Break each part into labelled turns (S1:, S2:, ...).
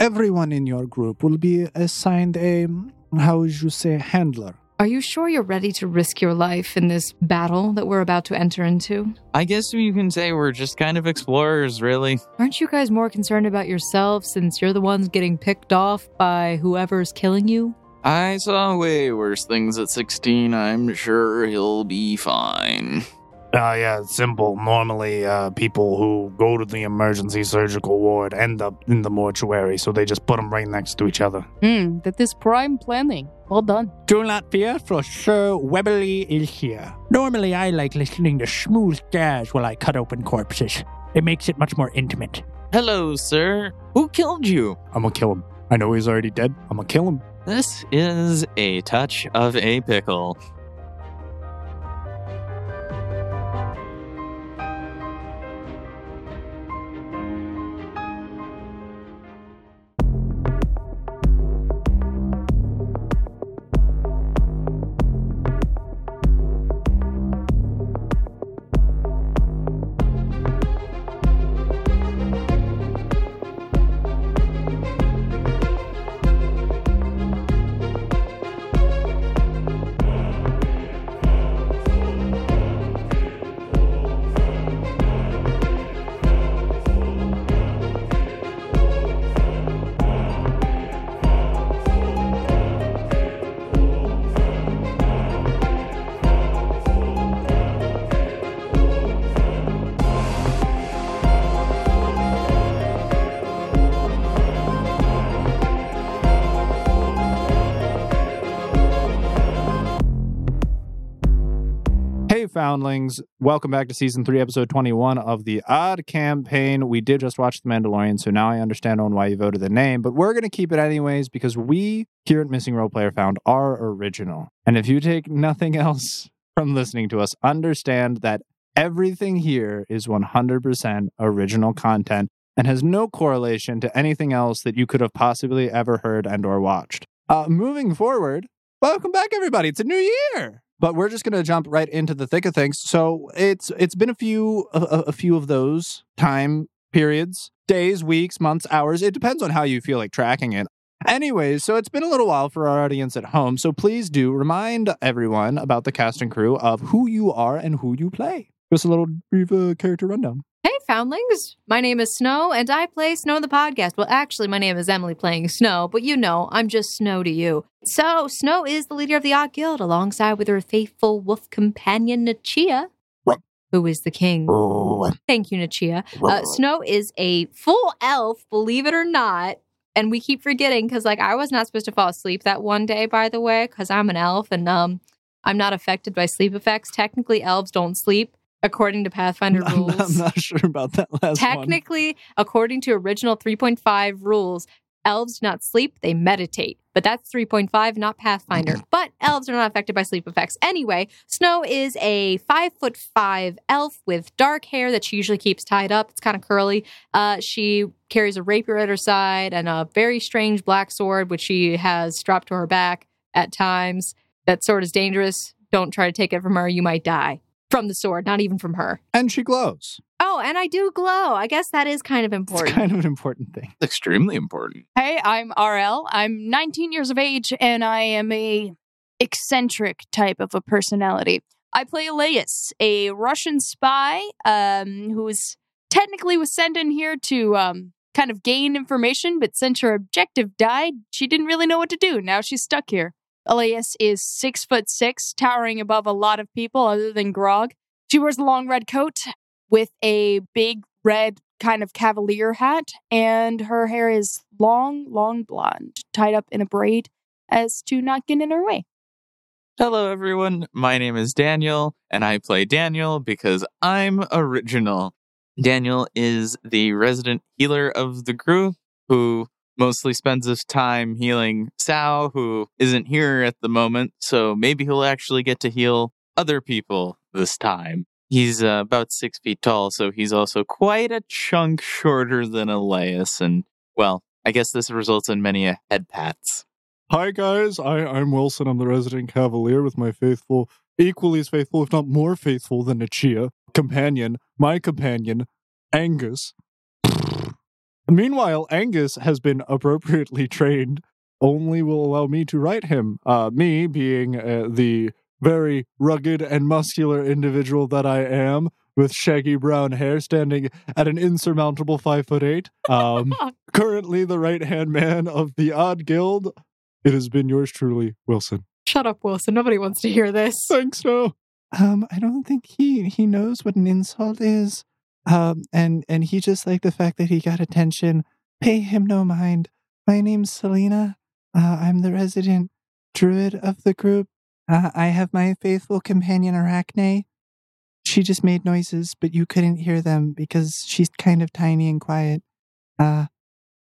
S1: everyone in your group will be assigned a, how would you say, handler.
S2: Are you sure you're ready to risk your life in this battle that we're about to enter into?
S3: I guess you can say we're just kind of explorers, really.
S2: Aren't you guys more concerned about yourselves since you're the ones getting picked off by whoever's killing you?
S3: I saw way worse things at 16. I'm sure he'll be fine.
S4: Uh, yeah, it's simple. Normally, uh, people who go to the emergency surgical ward end up in the mortuary, so they just put them right next to each other.
S5: Hmm, that is prime planning. Well done.
S6: Do not fear, for Sir Webberly is here. Normally, I like listening to smooth jazz while I cut open corpses. It makes it much more intimate.
S3: Hello, sir. Who killed you?
S4: I'm gonna kill him. I know he's already dead. I'm gonna kill him.
S3: This is a touch of a pickle.
S1: Hey, Foundlings. Welcome back to season three, episode 21 of The Odd Campaign. We did just watch The Mandalorian, so now I understand on why you voted the name, but we're going to keep it anyways because we here at Missing Role Player Found are original. And if you take nothing else from listening to us, understand that everything here is 100% original content and has no correlation to anything else that you could have possibly ever heard and or watched. Uh, moving forward, welcome back, everybody. It's a new year but we're just going to jump right into the thick of things. So it's it's been a few a, a- a few of those time periods, days, weeks, months, hours. It depends on how you feel like tracking it. Anyways, so it's been a little while for our audience at home. So please do remind everyone about the cast and crew of who you are and who you play. Just a little brief uh, character rundown.
S2: Hey, Foundlings. My name is Snow, and I play Snow the podcast. Well, actually, my name is Emily playing Snow, but you know, I'm just Snow to you. So, Snow is the leader of the Odd Guild, alongside with her faithful wolf companion, Nachia,
S6: What?
S2: who is the king.
S6: Oh,
S2: Thank you, Nachia. Uh, Snow is a full elf, believe it or not. And we keep forgetting because, like, I was not supposed to fall asleep that one day, by the way, because I'm an elf and um, I'm not affected by sleep effects. Technically, elves don't sleep according to Pathfinder
S1: I'm,
S2: rules.
S1: not- I'm not sure about that last one.
S2: Technically, according to original 3.5 rules, elves do not sleep, they meditate. But that's 3.5, not
S1: Mm-hmm.
S2: Pathfinder. but elves are not affected by sleep effects. Anyway, Snow is a five foot five elf with dark hair that she usually keeps tied up. It's kind of curly. Uh, she carries a rapier at her side and a very strange black sword, which she has strapped to her back at times. That sword is dangerous. Don't try to take it from her. You might die from the sword, not even from her.
S1: And she glows.
S2: Oh, and I do glow. I guess that is kind of
S1: It's
S2: important.
S1: kind of an important thing.
S3: Extremely important.
S5: Hey, I'm RL. I'm 19 years of age, and I am a eccentric type of a personality. I play Elias, a Russian spy um, who was technically was sent in here to um, kind of gain information, but since her objective died, she didn't really know what to do. Now she's stuck here. Elias is six foot six, towering above a lot of people other than Grog. She wears a long red coat with a big red kind of cavalier hat, and her hair is long, long blonde, tied up in a braid as to not get in her way.
S3: Hello, everyone. My name is Daniel, and I play Daniel because I'm original. Daniel is the resident healer of the group who mostly spends his time healing Sal, who isn't here at the moment, so maybe he'll actually get to heal other people this time. He's uh, about six feet tall, so he's also quite a chunk shorter than Elias, and well, I guess this results in many uh, head pats.
S4: Hi, guys. I, I'm Wilson. I'm the resident cavalier with my faithful, equally as faithful, if not more faithful than Nichia, companion, my companion, Angus.
S7: Meanwhile, Angus has been appropriately trained. Only will allow me to write him. Uh, me being uh, the very rugged and muscular individual that I am, with shaggy brown hair, standing at an insurmountable five foot eight. Um, currently, the right hand man of the Odd Guild. It has been yours truly, Wilson.
S2: Shut up, Wilson. Nobody wants to hear this.
S7: Thanks, no. Um, I don't think he he knows what an insult is. Um, and and he just like the fact that he got attention. Pay him no mind. My name's Selena. Uh, I'm the resident druid of the group. Uh, I have my faithful companion Arachne. She just made noises, but you couldn't hear them because she's kind of tiny and quiet. Uh,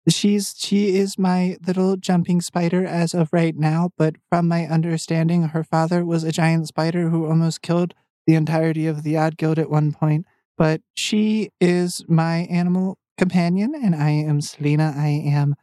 S7: she's she is my little jumping spider as of right now, but from my understanding, her father was a giant spider who almost killed the entirety of the Odd Guild at one point. But she is my animal companion, and I am Selena. I am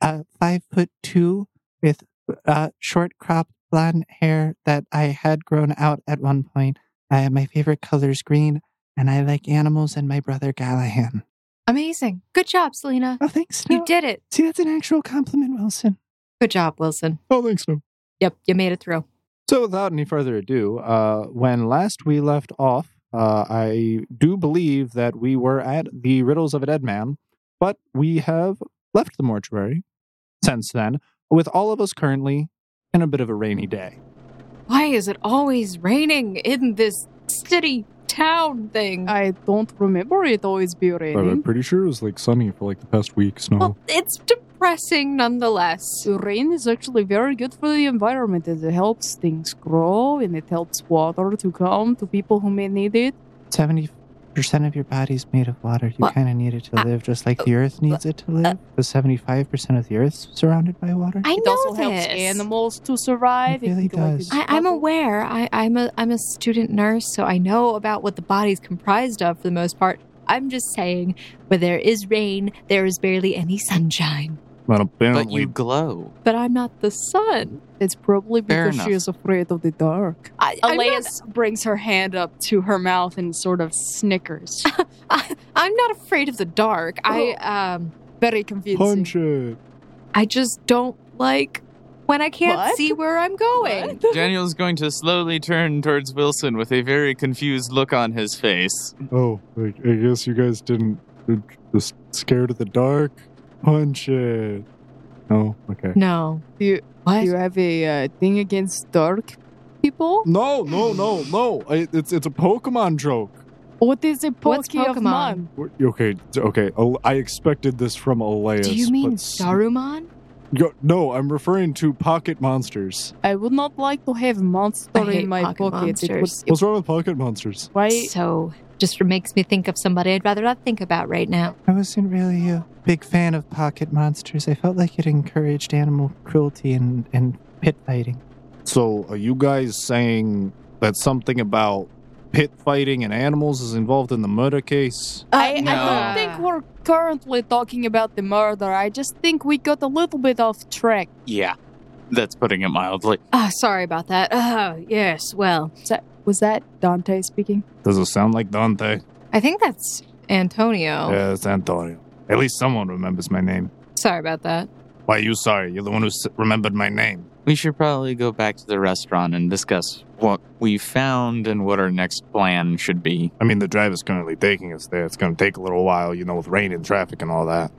S7: uh, five foot two with uh, short cropped blonde hair that I had grown out at one point. I, my favorite color is green, and I like animals and my brother Galahan.
S2: Amazing. Good job, Selena.
S7: Oh, thanks,
S2: You did it.
S7: See, that's an actual compliment, Wilson.
S2: Good job, Wilson.
S7: Oh, thanks, no.
S2: Yep, you made it through.
S7: So, without any further ado, uh, when last we left off, uh, I do believe that we were at the Riddles of a Dead Man, but we have left the mortuary since then, with all of us currently in a bit of a rainy day.
S2: Why is it always raining in this city town thing?
S5: I don't remember it always be raining.
S7: pretty sure it was like sunny for like the past week, snow.
S5: Oh.
S2: well, it's depressing nonetheless.
S5: Rain is actually very good for the environment. It helps things grow and it helps water to come to people who may need it.
S7: 70% of your body's made of water. You
S2: Well,
S7: kind of need it to
S2: uh,
S7: live just like the earth needs it to live. Because 75% of the earth's surrounded by water.
S2: I
S5: It
S2: know
S5: also
S2: this.
S5: helps animals to survive.
S7: It really
S5: can go into
S7: does.
S5: the
S2: I, I'm
S5: jungle.
S2: aware. I, I'm a I'm a student nurse, so I know about what the body's comprised of for the most part. I'm just saying, where there is rain, there is barely any sunshine.
S7: But
S3: But you glow.
S2: But I'm not the sun.
S5: It's probably
S3: Fair
S5: because she
S3: enough.
S5: is afraid of the dark.
S2: I, I'm, not,
S8: Elias brings her hand up to her mouth and sort of snickers.
S2: I'm not afraid of the dark. I um
S5: Very confusing. Oh.
S7: it.
S2: I just don't like when I can't
S5: What?
S2: see where I'm going.
S5: What?
S3: Daniel's going to slowly turn towards Wilson with a very confused look on his face.
S7: Oh, I, I guess you guys didn't. You're just scared of the dark? Punch it. No? Okay.
S2: No.
S5: You-
S2: what?
S5: Do you have a uh, thing against dark
S2: Mm.
S5: people?
S7: No, no, no, no. I, it's, it's a Pokemon joke.
S5: What is a
S2: What's
S5: pokey of
S2: Pokemon?
S5: mine?
S7: What- Okay, okay. Al- I expected this from Elias.
S2: Do you mean
S7: but s-
S2: Saruman?
S7: Yo- No, I'm referring to pocket monsters.
S5: I would not like to have
S2: I
S5: monster
S2: hate
S5: in my
S2: pocket
S5: pocket. It would,
S2: monsters.
S5: it,
S7: What's wrong with pocket monsters?
S5: why?
S2: So just makes me think of somebody I'd rather not think about right now.
S9: I wasn't really a big fan of pocket monsters. I felt like it encouraged animal cruelty and, and pit fighting.
S4: So, are you guys saying that something about pit fighting and animals is involved in the murder case?
S5: I,
S3: No.
S5: I don't think we're currently talking about the murder. I just think we got a little bit off track.
S3: Yeah, that's putting it mildly.
S2: Ah, sorry about that. Oh, yes. Well,
S5: Was that Dante speaking?
S4: Does it sound like Dante?
S2: I think that's
S3: Oh.
S2: Antonio.
S4: Yeah, it's Antonio. At least someone remembers my name.
S2: Sorry about that.
S4: Why, you sorry? You're the one who s- remembered my name.
S3: We should probably go back to the restaurant and discuss what we found and what our next plan should be.
S4: I mean, the driver's currently taking us there. It's going to take a little while, you know, with rain and traffic and all that.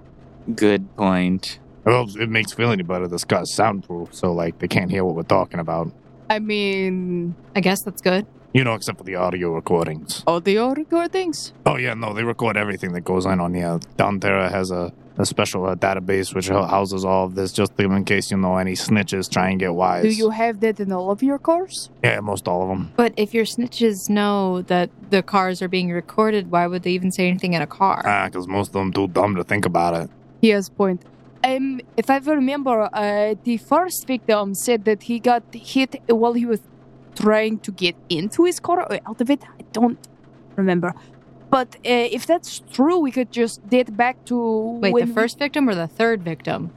S3: Good point.
S4: Well, it makes feel any better. This car's soundproof, so, like, they can't hear what we're talking about.
S5: I mean,
S2: I guess that's good.
S4: You know, except for the audio recordings.
S5: audio recordings?
S4: Oh yeah, no, they record everything that goes in on yeah. Downterra has a, a special uh, database which houses all of this, just in case you know any snitches try and get wise.
S5: Do you have that in all of your cars?
S4: Yeah, most all of them.
S2: But if your snitches know that the cars are being recorded, why would they even say anything in a car?
S4: Ah, because most of them too dumb to think about it.
S5: He has point. Um, if I remember, uh, the first victim said that he got hit while he was trying to get into his car or out of it. I don't remember. But uh, if that's true, we could just date back to
S2: Wait,
S5: when
S2: the
S5: we-
S2: first victim or the third victim?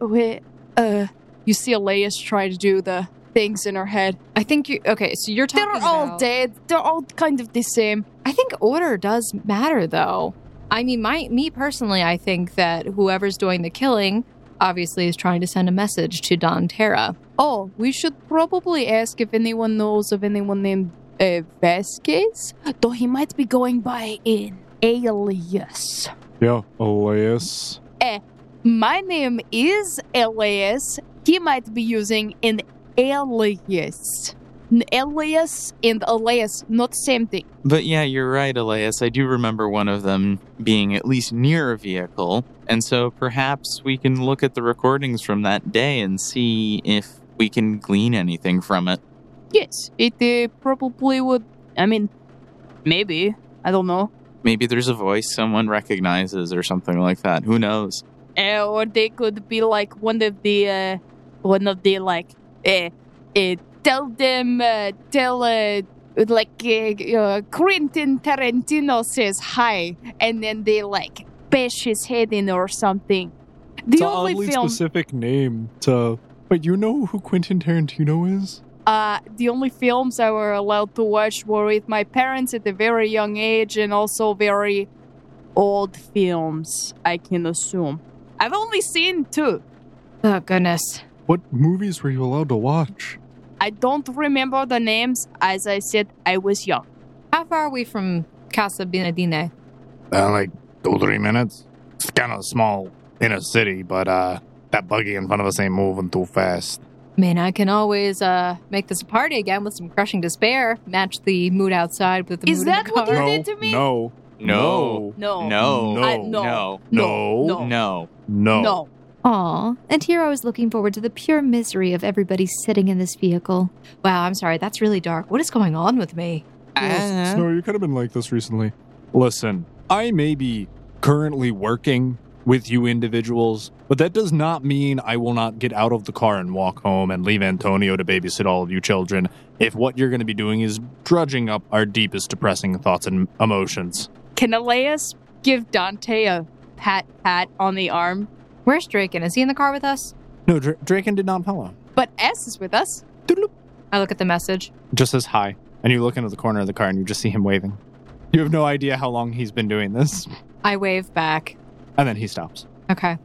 S5: Wait, uh, you see Elias try to do the things in her head.
S2: I think you. Okay, so you're talking.
S5: They're all
S2: about-
S5: dead. They're all kind of the same.
S2: I think order does matter, though. I mean, my me personally, I think that whoever's doing the killing obviously is trying to send a message to Don Terra.
S5: Oh, we should probably ask if anyone knows of anyone named uh, Vasquez, though he might be going by an alias.
S10: Yeah, Elias.
S5: Eh, My name is Elias. He might be using an alias. An alias and alias, not same thing.
S3: But yeah, you're right, Elias. I do remember one of them being at least near a vehicle. And so perhaps we can look at the recordings from that day and see if we can glean anything from it.
S5: Yes, it uh, probably would. I mean, maybe. I don't know.
S3: Maybe there's a voice someone recognizes or something like that. Who knows?
S5: Uh, or they could be like one of the, uh, one of the like, uh, uh, tell them, uh, tell, uh, like uh, uh, Quentin Tarantino says hi, and then they like bash his head in or something. The
S10: It's an
S5: only
S10: oddly
S5: film,
S10: specific name to. But you know who Quentin Tarantino is?
S5: uh, the only films I were allowed to watch were with my parents at a very young age, and also very old films. I can assume. I've only seen two.
S2: Oh goodness.
S10: What movies were you allowed to watch?
S5: I don't remember the names. As I said, I was young.
S2: How far are we from Casa Binadine?
S10: Uh, like two, three minutes. It's kind of small inner city, but uh, that buggy in front of us ain't moving too fast.
S2: Man, I can always uh, make this a party again with some crushing despair. Match the mood outside with the
S5: Is
S2: mood in the
S5: that what
S2: car.
S5: you- did to me?
S10: No.
S3: No.
S5: No.
S3: No.
S10: No.
S5: I- no.
S3: No.
S10: No.
S5: No.
S3: No.
S10: No.
S5: No.
S2: Aw, and here I was looking forward to the pure misery of everybody sitting in this vehicle. Wow, I'm sorry, that's really dark. What is going on with me?
S3: Ah.
S10: Snow, you could have been like this recently. Listen, I may be currently working with you individuals, but that does not mean I will not get out of the car and walk home and leave Antonio to babysit all of you children if what you're going to be doing is drudging up our deepest depressing thoughts and emotions.
S5: Can Elias give Dante a pat pat on the arm?
S2: Where's Draken? Is he in the car with us?
S1: No, Dra- Draken did not follow.
S5: But S is with us.
S2: I look at the message.
S1: Just says hi. And you look into the corner of the car and you just see him waving. You have no idea how long he's been doing this.
S2: I wave back.
S1: And then he stops.
S2: Okay.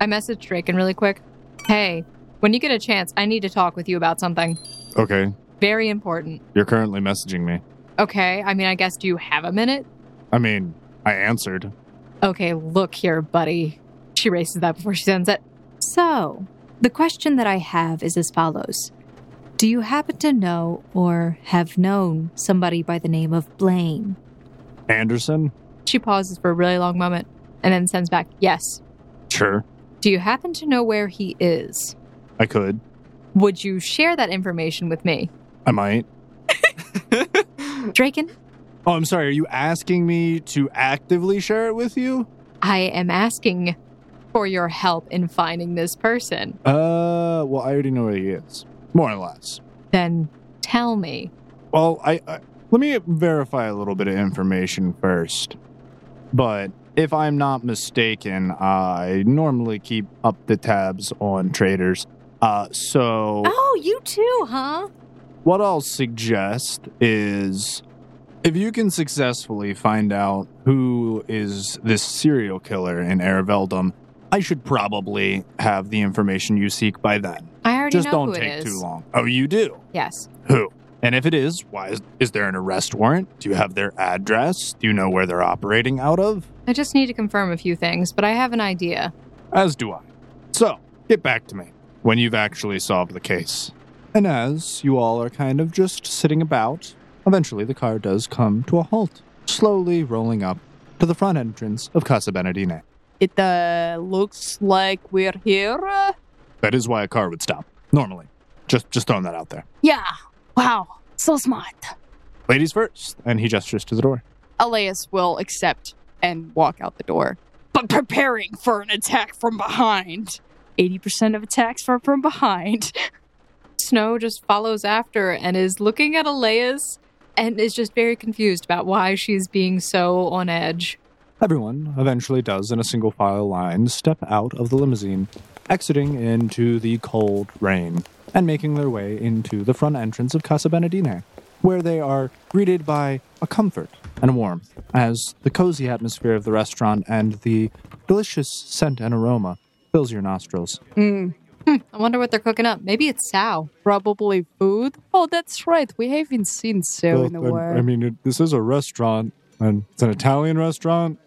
S2: I message Draken really quick. Hey, when you get a chance, I need to talk with you about something
S10: Okay,
S2: very important.
S10: you're currently messaging me.
S2: Okay, I mean, I guess, do you have a minute?
S10: I mean, I answered.
S2: Okay, look here, buddy. She races that before she sends it. So, the question that I have is as follows Do you happen to know or have known somebody by the name of Blaine?
S10: Anderson?
S2: She pauses for a really long moment and then sends back, Yes.
S10: Sure,
S2: Do you happen to know where he is?
S10: I could.
S2: Would you share that information with me?
S10: I might.
S2: Draken,
S10: Oh, I'm sorry. Are you asking me to actively share it with you?
S2: I am asking for your help in finding this person.
S10: Uh, well, I already know where he is, more or less.
S2: Then tell me.
S10: Well, I, I let me verify a little bit of information first. But if I'm not mistaken, I normally keep up the tabs on traders. Uh, so
S2: Oh, you too, huh?
S10: what I'll suggest is if you can successfully find out who is this serial killer in Araveldum, I should probably have the information you seek by then.
S2: I already
S10: Just
S2: know
S10: don't
S2: who it
S10: take
S2: is.
S10: too long. Oh, you do.
S2: Yes.
S10: Who? And if it is, why is, is there an arrest warrant? Do you have their address? Do you know where they're operating out of?
S2: I just need to confirm a few things, but I have an idea.
S10: As do I. So, get back to me when you've actually solved the case.
S1: And as you all are kind of just sitting about, eventually the car does come to a halt, slowly rolling up to the front entrance of Casa Benedine.
S5: It uh, looks like we're here. uh,
S10: That is why a car would stop normally. Just just throwing that out there.
S5: Yeah. Wow. So smart.
S10: Ladies first.
S1: And he gestures to the door.
S5: Elias will accept and walk out the door, but preparing for an attack from behind. 80% of attacks are from behind.
S2: Snow just follows after and is looking at Elias and is just very confused about why she's being so on edge.
S1: Everyone eventually does, in a single file line, step out of the limousine, exiting into the cold rain and making their way into the front entrance of Casa Benedine, where they are greeted by a comfort and warmth as the cozy atmosphere of the restaurant and the delicious scent and aroma fills your nostrils.
S2: Hmm. I wonder what they're cooking up. Maybe it's sow.
S5: Probably food. Oh, that's right. We haven't seen so in a
S10: Well, I,
S5: while.
S10: I mean, it, this is a restaurant, and it's an Italian restaurant.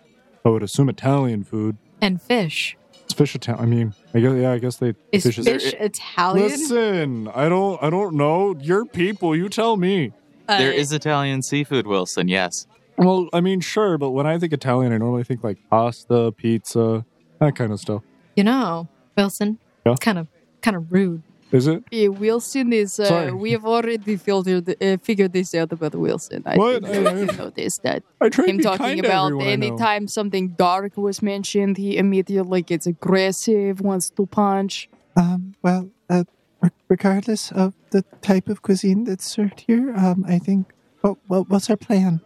S10: I would assume Italian food.
S2: And fish.
S10: It's fish Italian. I mean, I guess yeah, I guess they
S2: Is
S10: fish
S2: fish,
S10: is- uh,
S2: Italian?
S10: Listen, I don't, I don't know. Your people, you tell me.
S3: There
S5: Uh,
S3: is Italian seafood, Wilson. Yes.
S10: Well, I mean, sure, but when I think Italian, I normally think like pasta, pizza, that kind of stuff.
S2: You know, Wilson.
S10: Yeah?
S2: It's kind of kind of rude.
S10: Is it?
S5: Yeah, Wilson is.
S10: Sorry.
S5: Uh, we have already filtered, uh, figured this out about Wilson. I
S10: What?
S5: think
S10: I-
S5: you noticed that
S10: I try to
S5: him
S10: be
S5: talking
S10: kind to
S5: about
S10: everyone I know.
S5: anytime something dark was mentioned, he immediately gets aggressive, wants to punch.
S7: Um, well, uh, re- regardless of the type of cuisine that's served here, um, I think. What, what, what's our plan?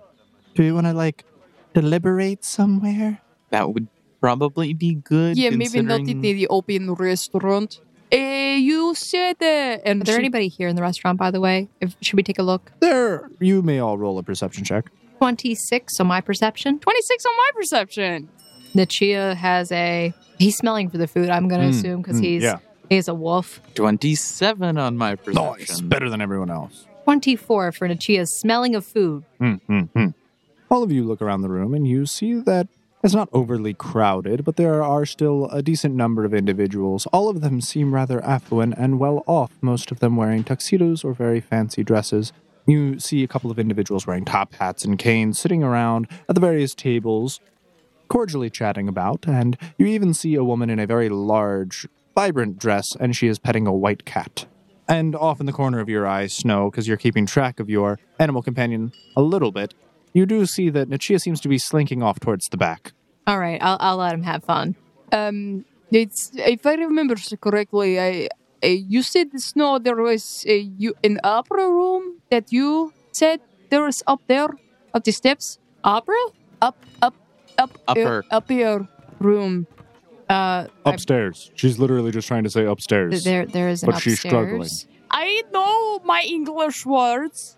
S7: Do we want to like deliberate somewhere?
S3: That would probably be good.
S5: Yeah, maybe not in
S3: considering-
S5: the open restaurant. Uh, you said, uh, and
S2: Is there
S5: she-
S2: anybody here in the restaurant, by the way? If, should we take a look?
S1: There, you may all roll a perception check.
S2: 26 on my perception.
S5: 26 on my perception.
S2: Nichia has a. He's smelling for the food, I'm going to
S1: Mm,
S10: Hmm,
S2: 'cause assume, because
S1: mm,
S2: he's,
S1: yeah.
S2: he's a wolf.
S3: 27 on my perception.
S1: better than everyone else.
S2: 24 for Nichia's smelling of food.
S1: Mm, mm, mm. All of you look around the room and you see that it's not overly crowded, but there are still a decent number of individuals. All of them seem rather affluent and well off, most of them wearing tuxedos or very fancy dresses. You see a couple of individuals wearing top hats and canes sitting around at the various tables, cordially chatting about, and you even see a woman in a very large, vibrant dress, and she is petting a white cat. And off in the corner of your eye, Snow, because you're keeping track of your animal companion a little bit, you do see that Nichia seems to be slinking off towards the back.
S2: All right, I'll, I'll let him have fun.
S5: Um, it's if I remember correctly, I uh, you said Snow there was uh, you an opera room that you said there was up there up the steps
S2: Opera?
S5: up up up
S3: Upper.
S5: uh, up your room.
S2: Uh,
S10: upstairs. She's literally just trying to say upstairs.
S2: there, there is an
S10: But she's
S2: upstairs.
S10: struggling.
S11: I know my English words.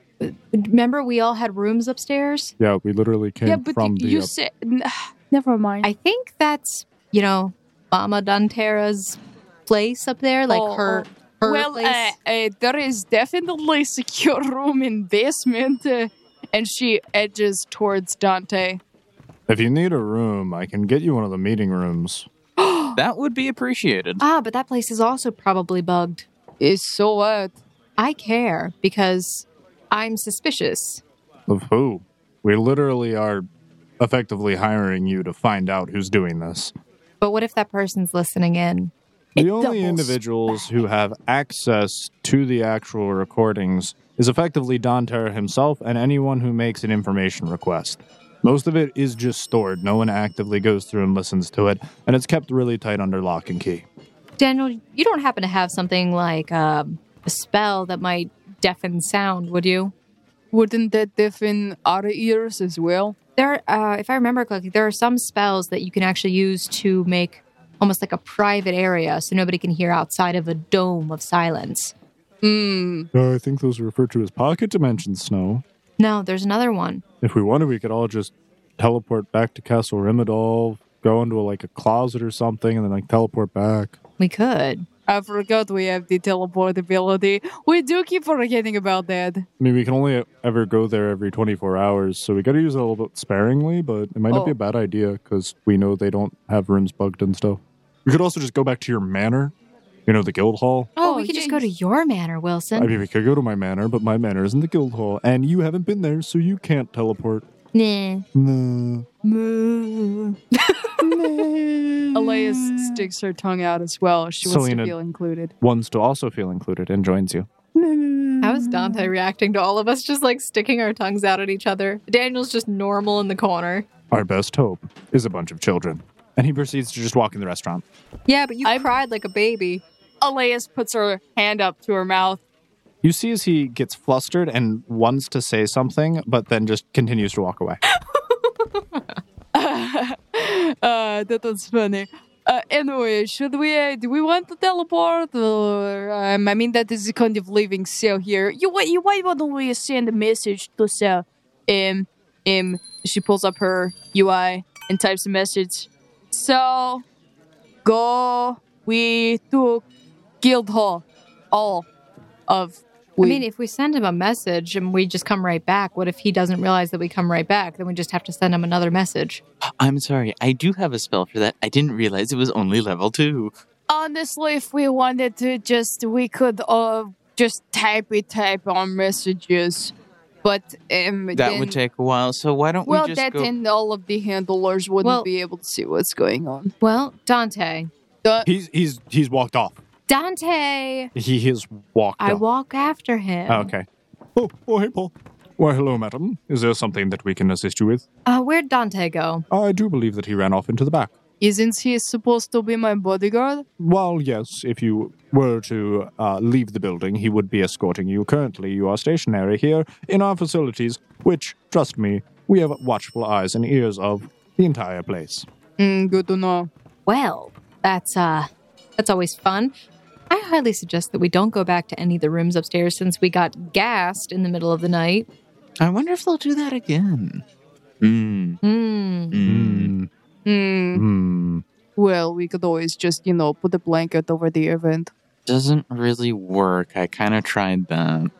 S2: Remember, we all had rooms upstairs?
S10: Yeah, we literally came
S5: yeah, but
S10: from
S5: you,
S10: the.
S5: you
S10: up-
S5: said never mind.
S2: I think that's, you know, Mama Dantera's place up there, like
S5: Oh,
S2: her,
S5: oh.
S2: her
S5: well,
S2: place.
S5: uh, uh, there is definitely secure room in basement, uh, and she edges towards Dante.
S10: if you need a room, I can get you one of the meeting rooms.
S3: That would be appreciated.
S2: ah, but that place is also probably bugged.
S5: Is so what?
S2: I care because I'm suspicious.
S10: Of who? We literally are effectively hiring you to find out who's doing this.
S2: But what if that person's listening in?
S10: The only
S5: doubles
S10: individuals who have access to the actual recordings is effectively Don Terra himself and anyone who makes an information request. Most of it is just stored. No one actively goes through and listens to it, and it's kept really tight under lock and key.
S2: Daniel, you don't happen to have something like um, a spell that might deafen sound, would you?
S5: Wouldn't that deafen our ears as well?
S2: There, uh, if I remember correctly, there are some spells that you can actually use to make almost like a private area so nobody can hear outside of a dome of silence.
S5: Hmm.
S10: Uh, I think those are referred to as pocket dimensions, Snow.
S2: No, there's another one.
S10: If we wanted, we could all just teleport back to Castle Rimadol, go into like a closet or something, and then like teleport back.
S2: We could.
S5: I forgot we have the teleport ability. We do keep forgetting about that.
S10: I mean, we can only ever go there every 24 hours, so we got to use it a little bit sparingly, but it might not
S5: Oh.
S10: be a bad idea because we know they don't have rooms bugged and stuff. We could also just go back to your manor, you know, the guild hall.
S2: Oh,
S5: Oh,
S2: we could just
S5: yes.
S2: go to your manor,
S10: I
S2: Wilson.
S10: mean, we could go to my manor, but my manor isn't the guild hall, and you haven't been there, so you can't teleport.
S2: nah.
S10: Nah.
S5: Elias sticks her tongue out as well. She wants
S10: Selena.
S5: to feel included.
S1: Wants to also feel included and joins you.
S2: How is Dante reacting to all of us just like sticking our tongues out at each other? Daniel's just normal in the corner.
S10: Our best hope is a bunch of children.
S1: And he proceeds to just walk in the restaurant.
S2: Yeah, but you cried like a baby.
S5: Elias puts her hand up to her mouth.
S1: You see as he gets flustered and wants to say something, but then just continues to walk away.
S5: Uh, that was funny. Uh, anyway, should we? Uh, do we want to teleport? Or, um, I mean, that is the kind of living cell here.
S11: You wa- you might want to send a message to Sal.
S5: Um, um,
S12: She pulls up her UI and types a message. So, go we to Guildhall. All of we.
S2: I mean, if we send him a message and we just come right back, what if he doesn't realize that we come right back? Then we just have to send him another message.
S3: I'm sorry, I do have a spell for that. I didn't realize it was only level two.
S5: Honestly, if we wanted to just, we could uh, just type it, type our messages. But um,
S3: That
S5: then,
S3: would take a while. So why don't
S5: well,
S3: we just
S5: that
S3: go?
S5: and all of the handlers wouldn't
S2: Well-
S5: be able to see what's going on.
S2: Well, Dante.
S5: uh,
S1: He's he's he's walked off.
S2: Dante!
S1: He has walked
S2: I
S1: off.
S2: walk after him.
S1: Oh, okay. Oh, oh, hey, Paul. Why, hello, madam. Is there something that we can assist you with?
S2: Uh, where'd Dante go?
S1: I do believe that he ran off into the back.
S5: Isn't he supposed to be my bodyguard?
S1: Well, yes, if you were to uh, leave the building, he would be escorting you. Currently, you are stationary here in our facilities, which, trust me, we have watchful eyes and ears of the entire place.
S5: Mm, good to know.
S2: Well, that's uh that's always fun. I highly suggest that we don't go back to any of the rooms upstairs since we got gassed in the middle of the night.
S3: I wonder if they'll do that again. Hmm.
S2: Hmm.
S3: Mm.
S5: Mm,
S1: Hmm.
S5: well, we could always just, you know, put a blanket over the event.
S3: Doesn't really work. I kind of tried that.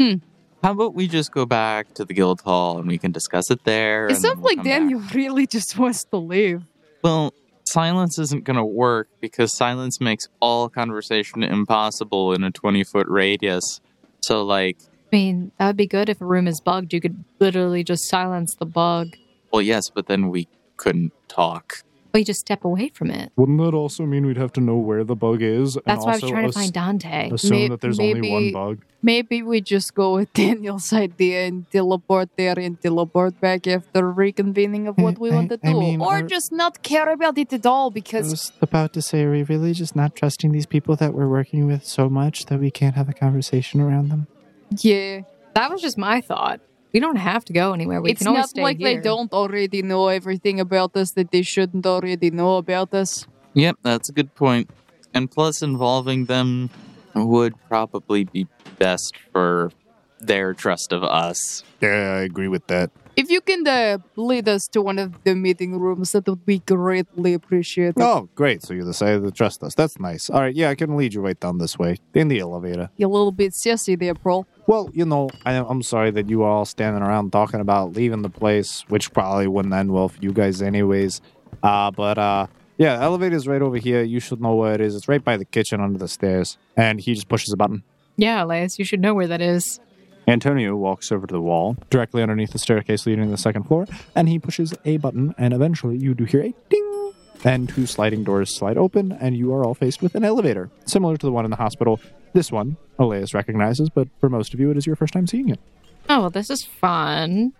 S5: Hmm.
S3: How about we just go back to the guild hall and we can discuss it there?
S5: It
S3: and then
S5: sounds
S3: we'll
S5: like
S3: come back.
S5: Daniel really just wants to leave.
S3: Well, silence isn't going to work because silence makes all conversation impossible in a 20 foot radius. So, like,
S2: I mean, that would be good if a room is bugged. You could literally just silence the bug.
S3: well, yes, but then we couldn't talk.
S2: Or you just step away from it.
S1: Wouldn't that also mean we'd have to know where the bug is?
S2: That's
S1: and
S2: why I was
S1: also
S2: trying to
S1: ass-
S2: find Dante.
S1: Assume
S5: May-
S1: that there's only one
S5: maybe-
S1: bug.
S5: Maybe we just go with Daniel's idea and teleport there and teleport back after reconvening of what we
S7: I-
S5: want to do.
S7: I mean,
S5: or
S2: er
S7: I-
S5: just not care about it at all
S7: I
S5: because
S7: was about to say, are we really just not trusting these people that we're working with so much that we can't have a conversation around them?
S5: yeah,
S2: That was just my thought. We don't have to go anywhere. We
S5: it's
S2: can always
S5: not
S2: stay
S5: like they
S2: here.
S5: don't already know everything about us that they shouldn't already know about us.
S3: Yep, that's a good point. And plus, involving them would probably be best for their trust of us.
S1: Yeah, I agree with that.
S5: If you can uh, lead us to one of the meeting rooms, that would be greatly appreciated.
S1: Oh, great. So you decided to trust us. That's nice. All right, yeah, I can lead you right down this way in the elevator.
S5: You're a little bit sassy there, bro.
S1: Well, you know, I, I'm sorry that you all standing around talking about leaving the place, which probably wouldn't end well for you guys, anyways. Uh, but uh, yeah, elevator's right over here. You should know where it is. It's right by the kitchen under the stairs. And he just pushes a button.
S2: Yeah, Elias, you should know where that is.
S1: Antonio walks over to the wall directly underneath the staircase leading to the second floor, and he pushes a button, and eventually you do hear a ding. And two sliding doors slide open, and you are all faced with an elevator, similar to the one in the hospital. This one, Elias recognizes, but for most of you, it is your first time seeing it.
S2: Oh, well, this is fun.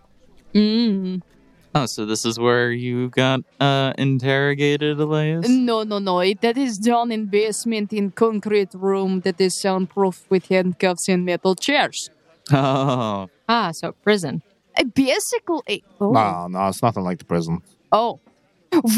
S5: Mm.
S3: Oh, so this is where you got uh, interrogated, Elias?
S2: Mm,
S5: No, no, no. It, that is down in basement in concrete room that is soundproof with handcuffs and metal chairs.
S3: Oh,
S2: Ah, so prison.
S5: Uh, Basically, oh.
S1: No, no, it's nothing like the prison.
S5: oh.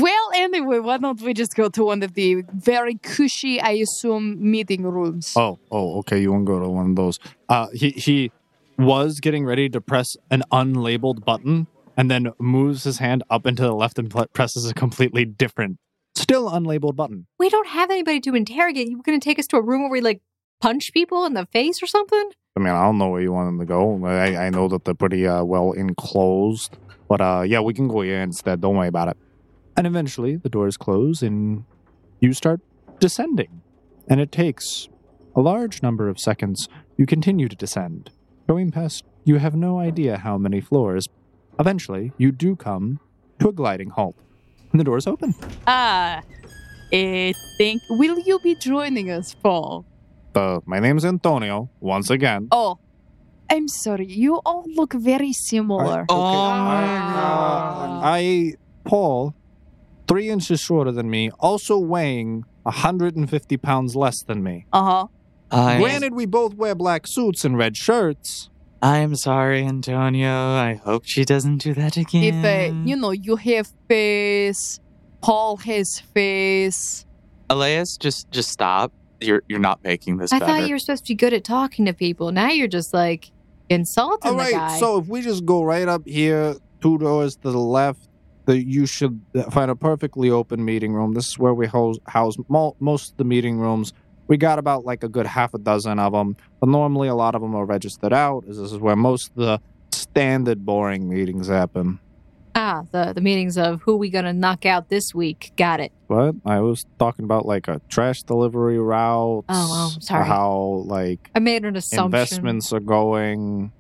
S5: Well, anyway, why don't we just go to one of the very cushy, I assume, meeting rooms?
S1: Oh, oh, okay. You won't go to one of those. Uh, he he was getting ready to press an unlabeled button, and then moves his hand up into the left and pl- presses a completely different, still unlabeled button.
S2: We don't have anybody to interrogate. You going to take us to a room where we like punch people in the face or something?
S1: I mean, I don't know where you want them to go. I, I know that they're pretty uh, well enclosed, but uh, yeah, we can go here instead. Don't worry about it. And eventually, the doors close, and you start descending. And it takes a large number of seconds. You continue to descend, going past. You have no idea how many floors. Eventually, you do come to a gliding halt, and the doors open.
S12: Ah,
S5: I eh, think. Will you be joining us, Paul?
S1: Uh, my name's Antonio. Once again,
S5: Oh, I'm sorry. You all look very similar. Uh-huh.
S3: oh Uh,
S1: I, Paul, three inches shorter than me, also weighing 150 pounds less than me.
S5: Uh huh.
S3: I,
S1: Granted, we both wear black suits and red shirts.
S3: I'm sorry, Antonio. I hope she doesn't do that
S5: If
S3: again.
S5: uh, you know, you have face. Paul has face.
S3: Elias, just just stop. You're you're not making this
S2: I
S3: better.
S2: thought you were supposed to be good at talking to people. Now you're just like insulting
S1: All
S2: the
S1: right,
S2: guy.
S1: so if we just go right up here two doors to the left. That you should find a perfectly open meeting room. This is where we house, house mo- most of the meeting rooms. We got about like a good half a dozen of them, but normally a lot of them are registered out. As this is where most of the standard boring meetings happen.
S2: Ah, the, the meetings of who we gonna knock out this week. Got it.
S1: What? I was talking about like a trash delivery route.
S2: Oh, oh, sorry.
S1: How like
S2: I made an assumption.
S1: investments are going.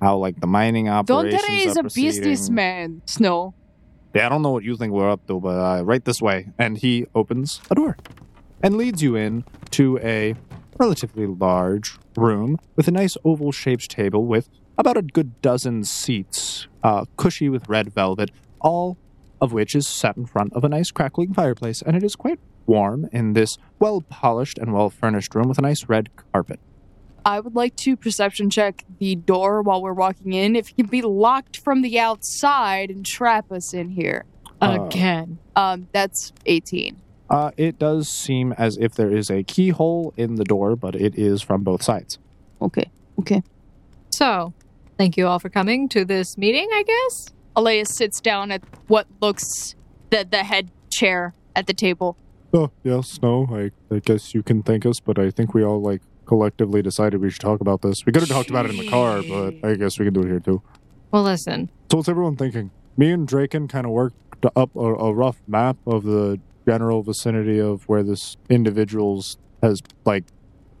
S1: How like the mining operations
S5: Dondre is
S1: are
S5: a
S1: proceeding.
S5: businessman, Snow.
S1: Yeah, I don't know what you think we're up to, but uh, right this way. And he opens a door and leads you in to a relatively large room with a nice oval shaped table with about a good dozen seats, uh, cushy with red velvet, all of which is set in front of a nice crackling fireplace. And it is quite warm in this well polished and well furnished room with a nice red carpet.
S5: I would like to perception check the door while we're walking in. If it can be locked from the outside and trap us in here.
S1: Uh,
S2: Again.
S5: Um, that's 18.
S1: Uh, it does seem as if there is a keyhole in the door, but it is from both sides.
S5: Okay.
S2: So, thank you all for coming to this meeting, I guess.
S11: Elias sits down at what looks the the head chair at the table.
S10: Oh, yes, no, I, I guess you can thank us, but I think we all, like, collectively decided we should talk about this. We could have talked about it in the car, but I guess we can do it here, too.
S2: Well, listen.
S10: So, what's everyone thinking? Me and Draken kind of worked up a, a rough map of the general vicinity of where this individual's has, like,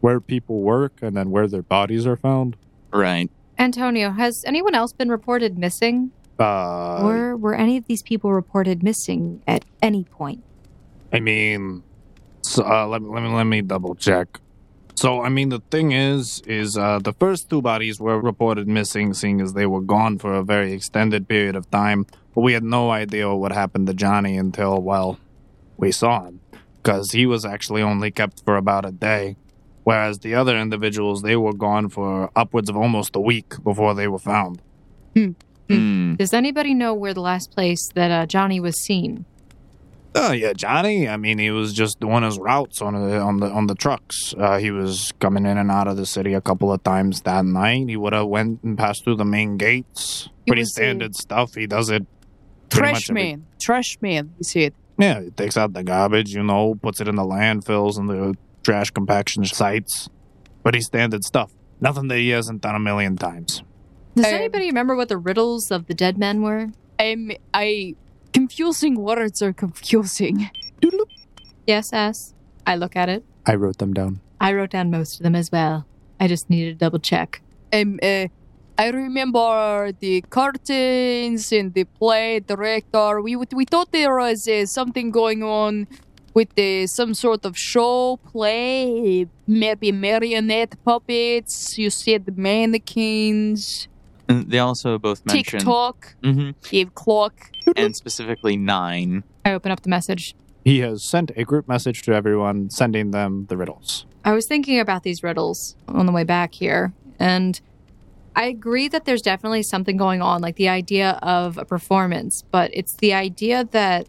S10: where people work and then where their bodies are found.
S3: Right.
S2: Antonio, has anyone else been reported missing?
S10: Uh,
S2: or were any of these people reported missing at any point?
S10: I mean, so, uh, let me let me let me double check.
S1: So I mean, the thing is, is uh, the first two bodies were reported missing, seeing as they were gone for a very extended period of time. But we had no idea what happened to Johnny until well, we saw him, because he was actually only kept for about a day, whereas the other individuals they were gone for upwards of almost a week before they were found.
S3: Hmm.
S2: Does anybody know where the last place that uh, Johnny was seen?
S1: Oh yeah, Johnny. I mean, he was just doing his routes on the on the on the trucks. Uh, he was coming in and out of the city a couple of times that night. He would have went and passed through the main gates.
S5: He
S1: Pretty
S5: was, uh,
S1: standard stuff. He does it. pretty much
S5: Trash
S1: every-
S5: man. Trash man. You see it.
S1: Yeah, he uh, takes out the garbage, you know, puts it in the landfills and the trash compaction sites. Pretty standard stuff. Nothing that he hasn't done a million times.
S2: Does
S5: Um,
S2: anybody remember what the riddles of the dead men were?
S5: I'm, I. Confusing words are confusing.
S2: Yes, S. I look at it.
S1: I wrote them down.
S2: I wrote down most of them as well. I just needed to double check.
S5: Um, uh, I remember the curtains and the play director. We would- we thought there was uh, something going on with the, some sort of show play, maybe marionette puppets. You said the mannequins,
S3: And They also both mentioned
S5: TikTok,
S3: hmm
S5: Dave clock.
S3: and specifically nine.
S2: I open up the message.
S1: He has sent a group message to everyone, sending them the riddles.
S2: I was thinking about these riddles on the way back here, and I agree that there's definitely something going on, like the idea of a performance, but it's the idea that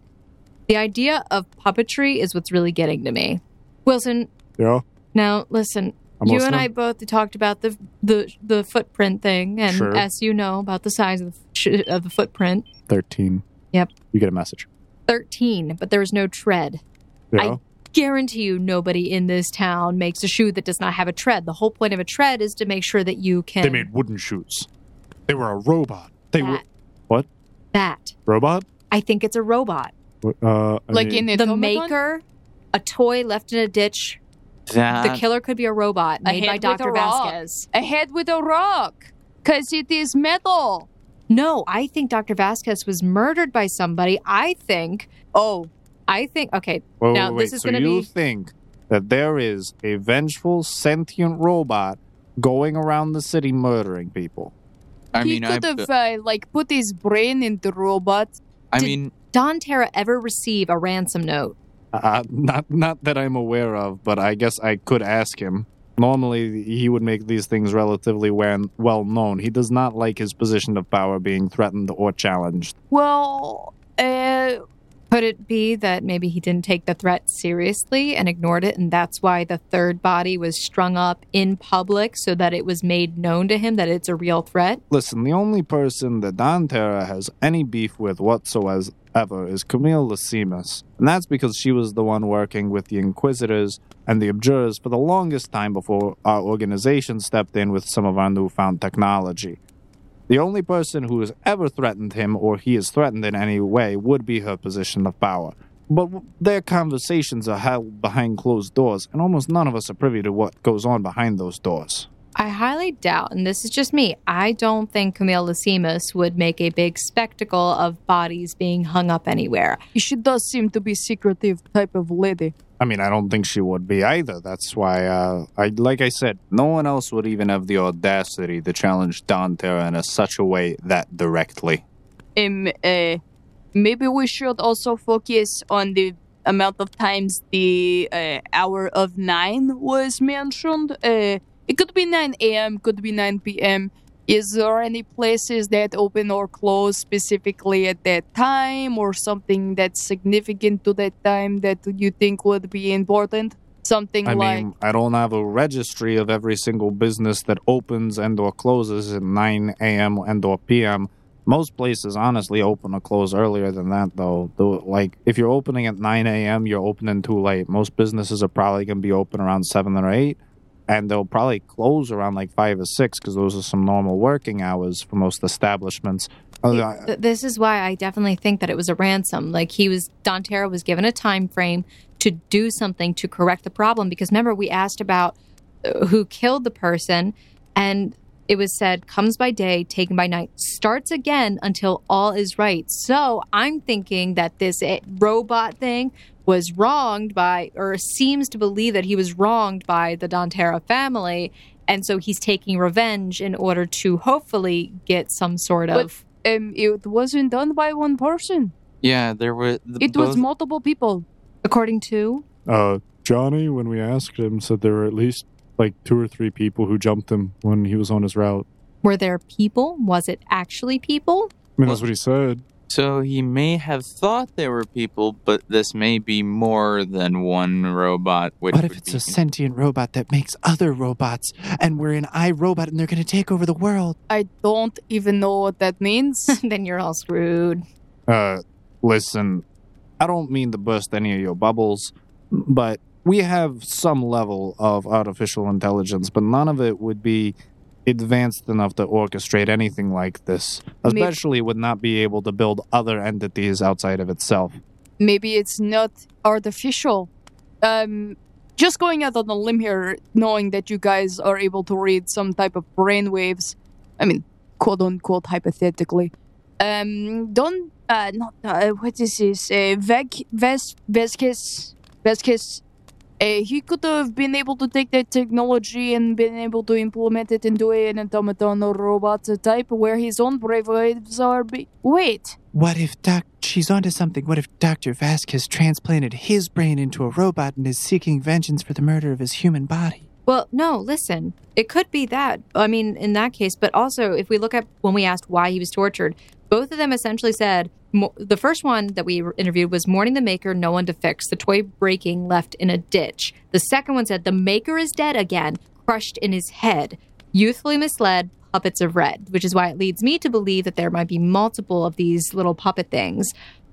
S2: the idea of puppetry is what's really getting to me. Wilson,
S10: Yeah,
S2: now listen,
S10: I'm
S2: you
S10: listening.
S2: and I both talked about the the the footprint thing, and
S10: Sure.
S2: as you know about the size of the, sh- of the footprint,
S10: Thirteen.
S2: Yep.
S10: You get a message.
S2: thirteen, but there was no tread.
S10: Yeah.
S2: I- guarantee you nobody in this town makes a shoe that does not have a tread. The whole point of a tread is to make sure that you can
S10: They made wooden shoes. They were a robot. They were
S2: that.
S10: What?
S2: That.
S10: robot.
S2: I think it's a robot.
S10: Uh, I
S5: like
S10: mean,
S5: in
S2: the
S5: Automaton?
S2: maker, a toy left in a ditch. the
S3: That
S2: killer could be a robot made by
S5: hand with a
S2: Dr.
S5: rock.
S2: Vasquez.
S5: a head with a rock, cause it is metal.
S2: No, I think Dr. Vasquez was murdered by somebody. I think
S5: Oh,
S2: I think okay,
S1: Wait,
S2: Now,
S1: wait,
S2: this
S1: wait.
S2: is
S1: so
S2: gonna
S1: you
S2: be-
S1: think that there is a vengeful sentient robot going around the city murdering people?
S3: I
S5: he
S3: mean, I,
S5: could have uh, like put his brain in the robot.
S3: I
S2: did-
S3: mean,
S2: Don Terra ever receive a ransom note?
S1: Uh, not, not that I'm aware of, but I guess I could ask him. Normally, he would make these things relatively wen- well known. He does not like his position of power being threatened or challenged.
S5: Well, uh,
S2: Could it be that maybe he didn't take the threat seriously and ignored it, and that's why the third body was strung up in public so that it was made known to him that it's a real threat?
S1: Listen, the only person that Don Terra has any beef with whatsoever is Camille Lacimus. And that's because she was the one working with the Inquisitors and the Abjurers for the longest time before our organization stepped in with some of our newfound technology. The only person who has ever threatened him or he is threatened in any way would be her position of power. But w- their conversations are held behind closed doors, and almost none of us are privy to what goes on behind those doors.
S2: I highly doubt, and this is just me, I don't think Camille Lacimus would make a big spectacle of bodies being hung up anywhere.
S5: She does seem to be secretive type of lady.
S1: I mean, I don't think she would be either. That's why, uh, I like I said, no one else would even have the audacity to challenge Don Terra in a such a way that directly.
S11: Um, uh,
S5: Maybe we should also focus on the amount of times the uh, hour of nine was mentioned. Uh, it could be 9 a.m., could be 9 p.m. Is there any places that open or close specifically at that time, or something that's significant to that time that you think would be important? Something
S1: I
S5: like
S1: mean, I don't have a registry of every single business that opens and or closes at 9 a.m. and or p.m. Most places honestly open or close earlier than that, though. Though, Like, if you're opening at 9 a.m., you're opening too late. Most businesses are probably going to be open around 7 or 8, and they'll probably close around like 5 or 6 because those are some normal working hours for most establishments. Uh, Although I-
S2: Th- this is why I definitely think that it was a ransom. Like he was, Dontera was given a time frame to do something to correct the problem. Because remember, we asked about uh, who killed the person, and it was said comes by day, taken by night, starts again until all is right. So I'm thinking that this eh, robot thing was wronged by, or seems to believe that he was wronged by the Dontera family. And so he's taking revenge in order to hopefully get some sort
S5: But-
S2: of
S5: um, it wasn't done by one person.
S3: Yeah, there were. The,
S5: It was
S3: both-
S5: multiple people.
S2: According to
S10: Uh, Johnny, when we asked him, said there were at least like two or three people who jumped him when he was on his route.
S2: were there people? Was it actually people?
S10: I mean, that's what he said.
S3: So he may have thought there were people, but this may be more than one robot. Which
S7: What if
S3: would
S7: it's
S3: be-
S7: a sentient robot that makes other robots, and we're an iRobot, and they're going to take over the world?
S5: I don't even know what that means.
S2: then you're all screwed.
S1: Uh, listen, I don't mean to burst any of your bubbles, but we have some level of artificial intelligence, but none of it would be advanced enough to orchestrate anything like this.
S5: Maybe-
S1: Especially would not be able to build other entities outside of itself.
S5: maybe it's not artificial. Um, just going out on a limb here, knowing that you guys are able to read some type of brain waves. I mean, quote unquote, hypothetically. Um, don't uh, not uh, what is this? Uh, Vec Ves Vesquez Vesquez. Uh, he could have been able to take that technology and been able to implement it into an automaton or robot type where his own brain waves are. Be- Wait,
S7: What if Doc? She's onto something. What if Doctor Vasquez transplanted his brain into a robot and is seeking vengeance for the murder of his human body?
S2: Well, no, listen. It could be that. I mean, in that case, but also if we look at when we asked why he was tortured, both of them essentially said mo- the first one that we interviewed was mourning the maker, no one to fix, the toy breaking left in a ditch. The second one said the maker is dead again, crushed in his head, youthfully misled, puppets of red, which is why it leads me to believe that there might be multiple of these little puppet things.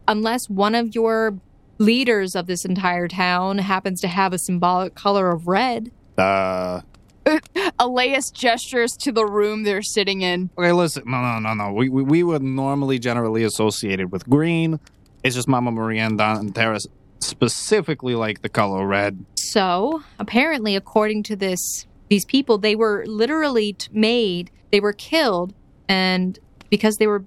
S2: Unless one of your leaders of this entire town happens to have a symbolic color of red.
S1: Uh,
S11: Elias gestures to the room they're sitting in.
S1: okay, listen, no, no, no, no. We, we, we were normally generally associated with green. It's just Mama Maria and Don and Terra specifically like the color red.
S2: So apparently, according to this, these people, they were literally t- made, they were killed, and because they were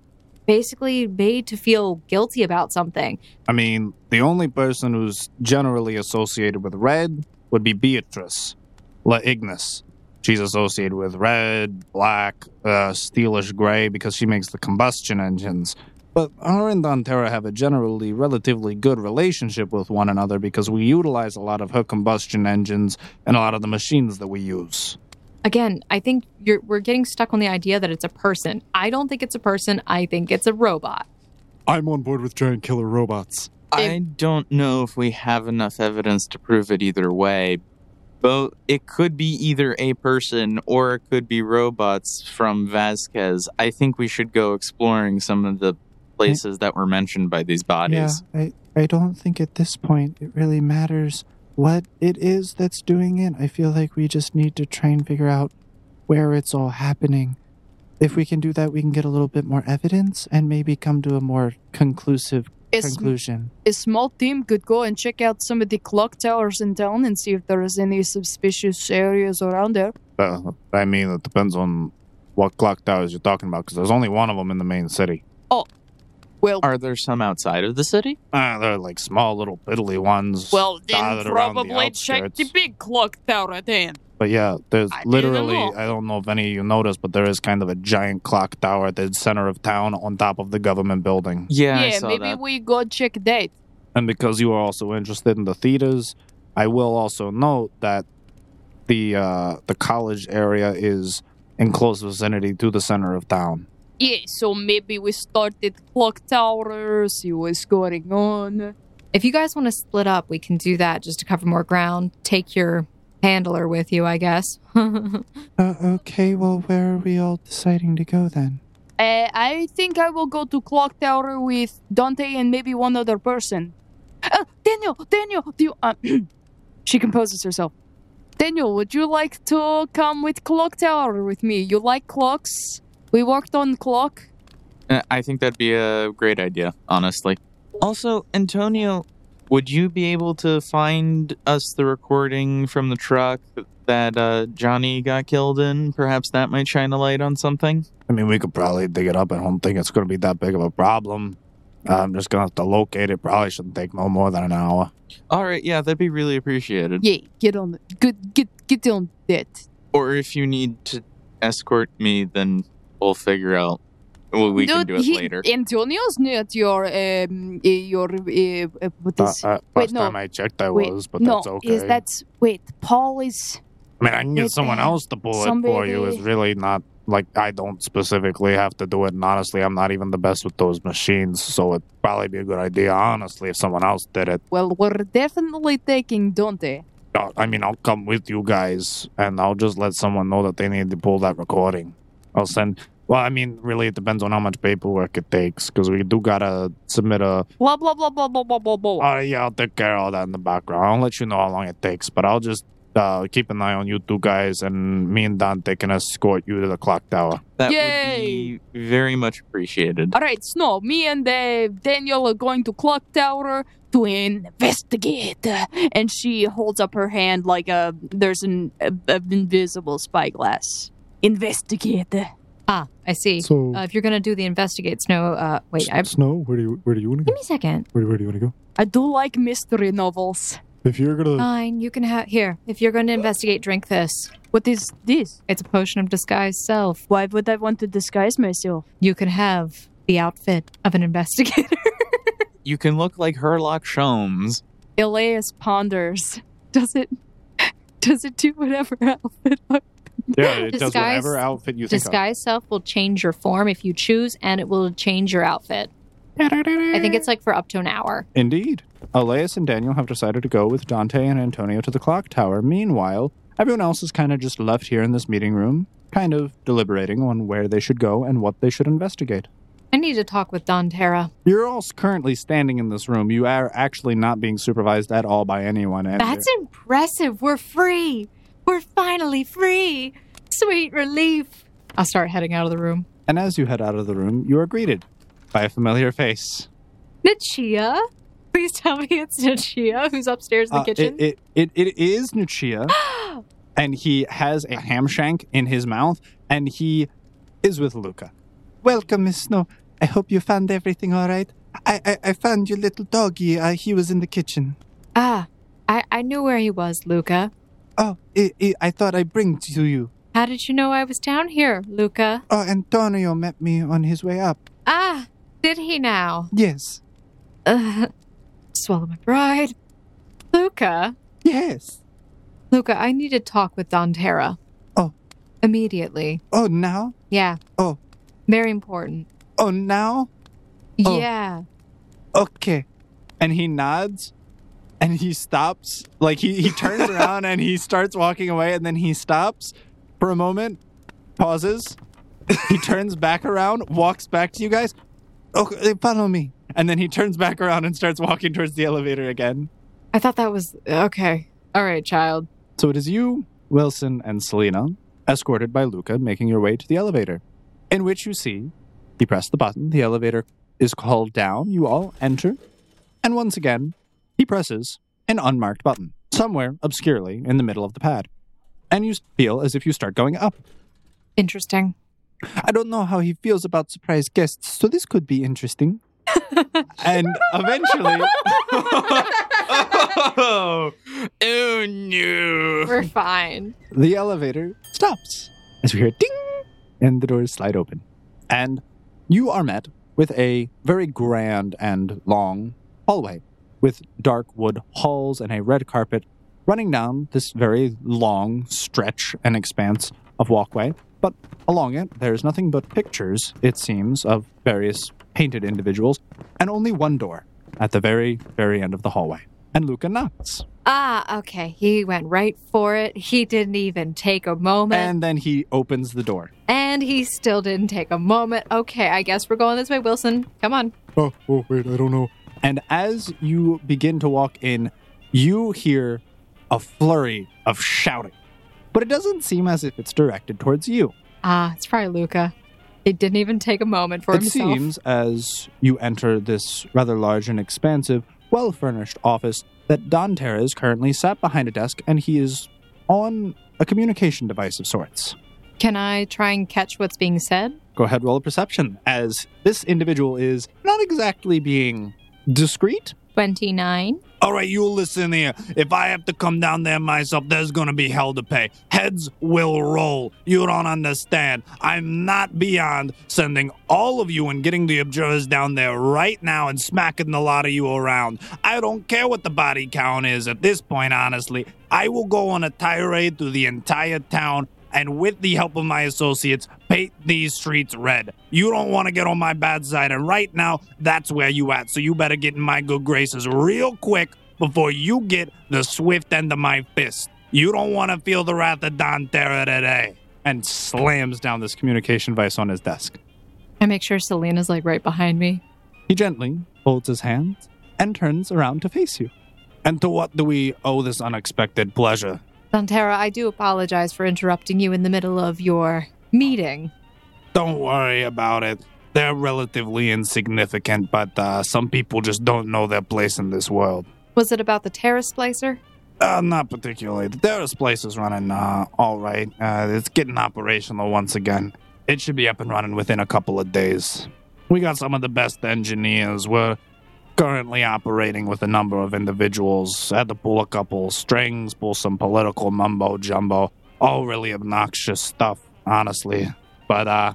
S2: basically made to feel guilty about something.
S1: I mean, the only person who's generally associated with red would be Beatrice, La Ignis. She's associated with red, black, uh, steelish gray because she makes the combustion engines. But her and Dontera have a generally relatively good relationship with one another because we utilize a lot of her combustion engines and a lot of the machines that we use.
S2: Again, I think you're, we're getting stuck on the idea that it's a person. I don't think it's a person. I think it's a robot.
S10: I'm on board with giant killer robots.
S3: I don't know if we have enough evidence to prove it either way. But it could be either a person or it could be robots from Vasquez. I think we should go exploring some of the places that were mentioned by these bodies.
S7: Yeah, I, I don't think at this point it really matters what it is that's doing it. I feel like we just need to try and figure out where it's all happening. If we can do that, we can get a little bit more evidence and maybe come to a more conclusive
S5: Is-
S7: conclusion.
S5: a small team could go and check out some of the clock towers in town and see if there is any suspicious areas around there.
S4: Uh, I mean, it depends on what clock towers you're talking about, because there's only one of them in the main city.
S5: Oh, Well,
S3: Are there some outside of the city?
S4: Uh, they're like small little piddly ones.
S13: Well, then
S4: dotted around the
S13: probably check the
S4: outskirts.
S13: big clock tower then.
S4: But yeah, there's
S13: I didn't
S4: literally,
S13: know.
S4: I don't know if any of you noticed, but there is kind of a giant clock tower at the center of town on top of the government building.
S3: Yeah, I
S5: yeah,
S3: saw
S5: maybe
S3: that.
S5: we go check that.
S4: And because you are also interested in the theaters, I will also note that the uh, the college area is in close vicinity to the center of town.
S5: Yeah, so maybe we start at clock tower, see what's going on.
S2: If you guys want to split up, we can do that just to cover more ground. Take your handler with you, I guess.
S7: Uh, okay, well, where are we all deciding to go then?
S5: Uh, I think I will go to clock tower with Dante and maybe one other person. Uh, Daniel, Daniel, do you? Uh, she composes herself. Daniel, would you like to come with clock tower with me? You like clocks? We worked on clock.
S3: Uh, I think that'd be a great idea, honestly. Also, Antonio, would you be able to find us the recording from the truck that uh, Johnny got killed in? Perhaps that might shine a light on something.
S4: I mean, we could probably dig it up. I don't think it's going to be that big of a problem. I'm just going to have to locate it. Probably shouldn't take no more than an hour.
S3: All right, yeah, that'd be really appreciated.
S5: Yeah, get on. it. Good, get get on that.
S3: Or if you need to escort me, then we'll figure out. Well, we can
S5: Dude,
S3: do it
S5: he-
S3: later.
S5: Antonio's not your um eh, your uh, what
S4: Uh,
S5: is?
S4: uh, last
S5: Wait, no.
S4: time I checked, I
S5: Wait,
S4: was, but
S5: no,
S4: that's okay.
S5: is that's wait? Paul is.
S4: I mean, I can get
S5: Wait,
S4: someone
S5: uh,
S4: else to pull it for you.
S5: somebody-
S4: It's really not like I don't specifically have to do it. And honestly, I'm not even the best with those machines, so it'd probably be a good idea, honestly, if someone else did it.
S5: Well, we're definitely taking Dante.
S4: Uh, I mean, I'll come with you guys, and I'll just let someone know that they need to pull that recording. I'll send. Well, I mean, really, it depends on how much paperwork it takes, because we do gotta submit a.
S5: Blah blah blah blah blah blah blah blah.
S4: Oh yeah, I'll take care of all that in the background. I'll let you know how long it takes, but I'll just uh, keep an eye on you two guys, and me and Dante can escort you to the clock tower.
S3: that
S5: Yay!
S3: would be very much appreciated.
S5: All right, Snow. Me and uh, Daniel are going to clock tower to investigate. And she holds up her hand like a there's an, a, an invisible spyglass. Investigate.
S2: ah, I see.
S10: So,
S2: Uh, if you're going to do the investigate, Snow, uh, wait, I, give
S10: Snow, where do you where do you want to go?
S2: me a second.
S10: Where, where do you want to go?
S5: I do like mystery novels.
S10: If you're gonna,
S2: Fine, you can have, here, if you're going to investigate, drink this.
S5: What is this?
S2: It's a potion of disguise self.
S5: Why would I want to disguise myself?
S2: You can have the outfit of an investigator.
S3: You can look like Herlock Sholmes.
S5: Elias ponders. Does it? Does it do whatever outfit? I
S4: Yeah, it does
S2: Disguise-
S4: whatever outfit you think. Of.
S2: disguise self will change your form if you choose, and it will change your outfit. I think it's like for up to an hour.
S1: Indeed. Elias and Daniel have decided to go with Dante and Antonio to the clock tower. Meanwhile, everyone else is kind of just left here in this meeting room, kind of deliberating on where they should go and what they should investigate.
S2: I need to talk with Don Terra.
S1: You're all currently standing in this room. You are actually not being supervised at all by anyone. And
S2: That's impressive. We're free. We're finally free. Sweet relief. I'll start heading out of the room.
S1: And as you head out of the room, you are greeted by a familiar face.
S2: Nichia? Please tell me it's Nichia who's upstairs in the
S1: Uh, it-
S2: kitchen.
S1: It, it, it is Nuchia, and he has a ham shank in his mouth, and he is with Luca.
S7: Welcome, Miss Snow. I hope you found everything all right. I, I, I found your little doggy. Uh, he was in the kitchen.
S2: ah, I, I knew where he was, Luca.
S7: Oh, i i I thought I'd bring to you.
S2: How did you know I was down here, Luca?
S1: Uh,
S7: Oh, Antonio met me on his way up.
S2: Ah, did he now?
S7: Yes.
S2: Ugh. swallow my pride. Luca,
S7: Yes.
S2: Luca, I need to talk with Don Terra.
S7: Oh.
S2: Immediately.
S7: Oh, now?
S2: Yeah.
S7: Oh.
S2: Very important.
S7: Oh, now? Oh.
S2: Yeah.
S7: Okay.
S1: and he nods and he stops. Like he, he turns around and he starts walking away and then he stops for a moment, pauses, he turns back around, walks back to you guys. Okay, follow me. And then he turns back around and starts walking towards the elevator again.
S2: I thought that was okay. All right, child.
S1: So it is you, Wilson, and Selena, escorted by Luca, making your way to the elevator, in which you see you press the button, the elevator is called down, you all enter, and once again, he presses an unmarked button, somewhere obscurely in the middle of the pad. And you feel as if you start going up.
S2: Interesting.
S1: I don't know how he feels about surprise guests, so this could be interesting. and eventually,
S3: Oh, oh no.
S2: We're fine.
S1: the elevator stops as we hear a ding and the doors slide open. And you are met with a very grand and long hallway with dark wood halls and a red carpet running down this very long stretch and expanse of walkway. But along it, there's nothing but pictures, it seems, of various painted individuals, and only one door at the very, very end of the hallway. And Luca knocks.
S2: Ah, okay. He went right for it. He didn't even take a moment.
S1: And then he opens the door.
S2: And he still didn't take a moment. Okay, I guess we're going this way, Wilson. Come on.
S14: Oh, oh, wait, I don't know.
S1: And as you begin to walk in, you hear a flurry of shouting. But it doesn't seem as if it's directed towards you.
S2: Ah, it's probably Luca. He didn't even take a moment for
S1: it
S2: himself.
S1: seems as you enter this rather large and expansive, well furnished office that Don Terra is currently sat behind a desk and he is on a communication device of sorts.
S2: Can I try and catch what's being said?
S1: Go ahead, roll a perception, as this individual is not exactly being discreet.
S2: 29.
S4: All right, you listen here. If I have to come down there myself, there's gonna be hell to pay. Heads will roll. You don't understand. I'm not beyond sending all of you and getting the observers down there right now and smacking the lot of you around. I don't care what the body count is at this point, honestly. I will go on a tirade through the entire town and with the help of my associates, paint these streets red. You don't want to get on my bad side, and right now, that's where you at. So you better get in my good graces real quick before you get the swift end of my fist. You don't want to feel the wrath of Don Terra today.
S1: And slams down this communication device on his desk.
S2: I make sure Selena's like right behind me.
S1: He gently folds his hands and turns around to face you.
S4: And to what do we owe this unexpected pleasure?
S2: Dantera, I do apologize for interrupting you in the middle of your meeting.
S4: Don't worry about it. They're relatively insignificant, but uh, some people just don't know their place in this world.
S2: Was it about the terrace splicer?
S4: Uh, not particularly. The terrace place is running uh, all right. Uh, it's getting operational once again. It should be up and running within a couple of days. We got some of the best engineers. We're currently operating with a number of individuals. Had to pull a couple strings, pull some political mumbo jumbo. All really obnoxious stuff, honestly. But uh,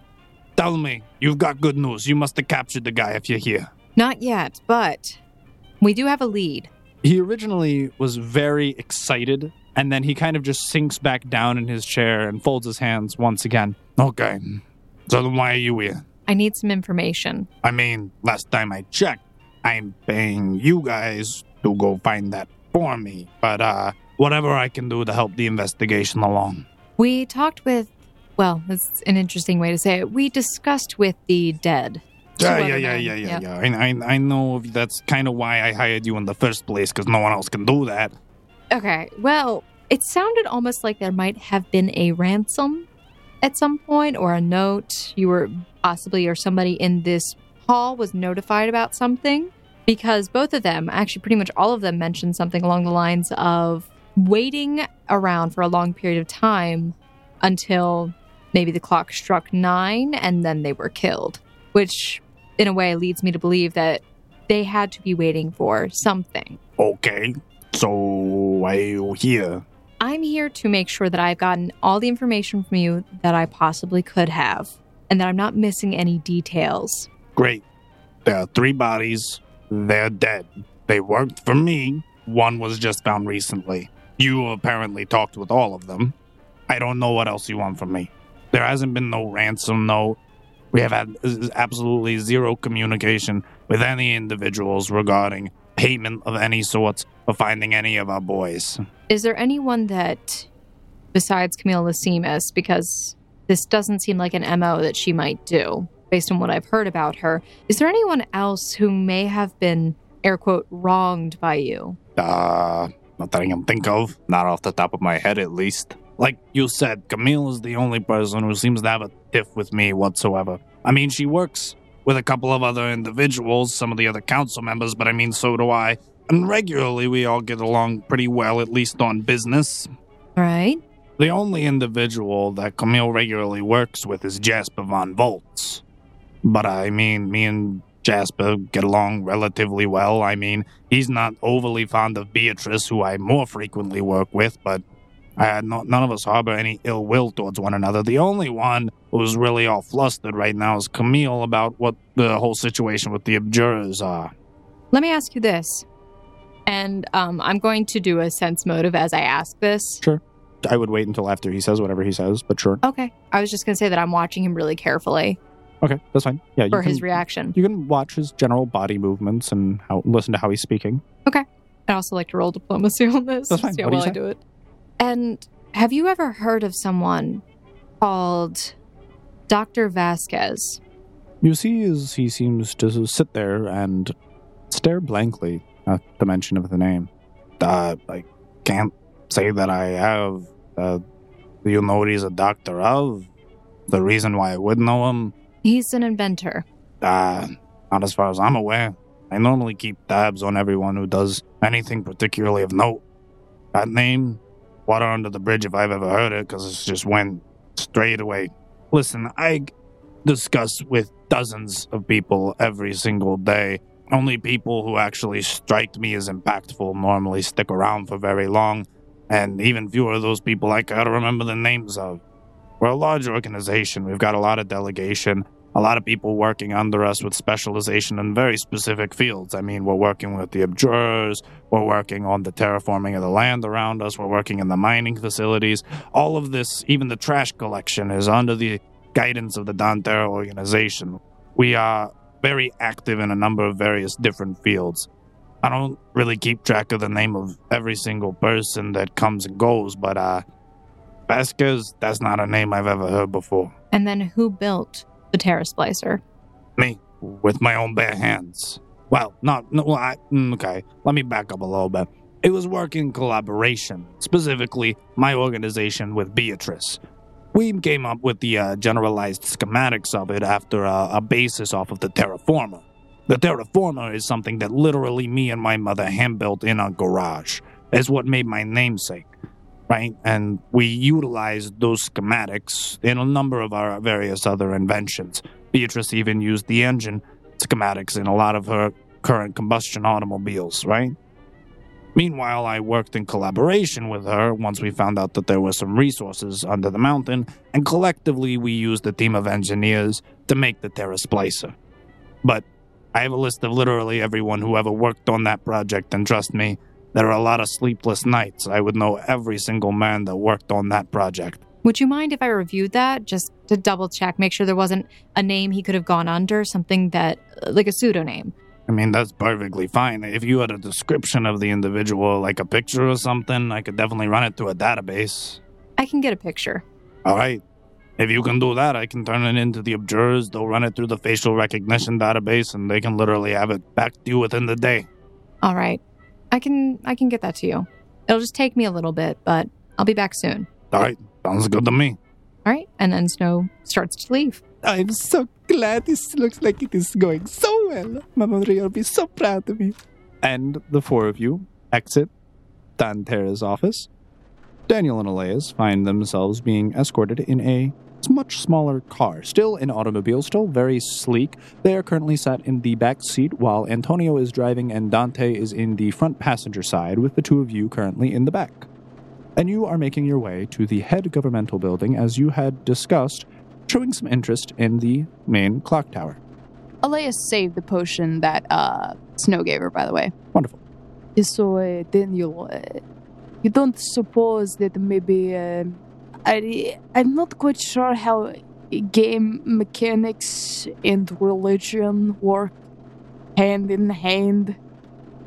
S4: tell me, you've got good news. You must have captured the guy if you're here.
S2: Not yet, but we do have a lead.
S1: he originally was very excited and then he kind of just sinks back down in his chair and folds his hands once again.
S4: Okay. So then why are you here?
S2: I need some information.
S4: I mean, last time I checked, I'm paying you guys to go find that for me. But uh whatever I can do to help the investigation along.
S2: We talked with, well, that's an interesting way to say it. We discussed with the dead.
S4: Yeah,
S2: Two
S4: yeah,
S2: other
S4: yeah,
S2: men,
S4: yeah, yeah,
S2: yeah.
S4: yeah. I, I, I know that's kind of why I hired you in the first place, because no one else can do that.
S2: Okay, well, it sounded almost like there might have been a ransom at some point or a note. You were possibly, or somebody in this hall was notified about something because both of them, actually, pretty much all of them, mentioned something along the lines of waiting around for a long period of time until maybe the clock struck nine and then they were killed, which in a way leads me to believe that they had to be waiting for something.
S4: Okay. So why are you here?
S2: I'm here to make sure that I've gotten all the information from you that I possibly could have and that I'm not missing any details.
S4: Great. There are three bodies. They're dead. They worked for me. One was just found recently. You apparently talked with all of them. I don't know what else you want from me. There hasn't been no ransom, no. We have had uh, absolutely zero communication with any individuals regarding payment of any sort for finding any of our boys.
S2: Is there anyone that, besides Camille Lacimus, because this doesn't seem like an MO that she might do, based on what I've heard about her, is there anyone else who may have been, air quote, wronged by you?
S4: Uh, not that I can think of. Not off the top of my head, at least. Like you said, Camille is the only person who seems to have a tiff with me whatsoever. I mean, she works with a couple of other individuals, some of the other council members, but I mean, so do I. And regularly, we all get along pretty well, at least on business.
S2: Right?
S4: The only individual that Camille regularly works with is Jasper von Voltz. But I mean, me and Jasper get along relatively well. I mean, he's not overly fond of Beatrice, who I more frequently work with, but I, no, none of us harbor any ill will towards one another. The only one who's really all flustered right now is Camille about what the whole situation with the abjurers are.
S2: Let me ask you this. And um, I'm going to do a sense motive as I ask this.
S4: I would wait until after he says whatever he says, but sure.
S2: Okay. I was just going to say that I'm watching him really carefully
S4: Okay, that's fine. Yeah, you
S2: for
S4: can,
S2: his reaction.
S4: you can watch his general body movements and how, listen to how he's speaking.
S2: I'd also like to roll diplomacy on this.
S4: That's fine.
S2: See how
S4: What do you
S2: well I
S4: say?
S2: do it. And have you ever heard of someone called Dr. Vasquez?
S4: You see, as he seems to sit there and stare blankly at the mention of the name. Uh, I can't say that I have. Uh, do you know what he's a doctor of? The reason why I would know him?
S2: He's an inventor.
S4: Uh, not as far as I'm aware. I normally keep tabs on everyone who does anything particularly of note. That name, water under the bridge if I've ever heard it, because it's just went straight away. Listen, I g- discuss with dozens of people every single day. Only people who actually strike me as impactful normally stick around for very long, and even fewer of those people I gotta remember the names of. We're a large organization, we've got a lot of delegation a lot of people working under us with specialization in very specific fields. I mean, we're working with the abjurers, we're working on the terraforming of the land around us, we're working in the mining facilities. All of this, even the trash collection, is under the guidance of the Dantera organization. We are very active in a number of various different fields. I don't really keep track of the name of every single person that comes and goes, but uh, Vasquez, that's not a name I've ever heard before.
S2: And then who built the Terra Splicer?
S4: Me with my own bare hands. Well, not no. Well, I, mm, okay, let me back up a little bit. It was work in collaboration, specifically my organization with Beatrice. We came up with the uh, generalized schematics of it after uh, a basis off of the terraformer. The terraformer is something that literally me and my mother hand built in our garage. It's what made my namesake, right? And we utilized those schematics in a number of our various other inventions. Beatrice even used the engine schematics in a lot of her current combustion automobiles, right? Meanwhile, I worked in collaboration with her once we found out that there were some resources under the mountain, and collectively we used a team of engineers to make the Terra Splicer. But I have a list of literally everyone who ever worked on that project, and trust me, there are a lot of sleepless nights. I would know every single man that worked on that project.
S2: Would you mind if I reviewed that just to double check, make sure there wasn't a name he could have gone under, something that, uh, like a pseudonym?
S4: I mean, that's perfectly fine. If you had a description of the individual, like a picture or something, I could definitely run it through a database.
S2: I can get a picture.
S4: All right. If you can do that, I can turn it into the abjurers. They'll run it through the facial recognition database, and they can literally have it back to you within the day.
S2: All right. I can I can get that to you. It'll just take me a little bit, but I'll be back soon.
S4: All right. Sounds good to me.
S2: All right? And then Snow starts to leave.
S15: I'm so glad this looks like it is going so well. Mama Maria will be so proud of me.
S1: And the four of you exit Dantera's office.
S4: Daniel and Elias find themselves being escorted in a much smaller car, still an automobile, still very sleek. They are currently sat in the back seat while Antonio is driving and Dante is in the front passenger side, with the two of you currently in the back. And you are making your way to the head governmental building as you had discussed, showing some interest in the main clock tower.
S16: Alea saved the potion that uh, Snow gave her, by the way.
S4: Wonderful.
S5: So, uh, Daniel, uh, you don't suppose that maybe uh, I, I'm not quite sure how game mechanics and religion work hand in hand.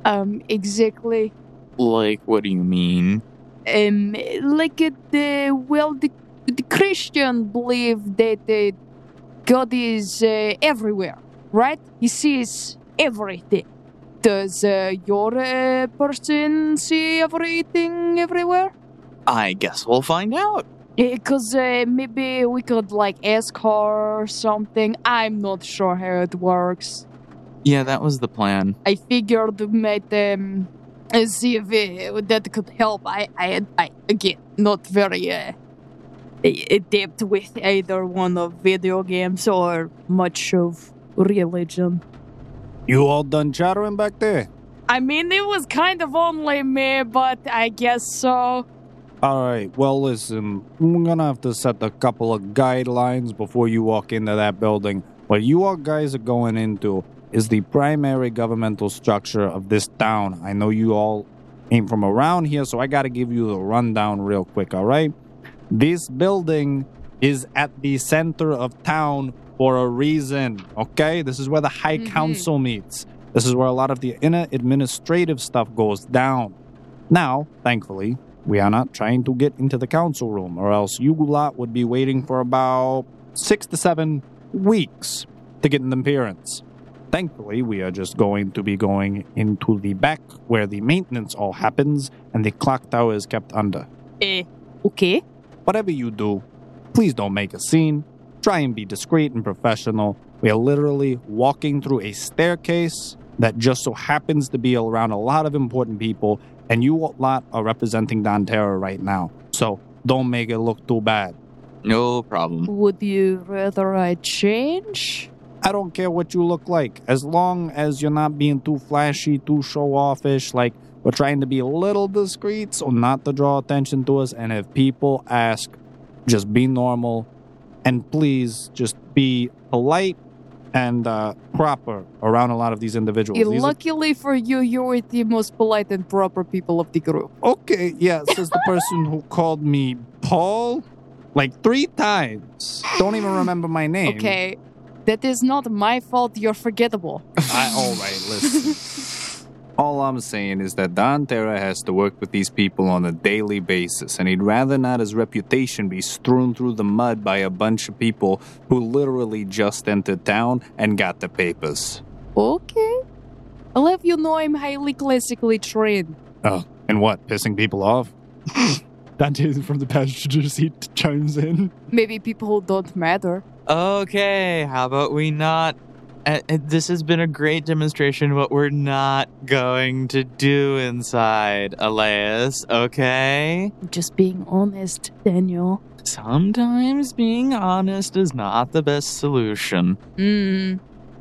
S5: Um, exactly.
S3: Like, what do you mean?
S5: Um, like uh, the well, the, the Christian believe that uh, God is uh, everywhere, right? He sees everything. Does uh, your uh, person see everything everywhere?
S3: I guess we'll find out.
S5: Because uh, maybe we could like ask her or something. I'm not sure how it works.
S3: Yeah, that was the plan.
S5: I figured might um, uh, see if uh, that could help. I, I, I again, not very uh, a- adept with either one of video games or much of religion.
S1: You all done chattering back there?
S5: I mean, it was kind of only me, but I guess so.
S1: All right. Well, listen, I'm gonna have to set a couple of guidelines before you walk into that building. What you all guys are going into is the primary governmental structure of this town. I know you all came from around here, so I gotta give you the rundown real quick. All right. This building is at the center of town for a reason. Okay. This is where the High Council meets. This is where a lot of the inner administrative stuff goes down. Now, thankfully, we are not trying to get into the council room, or else you lot would be waiting for about six to seven weeks to get an appearance. Thankfully, we are just going to be going into the back where the maintenance all happens and the clock tower is kept under.
S5: Eh, okay.
S1: Whatever you do, please don't make a scene. Try and be discreet and professional. We are literally walking through a staircase that just so happens to be around a lot of important people, and you lot are representing Don Terra right now. So don't make it look too bad.
S3: No problem.
S5: Would you rather I change?
S1: I don't care what you look like, as long as you're not being too flashy, too show offish. Like, we're trying to be a little discreet, so not to draw attention to us. And if people ask, just be normal and please just be polite and uh, proper around a lot of these individuals.
S5: Eh,
S1: These are-
S5: Luckily for you, you were the most polite and proper people of the group.
S1: okay, yeah, says the person who called me Paul like three times. Don't even remember my name.
S5: Okay. That is not my fault. You're forgettable.
S1: I, all right, listen. all I'm saying is that Don Terra has to work with these people on a daily basis, and he'd rather not his reputation be strewn through the mud by a bunch of people who literally just entered town and got the papers.
S5: Okay. I'll have you know I'm highly classically trained.
S10: Oh,
S1: And what, pissing people off?
S10: Dante from the passenger seat chimes in.
S5: Maybe people who don't matter.
S3: Okay, how about we not? Uh, uh, this has been a great demonstration of what we're not going to do inside, Elias, okay?
S5: I'm just being honest, Daniel.
S3: Sometimes being honest is not the best solution.
S5: Hmm.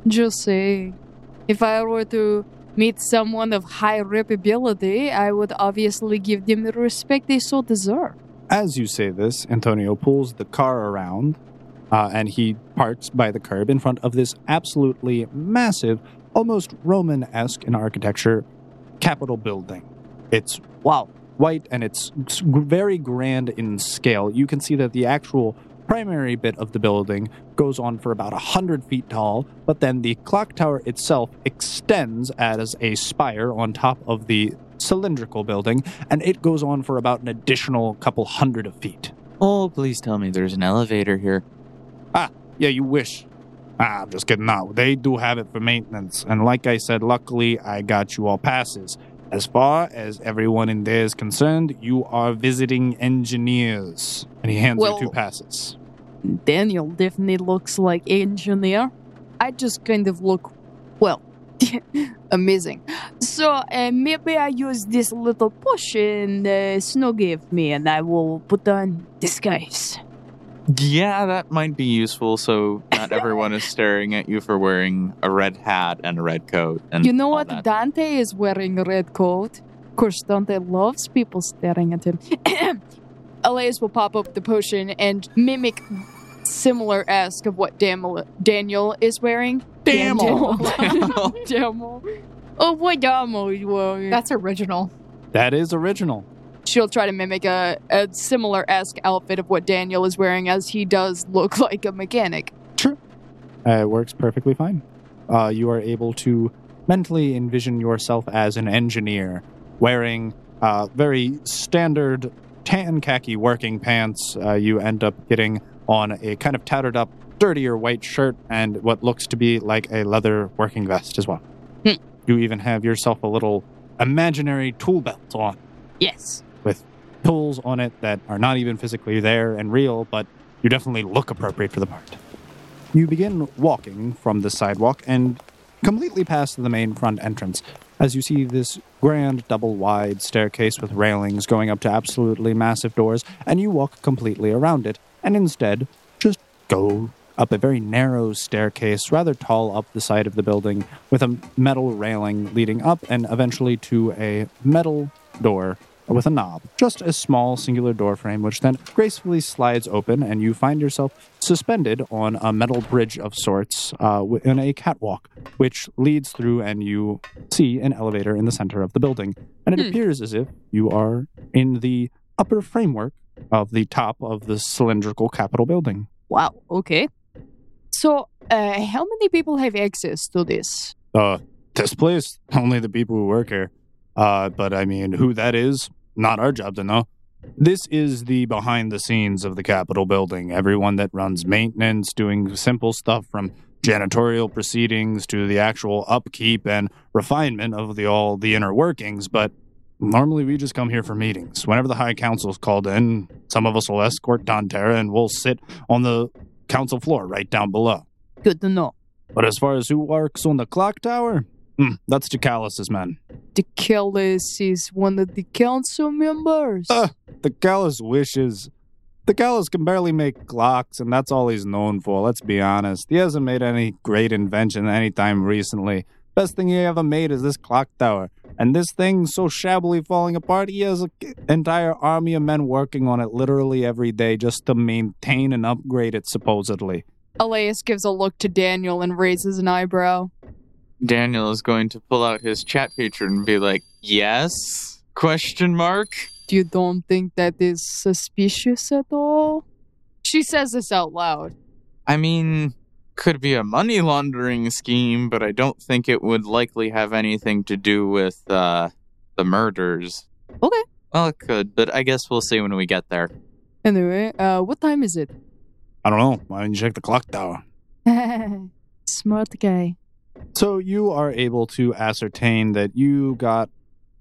S5: Just saying. If I were to meet someone of high reputability, I would obviously give them the respect they so deserve.
S1: As you say this, Antonio pulls the car around uh, and he parks by the curb in front of this absolutely massive, almost Roman esque in architecture, Capitol building. It's wow, white and it's s- very grand in scale. You can see that the actual primary bit of the building goes on for about 100 feet tall, but then the clock tower itself extends as a spire on top of the cylindrical building and it goes on for about an additional couple hundred of feet.
S3: Oh, please tell me there's an elevator here.
S1: Yeah, you wish. Ah, I'm just kidding. No, they do have it for maintenance. And like I said, luckily, I got you all passes. As far as everyone in there is concerned, you are visiting engineers. And he hands
S5: Well-
S1: you two passes.
S5: Daniel definitely looks like engineer. I just kind of look, well, amazing. So uh, maybe I use this little potion uh, Snow gave me, and I will put on disguise.
S3: Yeah, that might be useful so not everyone is staring at you for wearing a red hat and a red coat. And
S5: You know
S3: all
S5: what?
S3: that.
S5: Dante is wearing a red coat. Of course, Dante loves people staring at him. Elias will pop up the potion and mimic similar esque of what Damel- Daniel is wearing. Daniel. Daniel. Oh, what Daniel is wearing.
S17: That's original.
S1: That is original.
S5: She'll try to mimic a, a similar esque outfit of what Daniel is wearing, as he does look like a mechanic.
S1: Uh, it works perfectly fine. Uh, you are able to mentally envision yourself as an engineer wearing uh, very standard tan khaki working pants. Uh, you end up getting on a kind of tattered up, dirtier white shirt and what looks to be like a leather working vest as well.
S11: Hmm.
S1: You even have yourself a little imaginary tool belt on
S11: Yes.
S1: with tools on it that are not even physically there and real, but you definitely look appropriate for the part. You begin walking from the sidewalk and completely past the main front entrance as you see this grand double wide staircase with railings going up to absolutely massive doors, and you walk completely around it and instead just go up a very narrow staircase, rather tall up the side of the building, with a metal railing leading up and eventually to a metal door with a knob, just a small singular door frame, which then gracefully slides open, and you find yourself suspended on a metal bridge of sorts uh, w- in a catwalk, which leads through, and you see an elevator in the center of the building. And it appears as if you are in the upper framework of the top of the cylindrical Capitol building.
S5: Wow. Okay. So, uh, how many people have access to this?
S1: Uh, this place, only the people who work here. Uh, but I mean, who that is, not our job to know. This is the behind the scenes of the Capitol building. Everyone that runs maintenance, doing simple stuff from janitorial proceedings to the actual upkeep and refinement of the all the inner workings. But normally we just come here for meetings. Whenever the High Council's called in, some of us will escort Don Terra and we'll sit on the council floor right down below.
S5: Good to know.
S1: But as far as who works on the clock tower, hmm, that's Decalus's men.
S5: Decalis is one of the council members.
S3: Uh.
S1: The Decalus wishes. The Decalus can barely make clocks, and that's all he's known for, let's be honest. He hasn't made any great invention anytime recently. Best thing he ever made is this clock tower. And this thing's so shabbily falling apart, he has an entire army of men working on it literally every day just to maintain and upgrade it, supposedly.
S5: Elias gives a look to Daniel and raises an eyebrow.
S3: Daniel is going to pull out his chat feature and be like, "Yes?" Question mark.
S5: You don't think that is suspicious at all? She says this out loud.
S3: I mean, could be a money laundering scheme, but I don't think it would likely have anything to do with uh, the murders.
S5: Okay.
S3: Well, it could, but I guess we'll see when we get there.
S5: Anyway, uh, what time is it?
S1: I don't know. Why didn't you check the clock tower?
S5: Smart guy.
S1: So you are able to ascertain that you got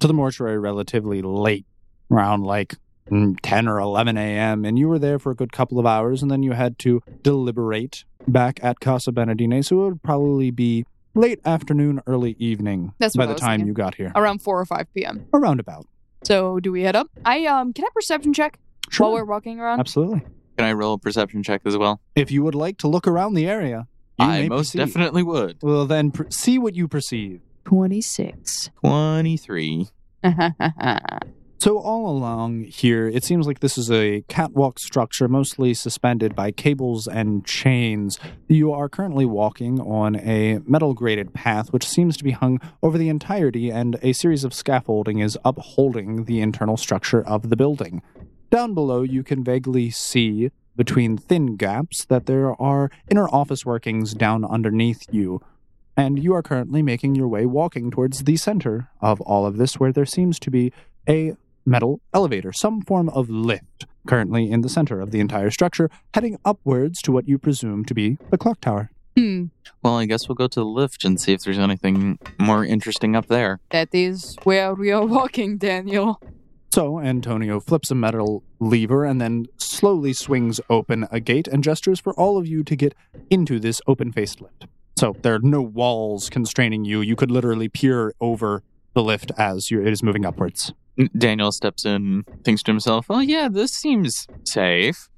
S1: to the mortuary relatively late, around like mm, 10 or 11 a.m., and you were there for a good couple of hours, and then you had to deliberate back at Casa Benedine. So it would probably be late afternoon, early evening
S5: That's
S1: by
S5: what I
S1: the
S5: was
S1: time
S5: thinking.
S1: you got here.
S5: Around 4 or 5 p.m.
S1: Around about.
S5: So, do we head up? I, um, can I perception check while we're walking around?
S1: Absolutely.
S3: Can I roll a perception check as well?
S1: If you would like to look around the area, you
S3: I
S1: may
S3: most
S1: perceive.
S3: definitely would.
S1: Well, then per- see what you perceive.
S5: 26.
S3: 23.
S1: So, all along here, it seems like this is a catwalk structure mostly suspended by cables and chains. You are currently walking on a metal grated path which seems to be hung over the entirety, and a series of scaffolding is upholding the internal structure of the building. Down below, you can vaguely see between thin gaps that there are inner office workings down underneath you. And you are currently making your way walking towards the center of all of this, where there seems to be a metal elevator, some form of lift, currently in the center of the entire structure, heading upwards to what you presume to be the clock tower.
S5: hmm.
S3: Well, I guess we'll go to the lift and see if there's anything more interesting up there.
S5: That is where we are walking, Daniel.
S1: So Antonio flips a metal lever and then slowly swings open a gate and gestures for all of you to get into this open faced lift. So there are no walls constraining you. You could literally peer over the lift as you, it is moving upwards.
S3: Daniel steps in, thinks to himself, "Oh yeah, this seems safe."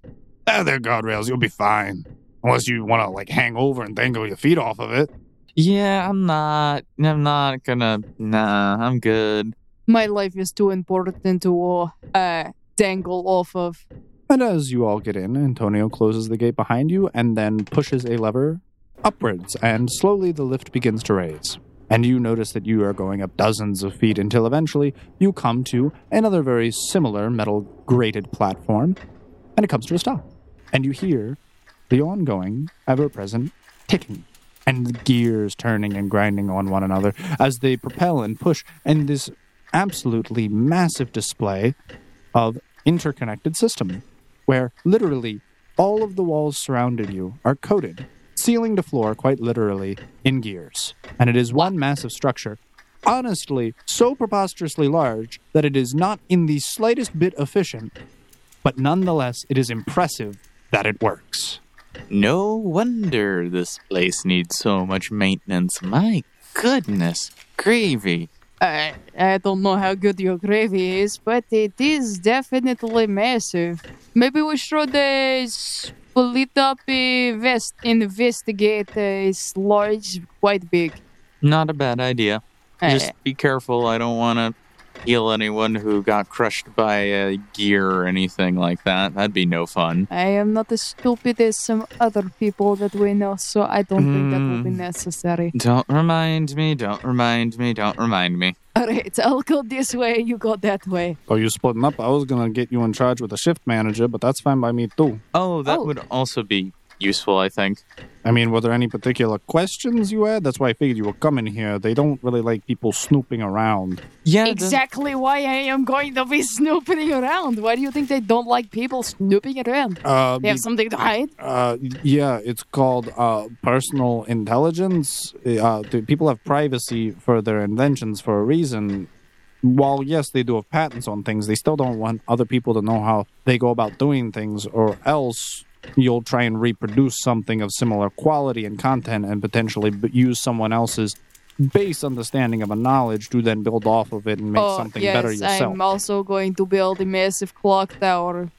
S4: Ah, they're guardrails. You'll be fine. Unless you want to, like, hang over and dangle your feet off of it.
S3: Yeah, I'm not. I'm not gonna. Nah, I'm good.
S5: My life is too important to uh, dangle off of.
S1: And as you all get in, Antonio closes the gate behind you and then pushes a lever upwards, and slowly the lift begins to raise. And you notice that you are going up dozens of feet until eventually you come to another very similar metal grated platform, and it comes to a stop. And you hear the ongoing, ever present ticking
S18: and the gears turning and grinding on one another as they propel and push. And this absolutely massive display of interconnected system where literally all of the walls surrounding you are coated, ceiling to floor, quite literally, in gears. And it is one massive structure, honestly, so preposterously large that it is not in the slightest bit efficient, but nonetheless, it is impressive that it works.
S3: No wonder this place needs so much maintenance. My goodness, gravy.
S5: I, Uh, I don't know how good your gravy is, but it is definitely massive. Maybe we should uh, split up, invest, investigate. Uh, it's large, quite big.
S3: Not a bad idea. Just
S5: Uh,
S3: be careful. I don't want to heal anyone who got crushed by a gear or anything like that. That'd be no fun.
S5: I am not as stupid as some other people that we know, so I don't think that will be necessary.
S3: Don't remind me, don't remind me, don't remind me.
S5: All right, I'll go this way, you go that way.
S1: Are Oh, you splitting up? I was gonna get you in charge with a shift manager, but that's fine by me too.
S3: Oh, that would also be useful, I think.
S1: I mean, were there any particular questions you had? That's why I figured you were coming here. They don't really like people snooping around.
S3: Yeah, it does-
S5: Exactly why I am going to be snooping around. Why do you think they don't like people snooping around?
S1: Uh,
S5: They have something to hide?
S1: uh, yeah, it's called uh, personal intelligence. Uh, do people have privacy for their inventions for a reason. While yes, they do have patents on things, they still don't want other people to know how they go about doing things, or else you'll try and reproduce something of similar quality and content, and potentially b- use someone else's base understanding of a knowledge to then build off of it and make
S5: oh,
S1: something
S5: yes,
S1: better yourself.
S5: I'm also going to build a massive clock tower.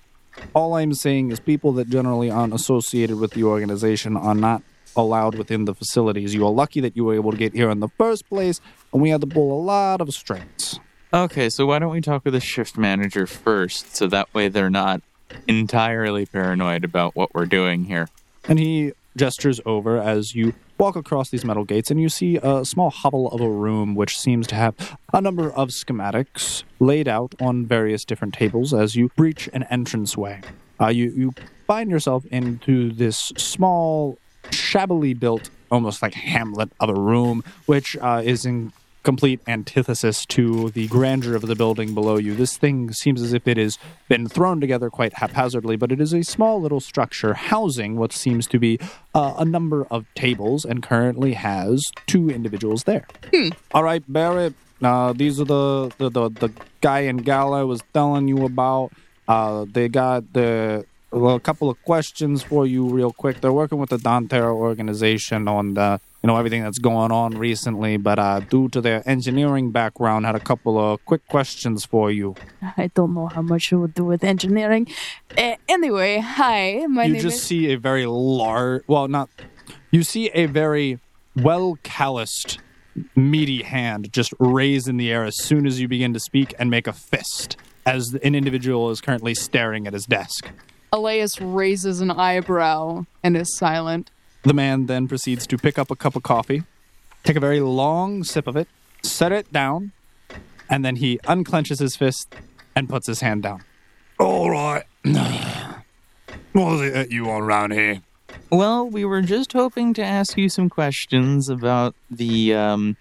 S1: All I'm saying is people that generally aren't associated with the organization are not allowed within the facilities. You are lucky that you were able to get here in the first place, and we had to pull a lot of strings.
S3: Okay, so why don't we talk with the shift manager first so that way they're not entirely paranoid about what we're doing here.
S1: And he gestures over as you walk across these metal gates, and you see a small hovel of a room which seems to have a number of schematics laid out on various different tables as you breach an entranceway. Uh, you, you find yourself into this small, shabbily built, almost like hamlet of a room, which uh, is in complete antithesis to the grandeur of the building below you. This thing seems as if it has been thrown together quite haphazardly, but it is a small little structure housing what seems to be uh, a number of tables and currently has two individuals there. All right, Barrett. Uh, these are the, the, the, the guy and gal I was telling you about. Uh, they got the well, a couple of questions for you real quick. They're working with the Dontera organization on the you know everything that's going on recently, but uh, due to their engineering background, had a couple of quick questions for you.
S5: I don't know how much it would do with engineering. Uh, anyway, hi, my
S1: you
S5: name
S1: just
S5: is.
S1: see a very large, well, not you see a very well calloused, meaty hand just raised in the air as soon as you begin to speak and make a fist as an individual is currently staring at his desk.
S5: Elias raises an eyebrow and is silent.
S1: The man then proceeds to pick up a cup of coffee, take a very long sip of it, set it down, and then he unclenches his fist and puts his hand down.
S4: All right. what is it that you want around here?
S3: Well, we were just hoping to ask you some questions about the um,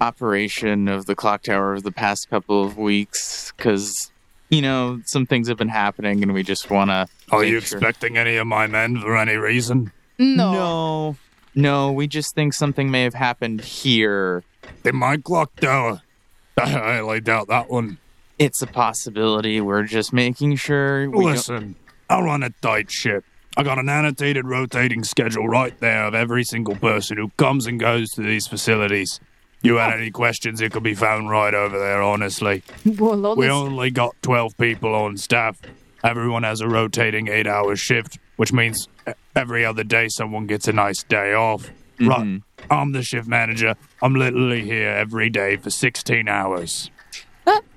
S3: operation of the clock tower over the past couple of weeks, because you know some things have been happening, and we just want to.
S4: Are you expecting any of my men for any reason?
S5: No.
S3: No, no, we just think something may have happened here.
S4: In my clock tower. I highly doubt that one.
S3: It's a possibility. We're just making sure. We don't-
S4: Listen, I run a tight ship. I got an annotated rotating schedule right there of every single person who comes and goes to these facilities. You had any questions, it could be found right over there, honestly.
S5: Well, honest-
S4: We only got 12 people on staff. Everyone has a rotating eight hour shift, which means e- every other day someone gets a nice day off. Right. I'm the shift manager. I'm literally here every day for 16 hours.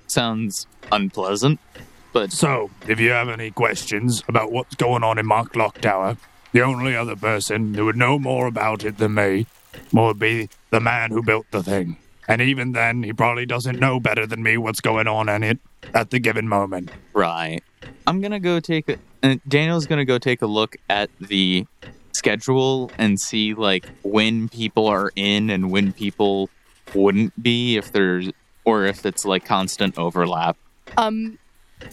S3: sounds unpleasant, but
S4: So, if you have any questions about what's going on in my clock tower, the only other person who would know more about it than me would be the man who built the thing. And even then, he probably doesn't know better than me what's going on in it at the given moment.
S3: Right. I'm gonna go take a. Uh, Daniel's gonna go take a look at the schedule and see like when people are in and when people wouldn't be if there's or if it's like constant overlap.
S5: Um,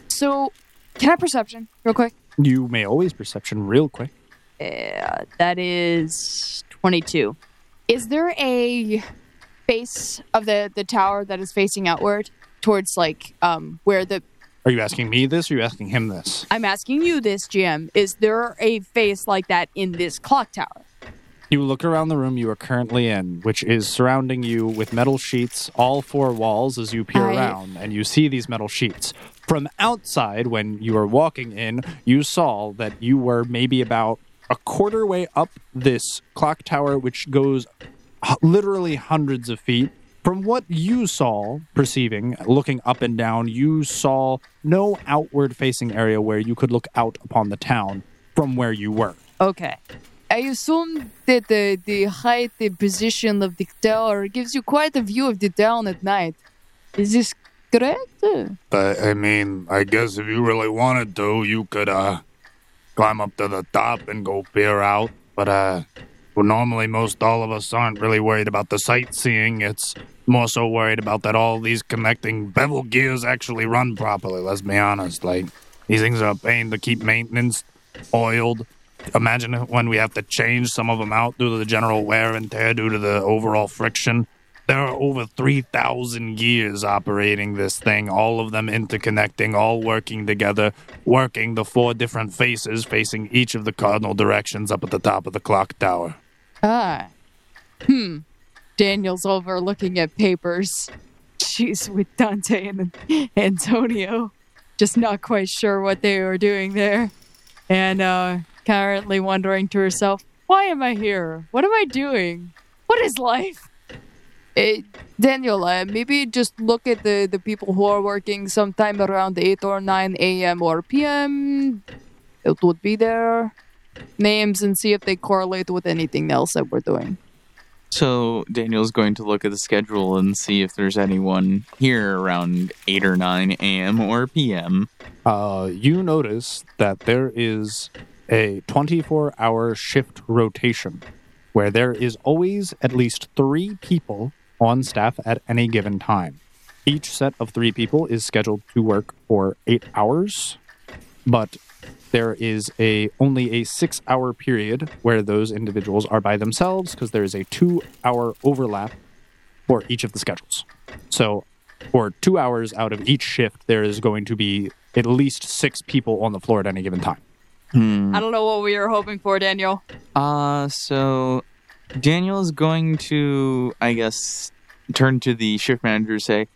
S5: so can I perception real quick?
S1: You may always perception real quick.
S19: Yeah, that is 22.
S5: Is there a face of the the tower that is facing outward towards like um where the
S1: Are you asking me this or are you asking him this?
S5: I'm asking you this, GM. Is there a face like that in this clock tower?
S1: You look around the room you are currently in, which is surrounding you with metal sheets, all four walls as you peer
S5: I-
S1: around, and you see these metal sheets. From outside, when you were walking in, you saw that you were maybe about a quarter way up this clock tower, which goes h- literally hundreds of feet. From what you saw, perceiving, looking up and down, you saw no outward facing area where you could look out upon the town from where you were.
S19: Okay.
S5: I assume that the, the height, the position of the tower gives you quite a view of the town at night. Is this correct?
S4: But I mean, I guess if you really wanted to, you could uh climb up to the top and go peer out. But uh well normally most all of us aren't really worried about the sightseeing. It's more so worried about that all these connecting bevel gears actually run properly, let's be honest. Like these things are a pain to keep maintenance oiled. Imagine when we have to change some of them out due to the general wear and tear due to the overall friction. There are over 3,000 gears operating this thing, all of them interconnecting, all working together, working the four different faces facing each of the cardinal directions up at the top of the clock tower.
S5: Ah. Hmm. Daniel's over looking at papers. She's with Dante and Antonio. Just not quite sure what they were doing there. And uh, currently wondering to herself, why am I here? What am I doing? What is life? Eh, Daniel, uh, maybe just look at the, the people who are working sometime around 8 or 9 a.m. or p.m. It would be their names and see if they correlate with anything else that we're doing.
S3: So Daniel's going to look at the schedule and see if there's anyone here around 8 or 9 a.m. or p.m.
S1: uh, you notice that there is a 24 hour shift rotation where there is always at least three people on staff at any given time. Each set of three people is scheduled to work for eight hours, but there is a only a six hour period where those individuals are by themselves because there is a two hour overlap for each of the schedules. So, for two hours out of each shift, there is going to be at least six people on the floor at any given time.
S3: Hmm.
S19: I don't know what we were hoping for, Daniel.
S3: Uh, so Daniel's going to, I guess, turn to the shift manager and say,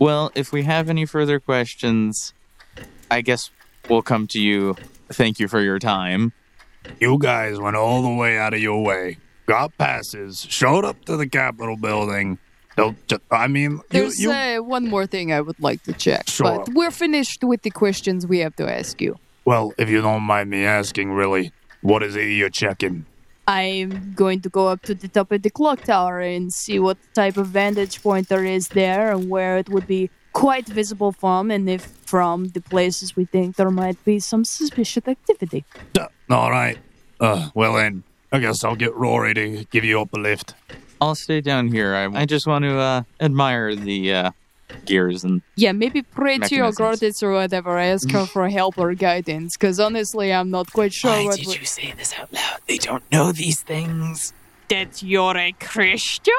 S3: Well, if we have any further questions, I guess we'll come to you. Thank you for your time.
S4: You guys went all the way out of your way, got passes, showed up to the Capitol building. They'll ju- I mean, you,
S5: There's
S4: you
S5: uh, one more thing I would like to check,
S4: Sure.
S5: but we're finished with the questions we have to ask you.
S4: well, if you don't mind me asking, really, what is it you're checking?
S19: I'm going to go up to the top of the clock tower and see what type of vantage point there is there and where it would be quite visible from, and if from the places we think there might be some suspicious activity.
S4: All right. Uh, well then, I guess I'll get Rory to give you up a lift.
S3: I'll stay down here. I, I just want to uh, admire the uh, gears and
S5: Yeah, maybe pray to your
S3: Mechanisms. Mm.
S5: goddess or whatever. Ask her for help or guidance, because honestly, I'm not quite sure
S6: Why
S5: what.
S6: did
S5: we-
S6: you say this out loud? They don't know these things.
S19: That you're a Christian?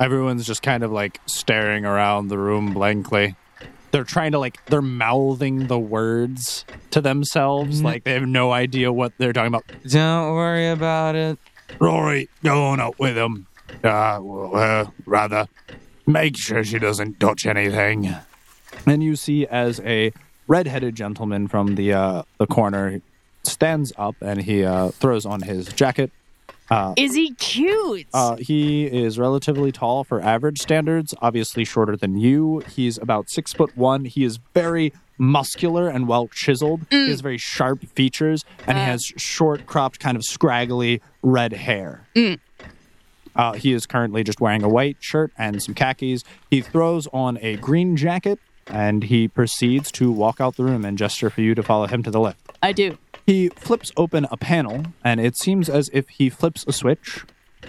S1: Everyone's just kind of like staring around the room blankly. They're trying to like they're mouthing the words to themselves, like they have no idea what they're talking about.
S3: don't worry about it.
S4: Rory, go on up with him. Uh, well, uh, rather, make sure she doesn't touch anything.
S1: And you see as a redheaded gentleman from the uh, the corner stands up and he uh, throws on his jacket.
S19: Is he cute?
S1: Uh, he is relatively tall for average standards, obviously shorter than you. He's about six foot one. He is very muscular and well chiseled. He has very sharp features, and he has short, cropped, kind of scraggly red hair. Uh, he is currently just wearing a white shirt and some khakis. He throws on a green jacket and he proceeds to walk out the room and gesture for you to follow him to the lift.
S19: I do.
S1: He flips open a panel, and it seems as if he flips a switch,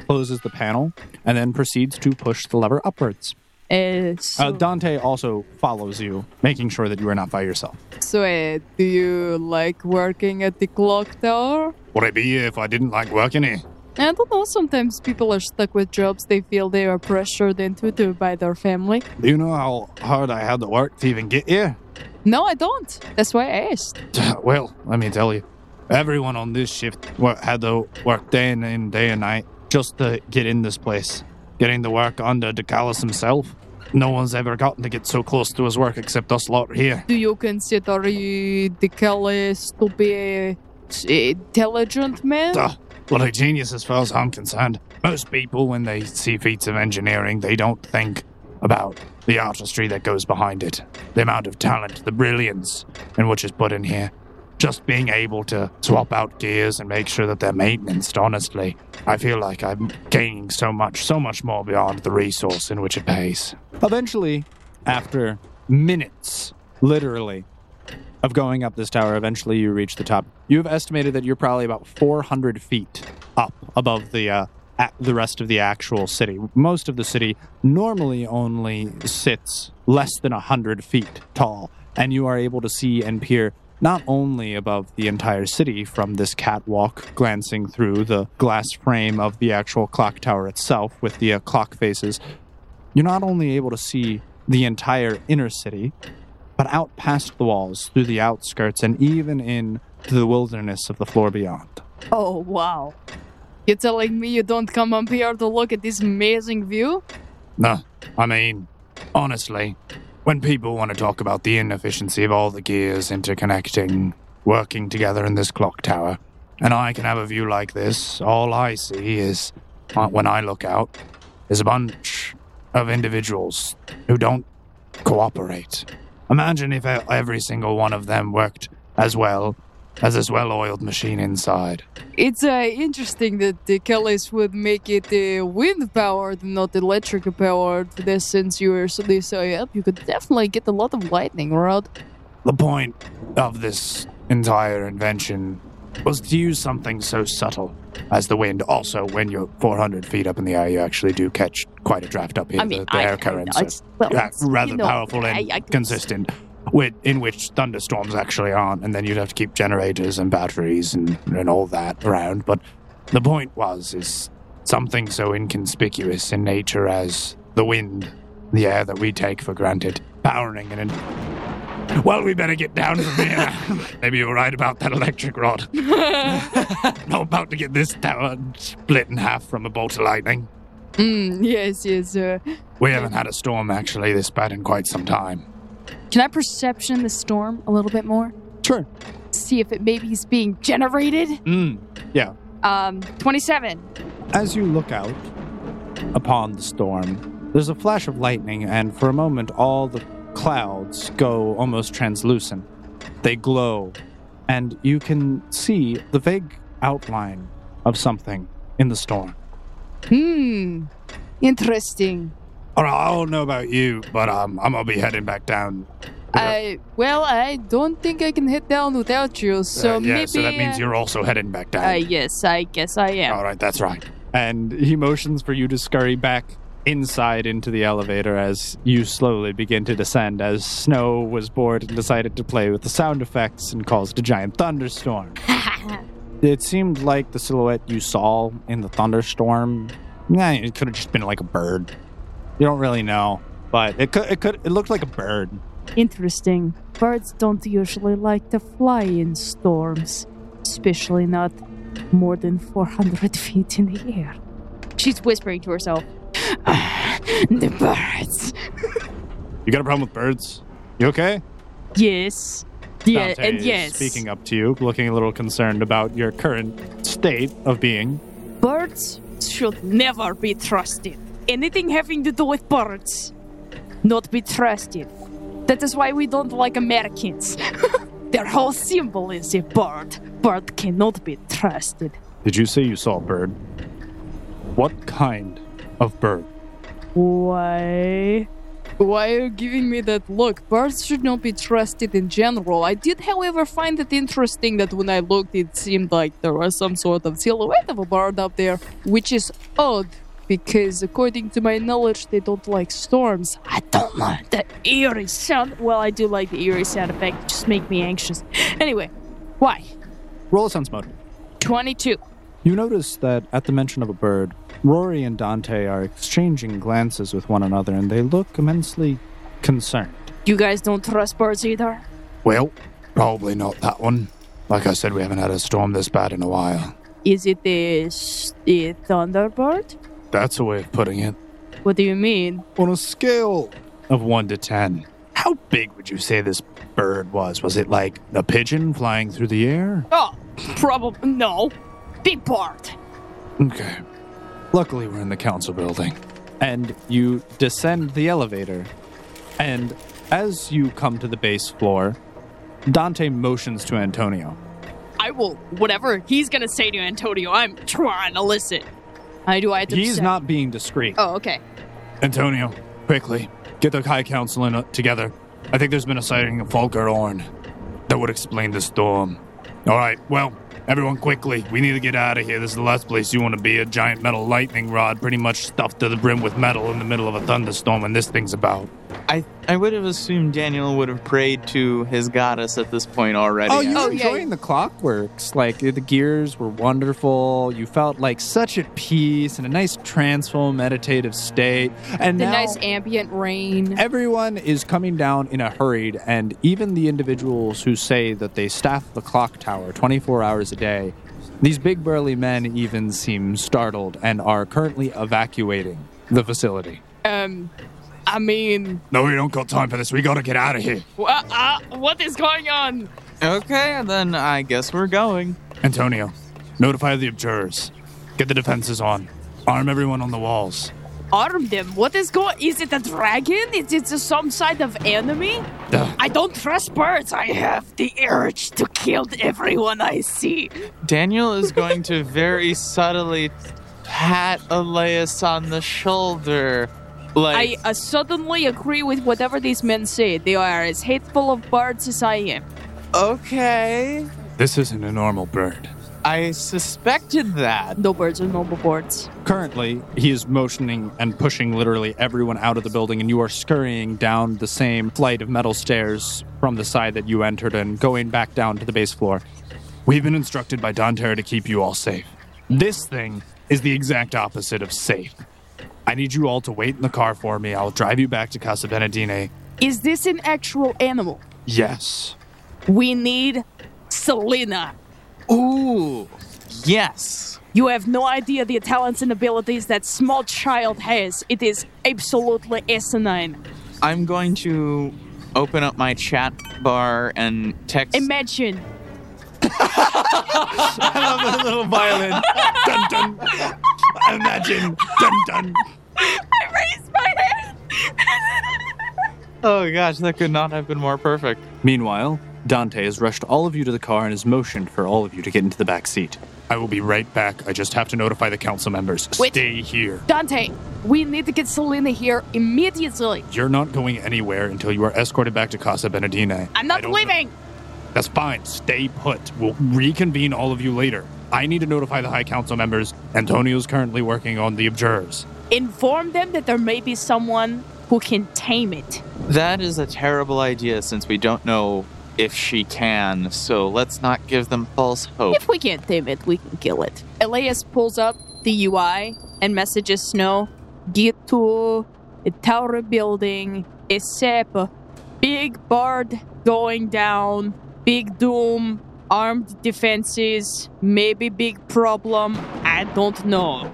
S1: closes the panel, and then proceeds to push the lever upwards.
S5: Uh, so,
S1: Uh, Dante also follows you, making sure that you are not by yourself.
S5: so, uh, do you like working at the clock tower?
S4: Would I be here if I didn't like working here?
S5: I don't know. Sometimes people are stuck with jobs they feel they are pressured into to by their family.
S4: Do you know how hard I had to work to even get here? Uh,
S5: No, I don't. That's why I asked.
S4: Well, let me tell you, everyone on this shift wor- had to work day and in, day and night just to get in this place. Getting to work under Decalis himself. No one's ever gotten to get so close to his work except us lot here.
S5: Do you consider uh, the Calais to be a s- intelligent man?
S4: Duh. What a genius as far as I'm concerned. Most people, when they see feats of engineering, they don't think about the artistry that goes behind it, the amount of talent, the brilliance in which is put in here. Just being able to swap out gears and make sure that they're maintained, honestly, I feel like I'm gaining so much, so much more beyond the resource in which it pays.
S1: Eventually, after minutes, literally, of going up this tower, eventually you reach the top. You have estimated that you're probably about 400 feet up above the uh, a- the rest of the actual city. Most of the city normally only sits less than 100 feet tall, and you are able to see and peer not only above the entire city from this catwalk glancing through the glass frame of the actual clock tower itself with the uh, clock faces you're not only able to see the entire inner city, but out past the walls, through the outskirts, and even in to the wilderness of the floor beyond.
S5: Oh, wow. You're telling me you don't come up here to look at this amazing view?
S4: No, I mean, honestly, when people want to talk about the inefficiency of all the gears interconnecting, working together in this clock tower, and I can have a view like this, all I see is, uh, when I look out, is a bunch of individuals who don't cooperate. Imagine if e- every single one of them worked as well as this well oiled machine inside.
S5: It's uh, interesting that the Calais would make it uh, wind powered and not electric powered. This, since you were so, so up, you could definitely get a lot of lightning rod.
S4: The point of this entire invention was to use something so subtle as the wind. Also, when you're 400 feet up in the air, you actually do catch quite a draft up here.
S5: I mean,
S4: the, the
S5: I-
S4: air
S5: I-
S4: currents
S5: I-
S4: are
S5: well,
S4: yeah,
S5: it's, you
S4: rather
S5: know,
S4: powerful and
S5: I- I-
S4: consistent, with, in which thunderstorms actually aren't, and then you'd have to keep generators and batteries and, and all that around. But the point was, is something so inconspicuous in nature as the wind, the air that we take for granted, powering an en- well, we better get down from here. Maybe you're right about that electric rod. I'm about to get this tower split in half from a bolt of lightning.
S5: Mm, yes, yes. Uh,
S4: We haven't had a storm actually this bad in quite some time.
S11: Can I perception the storm a little bit more?
S1: Sure.
S11: See if it maybe is being generated.
S1: Mm, yeah.
S11: Um, 27.
S1: As you look out upon the storm, there's a flash of lightning, and for a moment, all the clouds go almost translucent. They glow, and you can see the vague outline of something in the storm.
S5: hmm. Interesting.
S4: All right, I don't know about you, but um, I'm gonna be heading back down.
S5: I well, I don't think I can head down without you. So
S4: Uh, yeah,
S5: maybe.
S4: so that means you're also heading back down.
S5: Uh, yes, I guess I am.
S4: All right, that's right.
S1: And he motions for you to scurry back inside into the elevator as you slowly begin to descend, as Snow was bored and decided to play with the sound effects and caused a giant thunderstorm. It seemed like the silhouette you saw in the thunderstorm. Nah, it could have just been like a bird. You don't really know, but it could. It could. It looked like a bird.
S20: Interesting. Birds don't usually like to fly in storms, especially not more than 400 feet in the air.
S11: She's whispering to herself. the birds.
S1: You got a problem with birds? You okay?
S11: Yes. Yeah,
S1: Dante
S11: and
S1: is
S11: yes.
S1: Speaking up to you, looking a little concerned about your current state of being.
S20: Birds should never be trusted. Anything having to do with birds, not be trusted. That is why we don't like Americans. Their whole symbol is a bird. Bird cannot be trusted.
S1: Did you say you saw a bird? What kind of bird?
S20: Why?
S5: Why are you giving me that look? Birds should not be trusted in general. I did, however, find it interesting that when I looked, it seemed like there was some sort of silhouette of a bird up there, which is odd because, according to my knowledge, they don't like storms. I don't know.
S20: The eerie sound. Well, I do like the eerie sound effect. It just make me anxious. Anyway, why?
S1: Roll a sense mode.
S20: 22.
S1: You notice that at the mention of a bird, Rory and Dante are exchanging glances with one another and they look immensely concerned.
S20: You guys don't trust birds either?
S4: Well, probably not that one. Like I said, we haven't had a storm this bad in a while.
S20: Is it the, s- the Thunderbird?
S4: That's a way of putting it.
S20: What do you mean?
S4: On a scale of 1 to 10, how big would you say this bird was? Was it like a pigeon flying through the air?
S20: Oh, probably. No. Big bird.
S4: Okay. Luckily, we're in the council building.
S1: and you descend the elevator. And as you come to the base floor, Dante motions to Antonio.
S20: I will. Whatever he's going to say to Antonio, I'm trying to listen. I do. I have to.
S1: He's
S20: decide.
S1: not being discreet.
S20: Oh, okay.
S4: Antonio, quickly, get the High Council in, uh, together. I think there's been a sighting of Volker Orn. That would explain the storm. All right, well, everyone, quickly. We need to get out of here. This is the last place you want to be. A giant metal lightning rod, pretty much stuffed to the brim with metal in the middle of a thunderstorm, and this thing's about.
S3: I I would have assumed Daniel would have prayed to his goddess at this point already. Uh,
S1: Oh, you were enjoying the clockworks. Like the gears were wonderful. You felt like such at peace in a nice transful meditative state. And
S5: the
S1: now
S5: nice ambient rain.
S1: everyone is coming down in a hurried, and even the individuals who say that they staff the clock tower 24 hours a day, these big burly men even seem startled and are currently evacuating the facility.
S5: Um, I mean,
S4: No, we don't got time for this. We gotta get out of here.
S20: Wha- uh, what is going on?
S3: Okay, then I guess we're going.
S4: Antonio, notify the abjurers. Get the defenses on. Arm everyone on the walls.
S20: Arm them. What is going? Is it a dragon? Is it some side of enemy?
S4: Duh.
S20: I don't trust birds. I have the urge to kill everyone I see.
S3: Daniel is going to very subtly pat Elias on the shoulder.
S5: I
S3: Like,
S5: uh, suddenly agree with whatever these men say. They are as hateful of birds as I am.
S3: okay.
S4: This isn't a normal bird.
S3: I suspected that.
S5: No birds are noble birds.
S1: Currently, he is motioning and pushing literally everyone out of the building, and you are scurrying down the same flight of metal stairs from the side that you entered and going back down to the base floor.
S4: We've been instructed by Dontera to keep you all safe. This thing is the exact opposite of safe. I need you all to wait in the car for me. I'll drive you back to Casa Benedine.
S20: Is this an actual animal?
S4: Yes.
S20: We need Selena.
S3: Ooh, yes.
S20: You have no idea the talents and abilities that small child has. It is absolutely asinine.
S3: I'm going to open up my chat bar and text.
S20: Imagine.
S1: a little violin.
S4: Dun dun. Imagine. Dun dun.
S20: I raised my hand.
S3: oh gosh, that could not have been more perfect.
S1: Meanwhile, Dante has rushed all of you to the car and has motioned for all of you to get into the back seat.
S4: I will be right back. I just have to notify the council members.
S5: Wait.
S4: Stay here.
S5: Dante, we need to get Selena here immediately.
S4: You're not going anywhere until you are escorted back to Casa Benedine.
S20: I'm
S4: I
S20: not
S4: don't-
S20: leaving.
S4: That's fine. Stay put. We'll reconvene all of you later. I need to notify the High Council members. Antonio's currently working on the abjurers.
S20: Inform them that there may be someone who can tame it.
S3: That is a terrible idea since we don't know if she can, so let's not give them false hope.
S20: If we can't tame it, we can kill it.
S5: Elias pulls up the UI and messages Snow, get to the tower building, except big bird going down, big doom, armed defenses, maybe big problem, I don't know.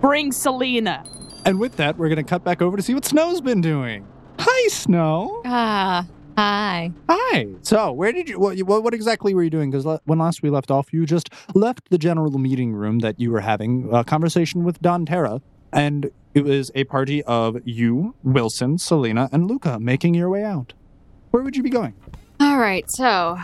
S20: Bring Selena.
S1: And with that, we're going to cut back over to see what Snow's been doing. Hi, Snow.
S2: Ah, hi.
S1: Hi. So, where did you? What, what, what exactly were you doing? Because le- when last we left off, you just left the general meeting room that you were having a conversation with Don Terra, and it was a party of you, Wilson, Selena, and Luca making your way out. Where would you be going?
S2: All right, so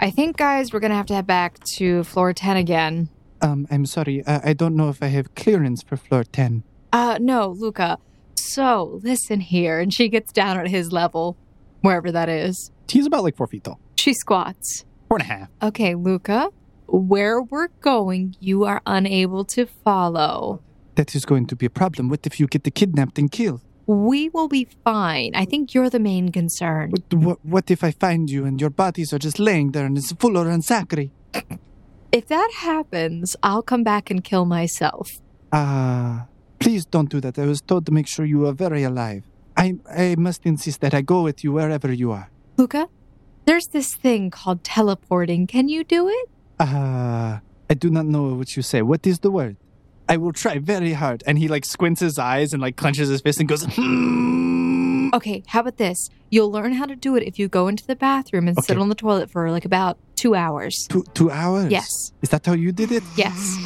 S2: I think, guys, we're going to have to head back to floor 10 again.
S7: uh, Um, I'm sorry. I, I don't know if I have clearance for floor 10.
S2: Uh, no, Luca. So listen here. And she gets down at his level, wherever that is.
S1: He's about like four feet tall.
S2: She squats.
S1: Four and a half.
S2: Okay, Luca, where we're going, you are unable to follow.
S7: That is going to be a problem. What if you get the kidnapped and killed?
S2: We will be fine. I think you're the main concern.
S7: What, what if I find you and your bodies are just laying there and it's full of ransacri?
S2: If that happens, I'll come back and kill myself.
S7: Ah, please don't do that. I was told to make sure you are very alive. I, I must insist that I go with you wherever you are.
S2: Luca, there's this thing called teleporting. Can you do it?
S7: Ah, I do not know what you say. What is the word?
S1: I will try very hard. And he like squints his eyes and like clenches his fist and goes, "Hmm."
S2: Okay, how about this? You'll learn how to do it if you go into the bathroom and sit on the toilet for like about two hours.
S7: Two, two hours?
S2: Yes.
S7: Is that how you did it?
S2: Yes.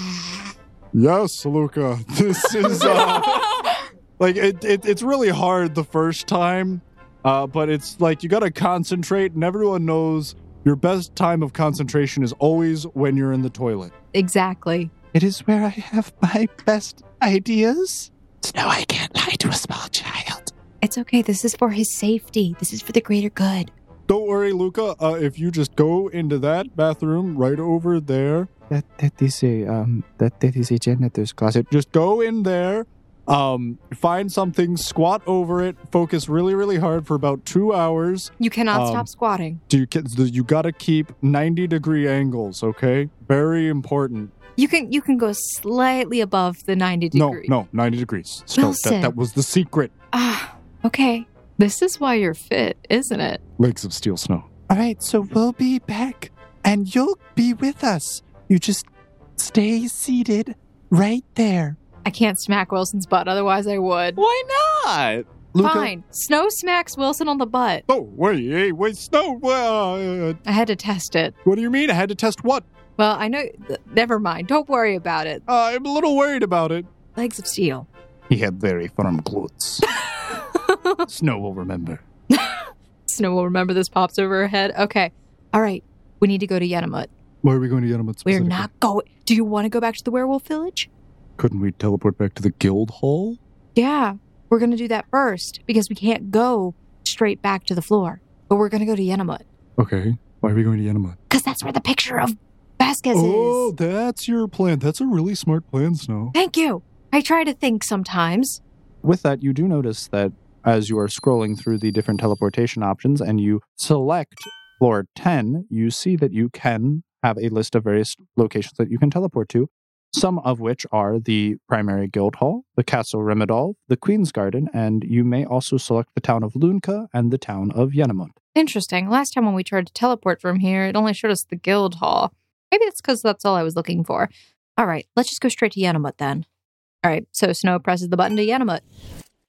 S10: Yes, Luca. This is uh, like it, it. It's really hard the first time, uh, but it's like you got to concentrate, and everyone knows your best time of concentration is always when you're in the toilet.
S2: Exactly.
S7: It is where I have my best ideas.
S21: No, I can't lie to a small child.
S2: It's okay. This is for his safety. This is for the greater good.
S10: Don't worry, Luca. Uh, if you just go into that bathroom right over there,
S7: That that is a um that that is a janitor's closet.
S10: just go in there, um, find something, squat over it, focus really, really hard for about two hours.
S2: You cannot
S10: Um,
S2: stop squatting.
S10: Do you get- do you gotta keep ninety degree angles? Okay, very important.
S2: You can you can go slightly above the 90 degree.
S10: No, no, ninety degrees. So
S2: Wilson.
S10: that, that was the secret.
S2: Ah, okay. This is why you're fit, isn't it?
S10: Lakes of Steel Snow.
S7: All right, so we'll be back, and you'll be with us. You just stay seated right there.
S2: I can't smack Wilson's butt, otherwise I would.
S3: Why not?
S2: Fine. Snow smacks Wilson on the butt.
S10: Oh wait, hey, wait, Snow. Uh,
S2: I had to test it.
S10: what do you mean? I had to test what?
S2: Well, I know. th- never mind. Don't worry about it.
S10: Uh, I'm a little worried about it.
S2: Legs of steel.
S1: He had very firm glutes. Snow will remember.
S2: Snow will remember this pops over her head. Okay. All right. We need to go to Yenamut.
S10: Why are we going to Yanamut
S2: We're
S10: specifically?
S2: not going. Do you want to go back to the werewolf village?
S10: Couldn't we teleport back to the guild hall?
S2: Yeah. We're going to do that first because we can't go straight back to the floor. But we're going to go to Yenamut
S10: Okay. Why are we going to Yanamut?
S2: because that's where the picture of Vasquez
S10: Oh,
S2: is.
S10: that's your plan. That's a really smart plan, Snow.
S2: Thank you. I try to think sometimes.
S1: With that, you do notice that as you are scrolling through the different teleportation options and you select floor 10, you see that you can have a list of various locations that you can teleport to, some of which are the primary guild hall, the castle Remedal, the queen's garden, and you may also select the town of Lunka and the town of Yenamut.
S2: Interesting. Last time when we tried to teleport from here, it only showed us the guild hall. Maybe that's because that's all I was looking for. All right, let's just go straight to Yanamut then. All right, so Snow presses the button to Yanamut.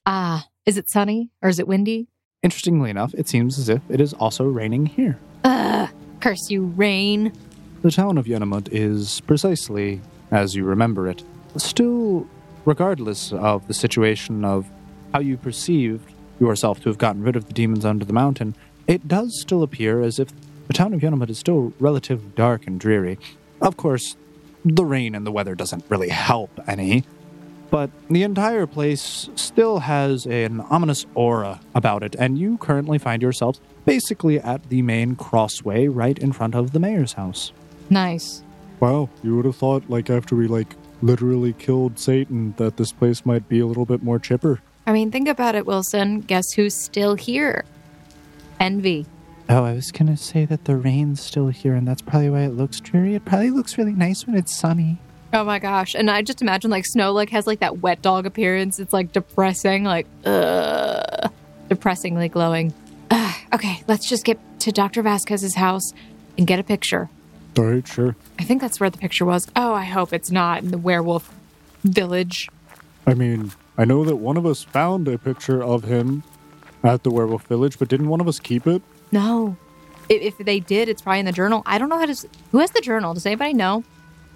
S2: Ah, is it sunny or is it windy?
S1: Interestingly enough, it seems as if it is also raining here.
S2: Ugh, curse you, rain.
S1: The town of Yenamut is precisely as you remember it. Still, regardless of the situation of how you perceived yourself to have gotten rid of the demons under the mountain, it does still appear as if the town of Yenamut is still relatively dark and dreary. Of course, the rain and the weather doesn't really help any, but the entire place still has an ominous aura about it, and you currently find yourselves basically at the main crossway right in front of the mayor's house.
S2: Nice.
S10: Wow, you would have thought, like, after we, like, literally killed Satan, that this place might be a little bit more chipper.
S2: I mean, think about it, Wilson. Guess who's still here? Envy.
S7: Oh, I was gonna say that the rain's still here, and that's probably why it looks dreary. It probably looks really nice when it's sunny.
S2: Oh my gosh. And I just imagine like Snow like has like that wet dog appearance. It's like depressing, like uh depressingly glowing. Ugh, okay, let's just get to Dr. Vasquez's house and get a picture.
S10: All right, sure.
S2: I think that's where the picture was. Oh, I hope it's not in the werewolf village.
S10: I mean, I know that one of us found a picture of him at the werewolf village, but didn't one of us keep it?
S2: No. If, if they did, it's probably in the journal. I don't know how to s- Who has the journal? Does anybody know?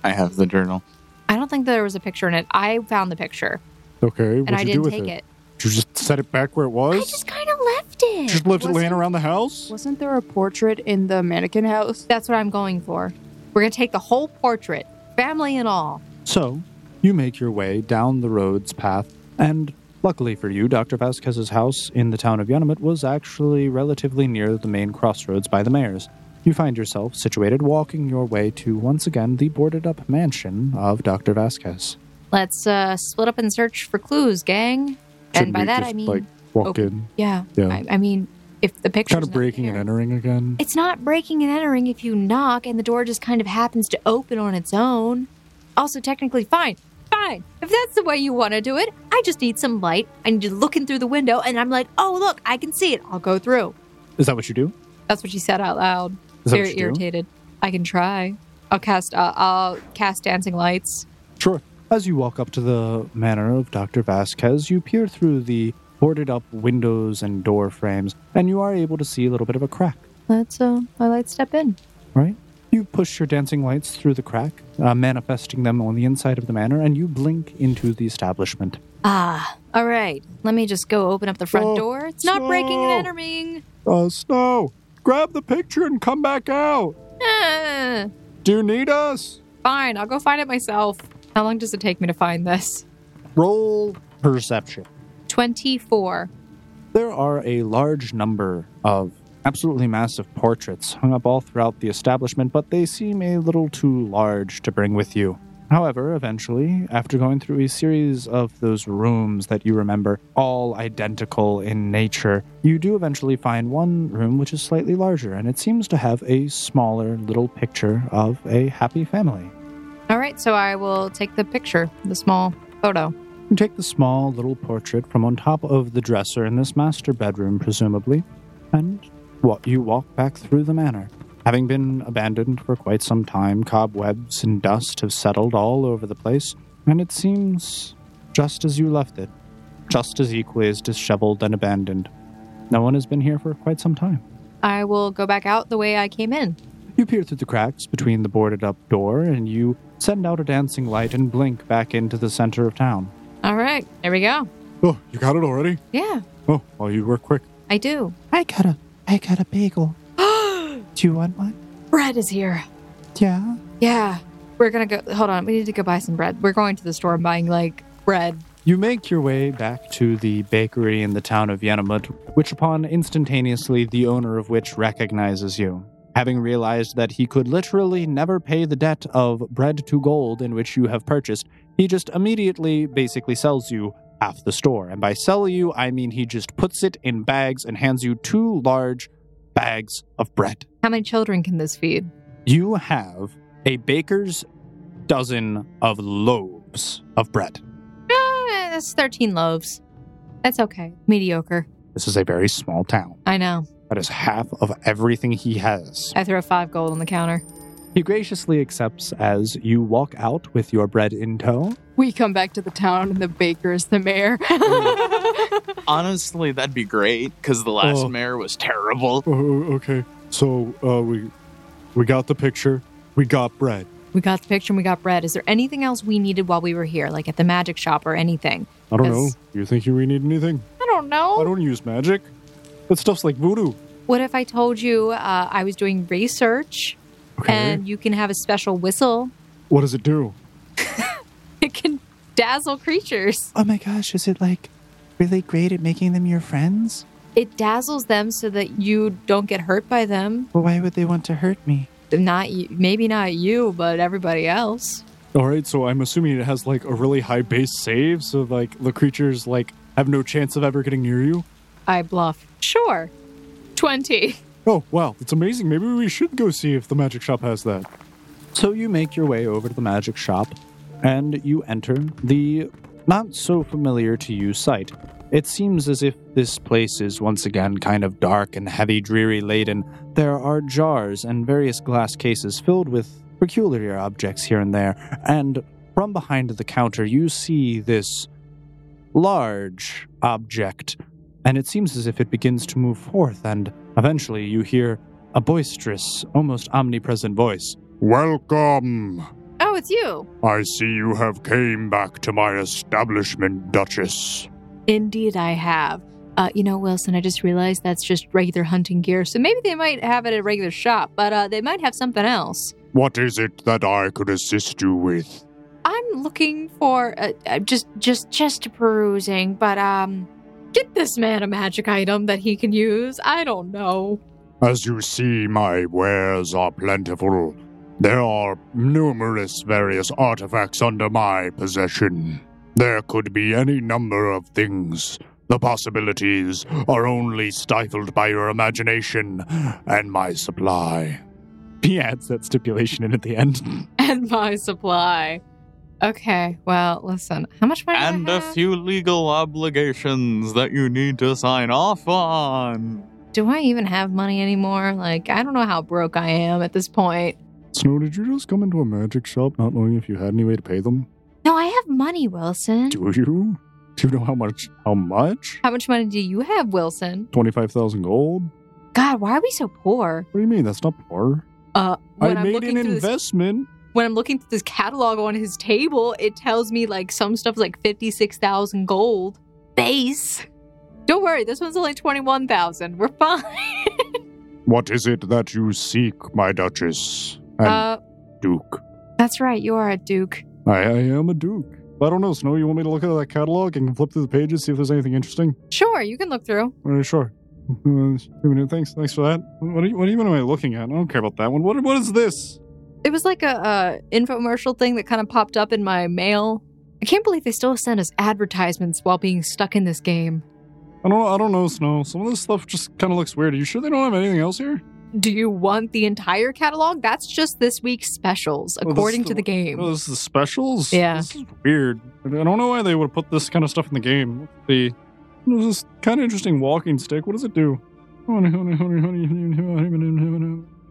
S3: I have the journal.
S2: I don't think there was a picture in it. I found the picture
S10: Okay,
S2: and
S10: what'd
S2: I
S10: you
S2: didn't
S10: do with
S2: take it.
S10: Did you just set it back where it was? just
S2: Kind of left it.
S10: left it laying around the house?
S5: Wasn't there a portrait in the mannequin house?
S2: That's what I'm going for. We're going to take the whole portrait, family and all.
S1: So, you make your way down the road's path, and Luckily for you, Dr. Vasquez's house in the town of Yonemit was actually relatively near the main crossroads by the mayor's. You find yourself situated walking your way to once again the boarded up mansion of Dr. Vasquez.
S2: Let's uh, split up and search for clues, gang. and
S1: Shouldn't
S2: by
S1: we
S2: that,
S1: just,
S2: I mean,
S1: like, walk
S2: oh,
S1: in?
S2: Yeah,
S1: Yeah.
S2: I, I mean, if the picture,
S10: Kind of breaking and entering again.
S2: it's not breaking and entering if you knock, and the door just kind of happens to open on its own. Also, technically, fine, fine. If that's the way you want to do it, I just need some light. I need to look in through the window, and I'm like, oh look, I can see it. I'll go through.
S1: Is that what you do?
S2: That's what she said out loud.
S1: Is that
S2: Very
S1: what you do?
S2: irritated. I can try. I'll cast. Uh, I'll cast dancing lights.
S1: Sure. As you walk up to the manor of Dr. Vasquez, you peer through the boarded up windows and door frames, and you are able to see a little bit of a crack.
S2: Let's uh, my light step in.
S1: right? You push your dancing lights through the crack, uh, manifesting them on the inside of the manor, and you blink into the establishment.
S2: Ah, all right. Let me just go open up the front
S10: Oh,
S2: door. It's not breaking
S6: Oh.
S2: and
S10: no.
S2: entering.
S10: Uh, Snow, grab the picture and come back out.
S2: Eh,
S10: Do you need us?
S2: fine, I'll go find it myself. How long does it take me to find this?
S1: Roll perception.
S2: 24.
S1: There are a large number of absolutely massive portraits hung up all throughout the establishment, but they seem a little too large to bring with you. However, eventually, after going through a series of those rooms that you remember, all identical in nature, you do eventually find one room which is slightly larger, and it seems to have a smaller little picture of a happy family.
S2: All right, so I will take the picture, the small photo.
S1: You take the small little portrait from on top of the dresser in this master bedroom, presumably, and what you walk back through the manor. Having been abandoned for quite some time, cobwebs and dust have settled all over the place, and it seems just as you left it, just as equally as disheveled and abandoned. No one has been here for quite some time.
S2: I will go back out the way I came in.
S1: You peer through the cracks between the boarded up door, and you send out a dancing light and blink back into the center of town.
S2: All right, there we go.
S10: Oh, you got it already?
S2: Yeah,
S10: Oh, well, you were quick.
S2: I do.
S7: I got a, I got a bagel. Do you want one?
S2: Bread is here.
S7: Yeah.
S2: Yeah, we're gonna go. Hold on, we need to go buy some bread. We're going to the store and buying like bread.
S1: You make your way back to the bakery in the town of Yenamut, which upon instantaneously the owner of which recognizes you. Having realized that he could literally never pay the debt of bread to gold in which you have purchased, he just immediately basically sells you half the store. And by sell you, I mean he just puts it in bags and hands you two large bags of bread.
S2: How many children can this feed?
S1: You have a baker's dozen of loaves of bread.
S2: Ah, that's 13 loaves. That's okay. Mediocre.
S1: This is a very small town.
S2: I know.
S1: That is half of everything he has.
S2: I throw five gold on the counter.
S1: He graciously accepts as you walk out with your bread in tow.
S5: We come back to the town and the baker is the mayor.
S3: Honestly, that'd be great because the last
S10: Oh.
S3: mayor was terrible.
S10: Oh, okay. So, uh, we we got the picture. We got bread.
S2: We got the picture and we got bread. Is there anything else we needed while we were here, like at the magic shop or anything?
S10: I don't know.
S2: 'Cause-
S10: Do you think you we need anything?
S2: I don't know.
S10: I don't use magic. That stuff's like voodoo.
S2: What if I told you uh, I was doing research and you can have a special whistle?
S10: What does it do?
S2: It can dazzle creatures.
S7: Oh my gosh, is it like really great at making them your friends?
S2: It dazzles them so that you don't get hurt by them.
S7: Well, why would they want to hurt me?
S2: Not you, maybe not you, but everybody else.
S10: All right, so I'm assuming it has like a really high base save, so like the creatures like have no chance of ever getting near you.
S2: I bluff. Sure. 20.
S10: Oh wow, that's amazing. Maybe we should go see if the magic shop has that.
S1: So you make your way over to the magic shop and you enter the not so familiar to you site. It seems as if this place is once again kind of dark and heavy, dreary laden. There are jars and various glass cases filled with peculiar objects here and there, and from behind the counter you see this large object, and it seems as if it begins to move forth, and eventually you hear a boisterous, almost omnipresent voice.
S4: Welcome.
S2: Oh, it's you.
S4: I see you have came back to my establishment, Duchess.
S2: Indeed, I have. Uh, you know, Wilson, I just realized that's just regular hunting gear. So maybe they might have it at a regular shop, but uh, they might have something else.
S4: What is it that I could assist you with?
S2: I'm looking for uh, uh, just just just perusing, but um, get this man a magic item that he can use. I don't know.
S4: As you see, my wares are plentiful. There are numerous various artifacts under my possession. There could be any number of things. The possibilities are only stifled by your imagination and my supply.
S1: He adds that stipulation in at the end.
S2: And my supply. Okay, well, listen. How much money? do I
S3: and
S2: have?
S3: a few legal obligations that you need to sign off on.
S2: Do I even have money anymore? Like, I don't know how broke I am at this point.
S10: Snow, did you just come into a magic shop not knowing if you had any way to pay them?
S2: No, I have money, Wilson.
S10: Do you? Do you know how much? How much?
S2: How much money do you have, Wilson?
S10: 25,000 gold?
S2: God, why are we so poor?
S10: What do you mean? That's not poor.
S2: Uh, when
S10: I
S2: am
S10: made
S2: looking
S10: an
S2: through this-
S10: investment.
S2: when I'm looking through this catalog on his table, it tells me like some stuff's like 56,000 gold base. Don't worry, this one's only 21,000. We're fine.
S4: What is it that you seek, my Duchess and
S2: Uh,
S4: Duke?
S2: that's right, you are a duke.
S10: I, I am a duke. I don't know, Snow. You want me to look at that catalog and flip through the pages, see if there's anything interesting?
S2: Sure, you can look through.
S10: Uh, sure. Uh, thanks. Thanks for that. What are you, what even am I looking at? I don't care about that one. What, what is this?
S2: It was like a uh, infomercial thing that kind of popped up in my mail. I can't believe they still send us advertisements while being stuck in this game.
S10: I don't. I don't know, Snow. Some of this stuff just kind of looks weird. Are you sure they don't have anything else here?
S2: Do you want the entire catalog? That's just this week's specials,
S10: this
S2: according
S10: is
S2: to the game.
S10: Oh, this is the specials.
S2: Yeah.
S10: This is weird. I don't know why they would put this kind of stuff in the game. The there's this kind of interesting walking stick. What does it do?
S4: Oh,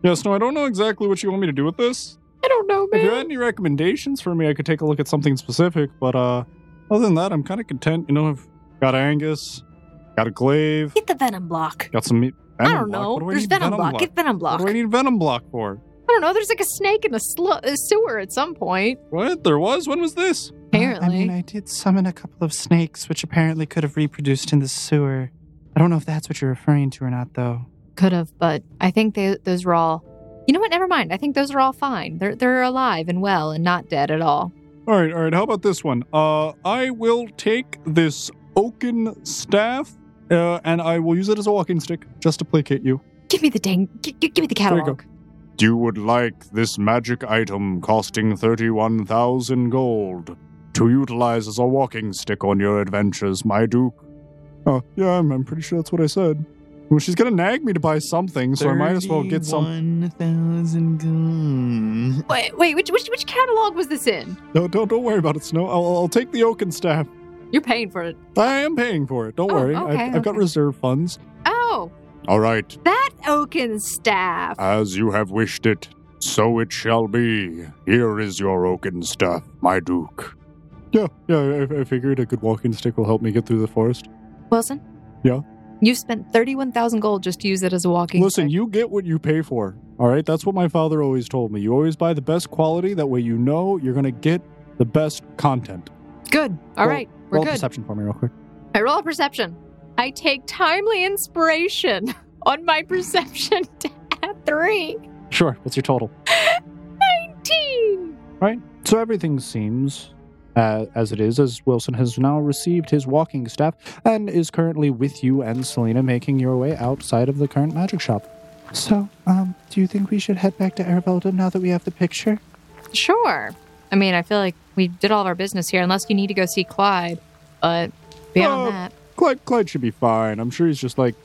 S10: Yeah, Snow. I don't know exactly what you want me to do with this.
S2: I don't know,
S10: If you had
S2: man.
S10: any recommendations for me, I could take a look at something specific. But uh, other than that, I'm kind of content. You know, I've got Angus, got a glaive,
S2: Get the Venom block.
S10: got some meat.
S2: I
S10: Venom
S2: don't
S10: block?
S2: know.
S10: What do I
S2: There's
S10: need
S2: Venom, block. Get Venom
S10: What
S2: block.
S10: do I need venom block for?
S2: I don't know. There's like a snake in a, slu- a sewer at some point.
S10: What? There was? When was this?
S2: Apparently.
S7: I mean, I did summon a couple of snakes, which apparently could have reproduced in the sewer. I don't know if that's what you're referring to or not, though.
S2: Could have, but I think they, those were all. You know what? Never mind. I think those are all fine. They're they're alive and well and not dead at all.
S10: All right, all right. How about this one? Uh, I will take this oaken staff, uh, and I will use it as a walking stick just to placate you.
S2: Give me the dang. G- g- give me the
S10: you go.
S2: catalog.
S4: You would like this magic item costing 31,000 gold to utilize as a walking stick on your adventures, my Duke.
S10: Oh, yeah, I'm, I'm pretty sure that's what I said. Well, she's gonna nag me to buy something, so I might as well get some.
S3: 31,000 gold.
S2: Wait, wait. Which which which catalog was this in?
S10: No, don't don't worry about it, Snow. I'll, I'll take the oaken staff.
S2: You're paying for it.
S10: I am paying for it. Don't
S2: Oh,
S10: worry. I've,
S2: okay,
S10: I've got
S2: okay.
S10: reserve funds.
S2: Oh,
S4: All right,
S2: that oaken staff.
S4: as you have wished it, so it shall be. Here is your oaken staff, my Duke.
S10: Yeah, yeah. I, I figured a good walking stick will help me get through the forest.
S2: Wilson.
S10: Yeah?
S2: You spent thirty-one thousand gold just to use it as a walking.
S10: Listen,
S2: stick.
S10: you get what you pay for. All right, that's what my father always told me. You always buy the best quality. That way, you know you're gonna get the best content.
S2: Good. All
S10: Roll-
S2: right, we're
S10: roll
S2: good.
S10: perception for me, real quick.
S2: I roll a perception. I take timely inspiration on my perception to add three.
S10: Sure. What's your total?
S2: 19.
S1: Right. So everything seems uh, as it is, as Wilson has now received his walking staff and is currently with you and Selena making your way outside of the current magic shop.
S7: So, um, do you think we should head back to Arabelda now that we have the picture?
S2: Sure. I mean, I feel like we did all of our business here, unless you need to go see Clyde. But beyond
S10: Uh,
S2: that,
S10: Clyde, Clyde should be fine. I'm sure he's just like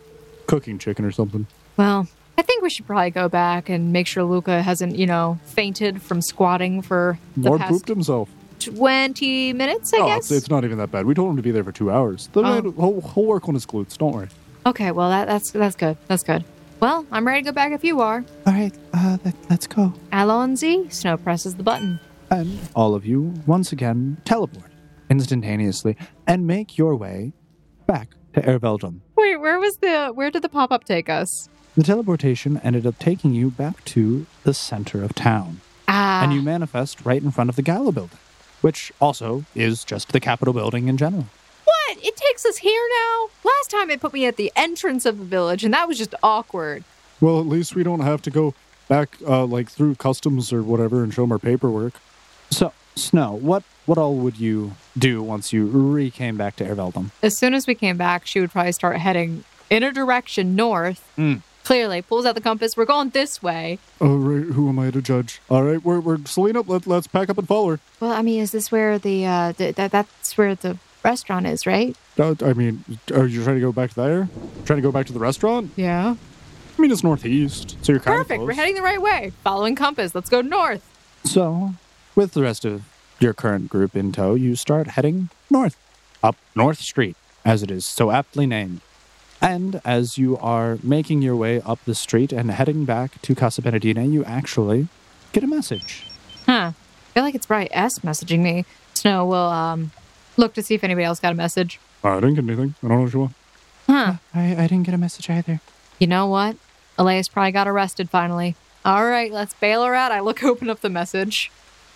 S10: cooking chicken or something.
S2: well, I think we should probably go back and make sure Luca hasn't, you know, fainted from squatting for the
S10: Lord
S2: past
S10: pooped himself.
S2: 20 minutes, I
S10: oh,
S2: guess.
S10: It's, it's not even that bad. We told him to be there for two hours. The
S2: Oh.
S10: man- he'll, he'll work on his glutes. Don't worry.
S2: Okay, well, that, that's that's good. That's good. Well, I'm ready to go back if you are.
S7: All right, uh, let, let's go.
S2: Alonzi, Snow presses the button.
S1: And all of you, once again, teleport instantaneously and make your way back to Erveldum.
S2: Wait, where was the where did the pop up take us?
S1: The teleportation ended up taking you back to the center of town.
S2: Ah,
S1: and you manifest right in front of the Gallo building, which also is just the Capitol building in general.
S2: what? It takes us here now. Last time it put me at the entrance of the village, and that was just awkward.
S10: Well, at least we don't have to go back uh, like through customs or whatever and show him our paperwork.
S1: So Snow, what what all would you do once you re came back to Erveldum?
S2: As soon as we came back, she would probably start heading in a direction north. Clearly, pulls out the compass. We're going this way.
S10: All Oh, right, who am I to judge? All right, we're, we're Selena. Let, let's pack up and follow her.
S2: Well, I mean, is this where the, uh, th- that that's where the restaurant is, right?
S10: Uh, I mean, are you trying to go back there? Trying to go back to the restaurant?
S2: Yeah.
S10: I mean, it's northeast, so you're kind
S2: Perfect.
S10: of
S2: We're
S10: close.
S2: heading the right way. Following compass. Let's go north.
S1: So, with the rest of your current group in tow, you start heading north, up North Street, as it is so aptly named. And as you are making your way up the street and heading back to Casa Benedina, you actually get a message.
S2: Huh. I feel like it's probably S messaging me. Snow will um look to see if anybody else got a message.
S10: I didn't get anything. I don't know what you want.
S2: Huh.
S7: I, I didn't get a message either.
S2: You know what? Elias probably got arrested finally. All right, let's bail her out. I look open up the message.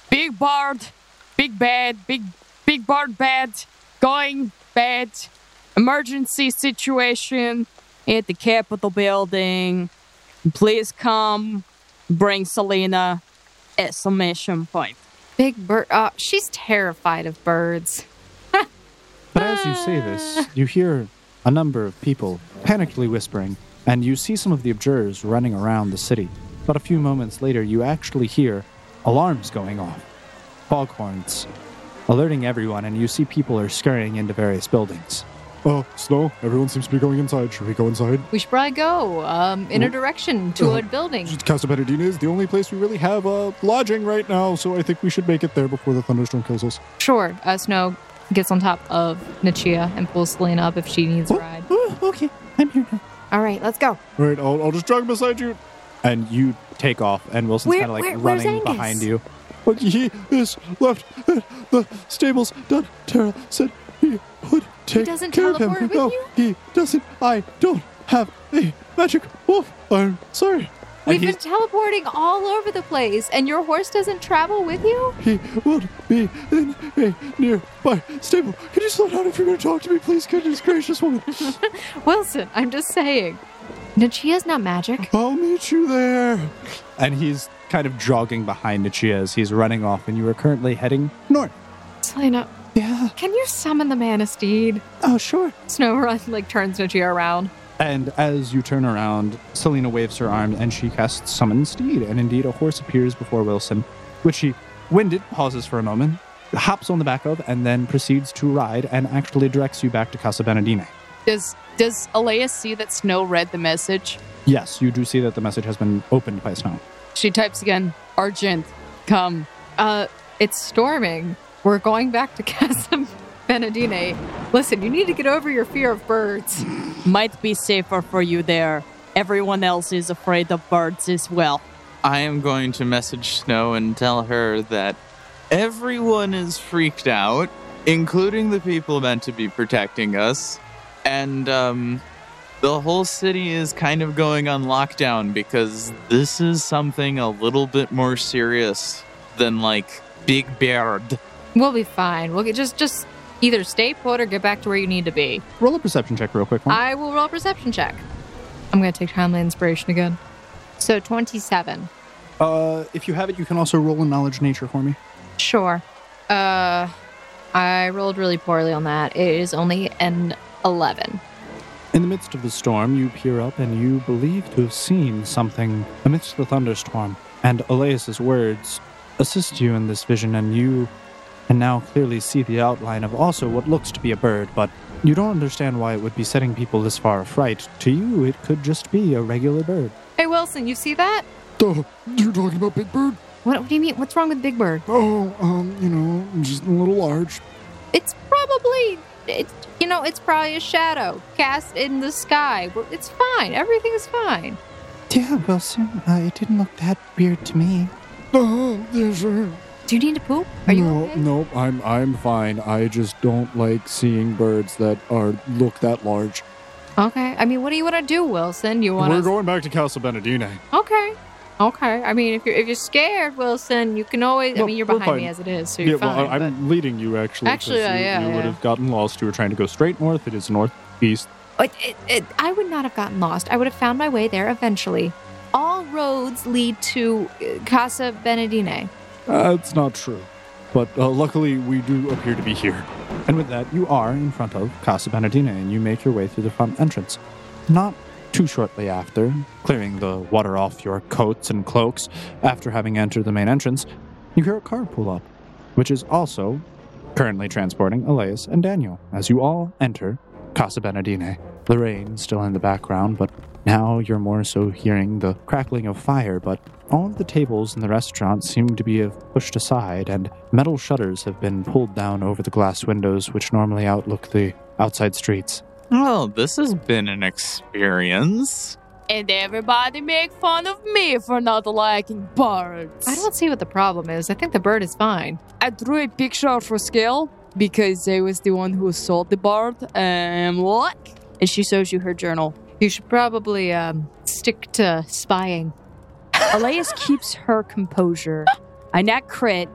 S20: Big Bard, Big Bad, Big Big Bard Bad, going bad, emergency situation at the Capitol building. Please come, bring Selena. Exclamation point.
S2: Big bird. Uh, she's terrified of birds.
S1: But as you say this, you hear a number of people panically whispering, and you see some of the observers running around the city. But a few moments later, you actually hear alarms going off, foghorns alerting everyone, and you see people are scurrying into various buildings.
S10: Oh, Snow, everyone seems to be going inside. Should we go inside?
S2: We should probably go um, in a
S10: Wh-
S2: direction to
S10: Uh,
S2: a building.
S10: Casa Benedina is the only place we really have uh, lodging right now, so I think we should make it there before the thunderstorm kills us.
S2: Sure. Uh, Snow gets on top of Nichia and pulls Selena up if she needs a
S10: Oh,
S2: ride.
S7: okay. I'm here now.
S2: All right, let's go.
S10: All right, I'll, I'll just jog beside you.
S1: And you take off, and Wilson's
S2: Where-
S1: kind of like
S2: where- where's
S1: running
S2: Angus?
S1: behind you.
S22: But he is left at the stables. Don Terra said he would take
S2: doesn't
S22: care of him.
S2: teleport with
S22: no,
S2: you?
S22: he doesn't. I don't have a magic wolf. I'm sorry.
S2: We've been teleporting all over the place, and your horse doesn't travel with you?
S22: He would be in a nearby stable. Can you slow down if you're going to talk to me, please? Goodness gracious, woman.
S2: Wilson, I'm just saying. Nichia's not magic.
S1: I'll meet you there. And he's kind of jogging behind Nichia as he's running off, and you are currently heading north.
S2: Selena.
S7: Yeah.
S2: Can you summon the Manistede?
S7: Oh, sure.
S2: Snow Run like turns Nichia around.
S1: And as you turn around, Selena waves her arms and she casts Summon Steed. And indeed, a horse appears before Wilson, which he, winded, pauses for a moment, hops on the back of, and then proceeds to ride and actually directs you back to Casa Benedina.
S11: Does does Alea see that Snow read the message?
S1: Yes, you do see that the message has been opened by Snow.
S11: She types again. Argent, come.
S2: Uh, it's storming. We're going back to Casa Benedine. Listen, you need to get over your fear of birds.
S20: Might be safer for you there. Everyone else is afraid of birds as well.
S3: I am going to message Snow and tell her that everyone is freaked out, including the people meant to be protecting us. And um, the whole city is kind of going on lockdown because this is something a little bit more serious than like Big Bird.
S2: We'll be fine. We'll get just just either stay put or get back to where you need to be.
S1: Roll a perception check real quick. for me.
S2: I will roll a perception check. I'm gonna take timely inspiration again. So twenty-seven.
S1: Uh, if you have it, you can also roll a knowledge nature for me.
S2: Sure. Uh, I rolled really poorly on that. It is only an eleven.
S1: In the midst of the storm, you peer up and you believe to have seen something amidst the thunderstorm. And Elias's words assist you in this vision, and you can now clearly see the outline of also what looks to be a bird, but you don't understand why it would be setting people this far affright. To you, it could just be a regular bird.
S2: Hey Wilson, you see that?
S4: Duh, Oh, you're talking about Big Bird?
S2: What, what do you mean? What's wrong with Big Bird?
S4: Oh, um, you know, just a little large.
S2: It's probably it's you know it's probably a shadow cast in the sky. Well, It's fine. Everything's fine.
S7: Yeah, Wilson. Uh, it didn't look that weird to me.
S4: Uh, yeah, sure.
S2: Do you need to poop? Are you
S4: no,
S2: okay?
S4: no, I'm I'm fine. I just don't like seeing birds that are look that large.
S2: Okay. I mean, what do you want to do, Wilson? You want
S10: We're
S2: to?
S10: going back to Casa Benedina.
S2: okay. Okay. I mean, if you're if you're scared, Wilson, you can always. I
S10: No,
S2: mean, you're
S10: we're
S2: behind me
S10: fine.
S2: as it is, so
S10: Yeah,
S2: you're
S10: well,
S2: fine.
S10: I- I'm leading you actually. 'cause
S2: Actually,
S10: you,
S2: uh, yeah,
S10: you would
S2: yeah.
S10: have gotten lost. You were trying to go straight north. It is northeast.
S2: But it, it, I would not have gotten lost. I would have found my way there eventually. All roads lead to uh, Casa Benedine.
S10: That's not true. But uh, luckily, we do appear to be here.
S1: And with that, you are in front of Casa Benedina, and you make your way through the front entrance. Not too shortly after, clearing the water off your coats and cloaks, after having entered the main entrance, you hear a car pull up, which is also currently transporting Elias and Daniel as you all enter Casa Benedina. The rain still in the background, but now you're more so hearing the crackling of fire, but all of the tables in the restaurant seem to be uh, pushed aside, and metal shutters have been pulled down over the glass windows which normally outlook the outside streets.
S3: Oh, this has been an experience.
S20: And everybody make fun of me for not liking birds.
S2: I don't see what the problem is. I think the bird is fine.
S5: I drew a picture for scale because I was the one who sold the bird. Um, look, and she shows you her journal.
S2: You should probably um, stick to spying.
S11: Elias keeps her composure.
S20: I not crit.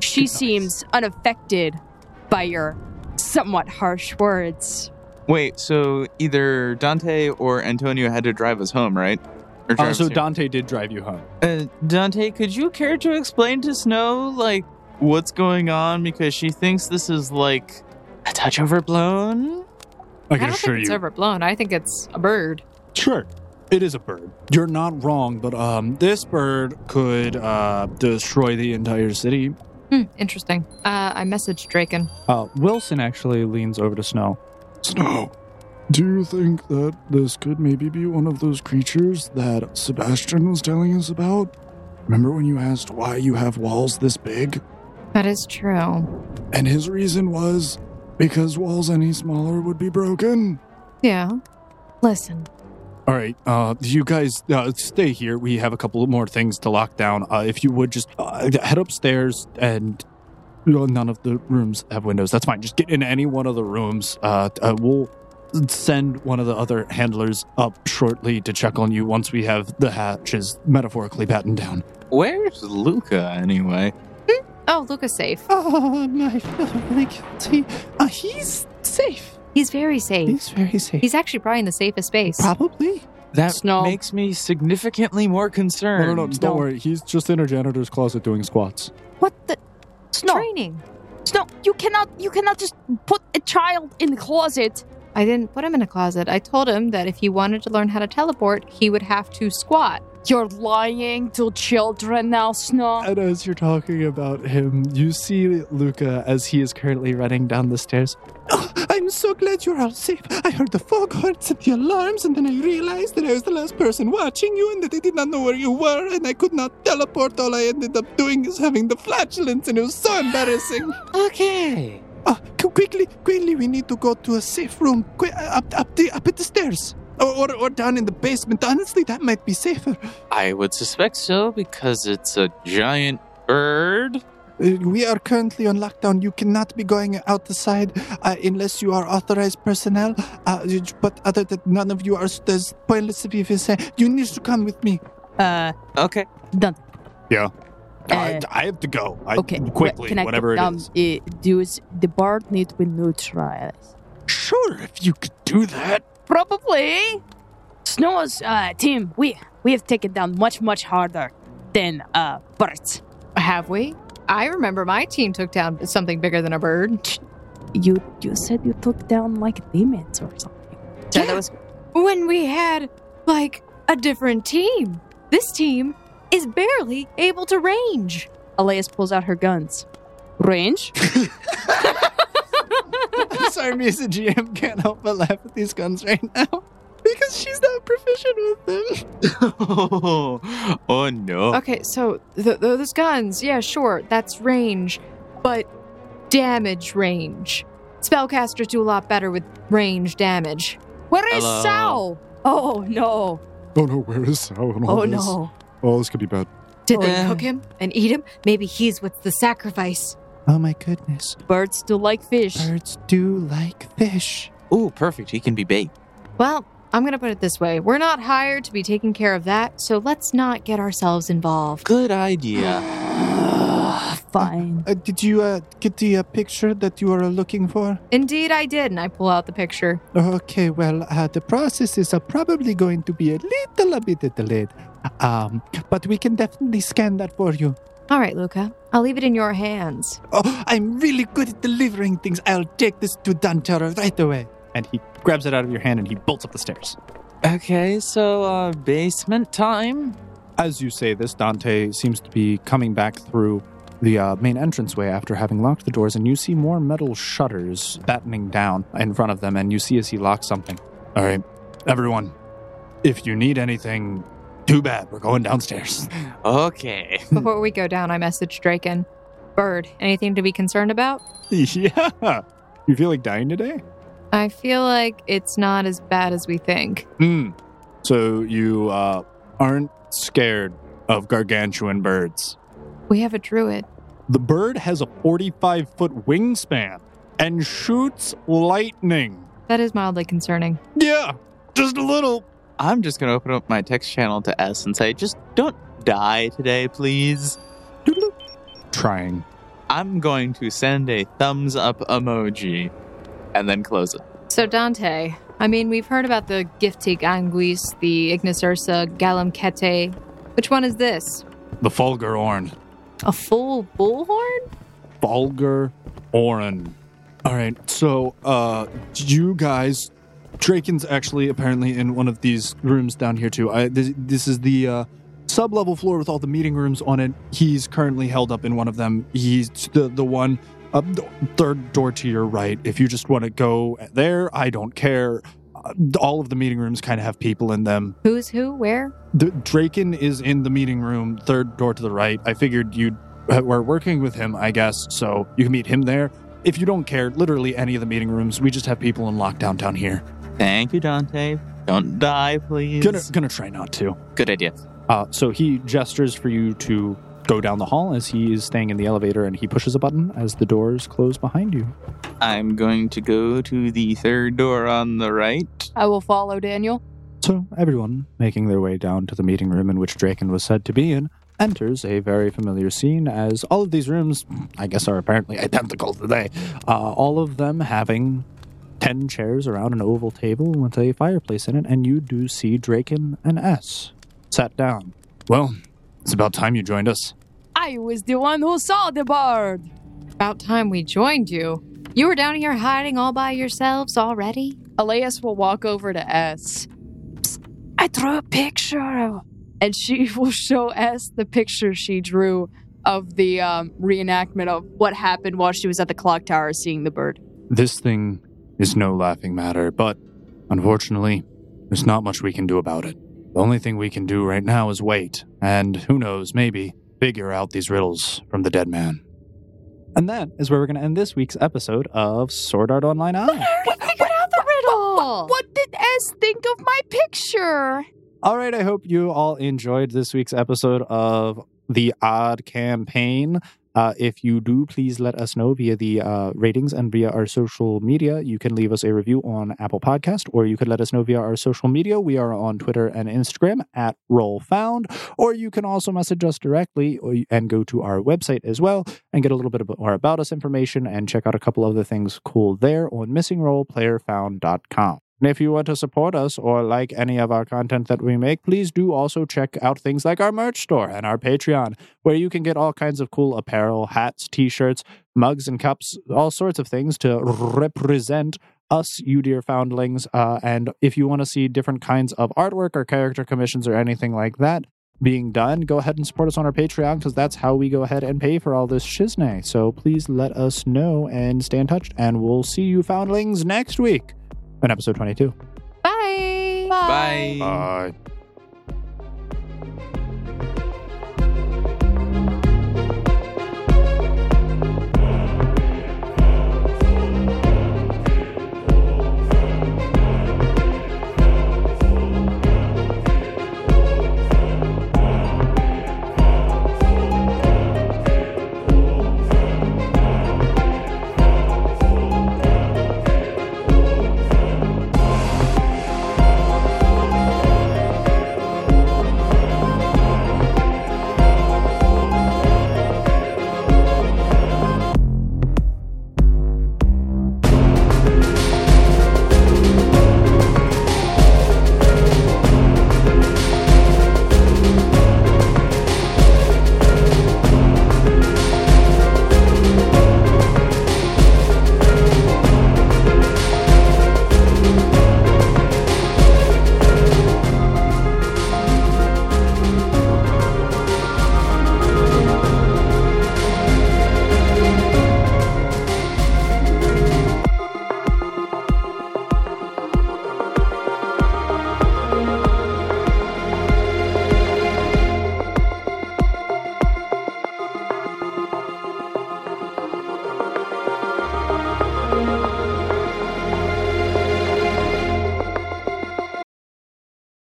S20: She seems unaffected by your somewhat harsh words.
S3: Wait, so either Dante or Antonio had to drive us home, right? Or drive
S10: Uh, so
S3: us here.
S10: Dante did drive you home.
S3: Uh, Dante, could you care to explain to Snow, like, what's going on? Because she thinks this is, like, a touch overblown?
S10: I can
S2: don't
S10: assure
S2: think it's
S10: you.
S2: overblown. I think it's a bird.
S10: Sure. It is a bird. You're not wrong, but um, this bird could uh, destroy the entire city.
S2: Hmm, interesting. Uh, I messaged Draken.
S1: Uh, Wilson actually leans over to Snow.
S22: Snow, do you think that this could maybe be one of those creatures that Sebastian was telling us about? Remember when you asked why you have walls this big?
S2: That is true.
S22: And his reason was because walls any smaller would be broken?
S2: Yeah. Listen,
S10: All right, uh, you guys uh, stay here. We have a couple more things to lock down. Uh, if you would just uh, head upstairs and well, none of the rooms have windows. That's fine. Just get in any one of the rooms. Uh, uh, we'll send one of the other handlers up shortly to check on you once we have the hatches metaphorically battened down.
S3: Where's Luca, anyway?
S2: Oh, Luca's safe.
S7: Oh, my, my guilty. Uh, he's safe.
S2: He's very safe.
S7: He's very safe.
S2: He's actually probably in the safest space.
S7: Probably.
S3: That
S5: Snow.
S3: makes me significantly more concerned.
S10: No, no, no, don't worry. He's just in a janitor's closet doing squats.
S20: What the? Snow,
S2: Training.
S20: Snow, you cannot, you cannot just put a child in the closet.
S2: I didn't put him in a closet. I told him that if he wanted to learn how to teleport, he would have to squat.
S20: You're lying to children now, Snow.
S7: And as you're talking about him, you see Luca as he is currently running down the stairs. Oh, I'm so glad you're all safe. I heard the foghorns and the alarms, and then I realized that I was the last person watching you and that I did not know where you were, and I could not teleport. All I ended up doing is having the flatulence, and it was so embarrassing.
S21: Okay.
S7: Ah, qu- quickly, quickly, we need to go to a safe room. Quick, up, up, the, up at the stairs. Or, or, or down in the basement. Honestly, that might be safer.
S3: I would suspect so because it's a giant bird.
S7: Uh, We are currently on lockdown. You cannot be going out the side uh, unless you are authorized personnel. Uh, you- but other than none of you are, there's pointless if you say, you need to come with me.
S11: Uh,
S3: Okay.
S10: I, I have to go. I,
S11: okay,
S10: Quickly,
S11: can I-
S10: whatever it is.
S11: um,
S5: Eh, does the bird need to be neutralized?
S22: Sure, if you could do that.
S20: Probably. Snow's uh, team, we we have taken down much much harder than uh birds.
S2: Have we? I remember my team took down something bigger than a bird.
S5: You you said you took down like demons or something.
S11: so that was
S2: When we had, like, a different team. This team is barely able to range.
S11: Elias pulls out her guns.
S5: Range?
S7: I'm sorry, me as a GM can't help but laugh at these guns right now because she's not proficient with them.
S3: oh,
S7: Oh.
S3: no.
S2: Okay, so th- those guns, yeah, sure, that's range, but damage range. Spellcasters do a lot better with range damage.
S20: Where is
S3: Hello.
S20: Sal? Oh no!
S4: Oh no, where is Sal and all
S20: Oh
S4: this?
S20: no!
S4: Oh, this could be bad.
S2: Did they
S7: Eh.
S3: Yeah.
S2: cook him and eat him? Maybe he's what's the sacrifice.
S7: Oh my goodness.
S11: Birds do like fish.
S7: Birds do like fish.
S3: Ooh, perfect. He can be bait.
S2: Well, I'm gonna put it this way we're not hired to be taking care of that, so let's not get ourselves involved.
S3: Good idea.
S11: Fine.
S7: Uh, did you uh, get the uh, picture that you were looking for?
S2: Indeed, I did, and I pull out the picture.
S7: Okay, well, uh, the processes are probably going to be a little a bit delayed, um, but we can definitely scan that for you.
S2: All right, Luca. I'll leave it in your hands.
S21: Oh, I'm really good at delivering things. I'll take this to Dantara right away.
S1: And he grabs it out of your hand and he bolts up the stairs.
S3: Okay, so uh, basement time.
S1: As you say this, Dante seems to be coming back through the uh, main entranceway after having locked the doors, and you see more metal shutters battening down in front of them, and you see as he locks something.
S4: All right, everyone, if you need anything, too bad. We're going downstairs.
S3: Okay.
S2: Before we go down, I messaged Draken. Bird, anything to be concerned about?
S1: yeah. You feel like dying today?
S2: I feel like it's not as bad as we think.
S1: Mm. So you uh, aren't scared of gargantuan birds.
S2: We have a druid.
S1: The bird has a 45 foot wingspan and shoots lightning.
S2: That is mildly concerning.
S1: Yeah, just a little.
S3: I'm just gonna open up my text channel to S and say, just don't die today, please. Doodle-doo.
S1: Trying.
S3: I'm going to send a thumbs up emoji and then close it.
S2: So, Dante, I mean, we've heard about the Giftig Anguis, the Ignis Ursa, Gallum Kete. Which one is this?
S4: The Fulgur Orn.
S2: A full bullhorn?
S1: Bulger Oren.
S22: All right, so uh, you guys, Draken's actually apparently in one of these rooms down here too. I, this, this is the uh, sub-level floor with all the meeting rooms on it. He's currently held up in one of them. He's the the one uh, th- third door to your right. If you just want to go there, I don't care. Uh, all of the meeting rooms kind of have people in them.
S2: Who's who? Where?
S22: The, Draken is in the meeting room, third door to the right. I figured you were working with him, I guess, so you can meet him there. If you don't care, literally any of the meeting rooms, we just have people in lockdown down here.
S3: Thank you, Dante. Don't die, please.
S22: Gonna, gonna try not to.
S3: Good idea.
S1: Uh, so he gestures for you to go down the hall as he is staying in the elevator and he pushes a button as the doors close behind you.
S3: I'm going to go to the third door on the right.
S11: I will follow Daniel.
S1: So everyone, making their way down to the meeting room in which Draken was said to be in, enters a very familiar scene as all of these rooms, I guess, are apparently identical today. Uh, all of them having 10 chairs around an oval table with a fireplace in it, and you do see Draken and S sat down.
S4: Well, it's about time you joined us.
S20: I was the one who saw the bird.
S2: About time we joined you. You were down here hiding all by yourselves already?
S11: Elias will walk over to S.
S20: I drew a picture.
S11: And she will show S the picture she drew of the um, reenactment of what happened while she was at the clock tower seeing the bird.
S4: This thing is no laughing matter, but unfortunately, there's not much we can do about it. The only thing we can do right now is wait, and who knows, maybe figure out these riddles from the dead man.
S1: And that is where we're going to end this week's episode of Sword Art Online I.
S20: We figured out the riddle. What, what did S think of my picture?
S1: All right, I hope you all enjoyed this week's episode of The Odd Campaign. Uh, if you do, please let us know via the uh, ratings and via our social media. You can leave us a review on Apple Podcast, or you could let us know via our social media. We are on Twitter and Instagram at Roll Found, or you can also message us directly or, and go to our website as well and get a little bit more about us information and check out a couple other things cool there on missingroleplayerfound.com. And if you want to support us or like any of our content that we make, please do also check out things like our merch store and our Patreon, where you can get all kinds of cool apparel, hats, t shirts, mugs, and cups, all sorts of things to represent us, you dear foundlings. Uh, and if you want to see different kinds of artwork or character commissions or anything like that, being done, go ahead and support us on our Patreon because that's how we go ahead and pay for all this shiznay. So please let us know and stay in touch, and we'll see you foundlings next week in episode 22.
S2: Bye.
S3: Bye.
S4: Bye.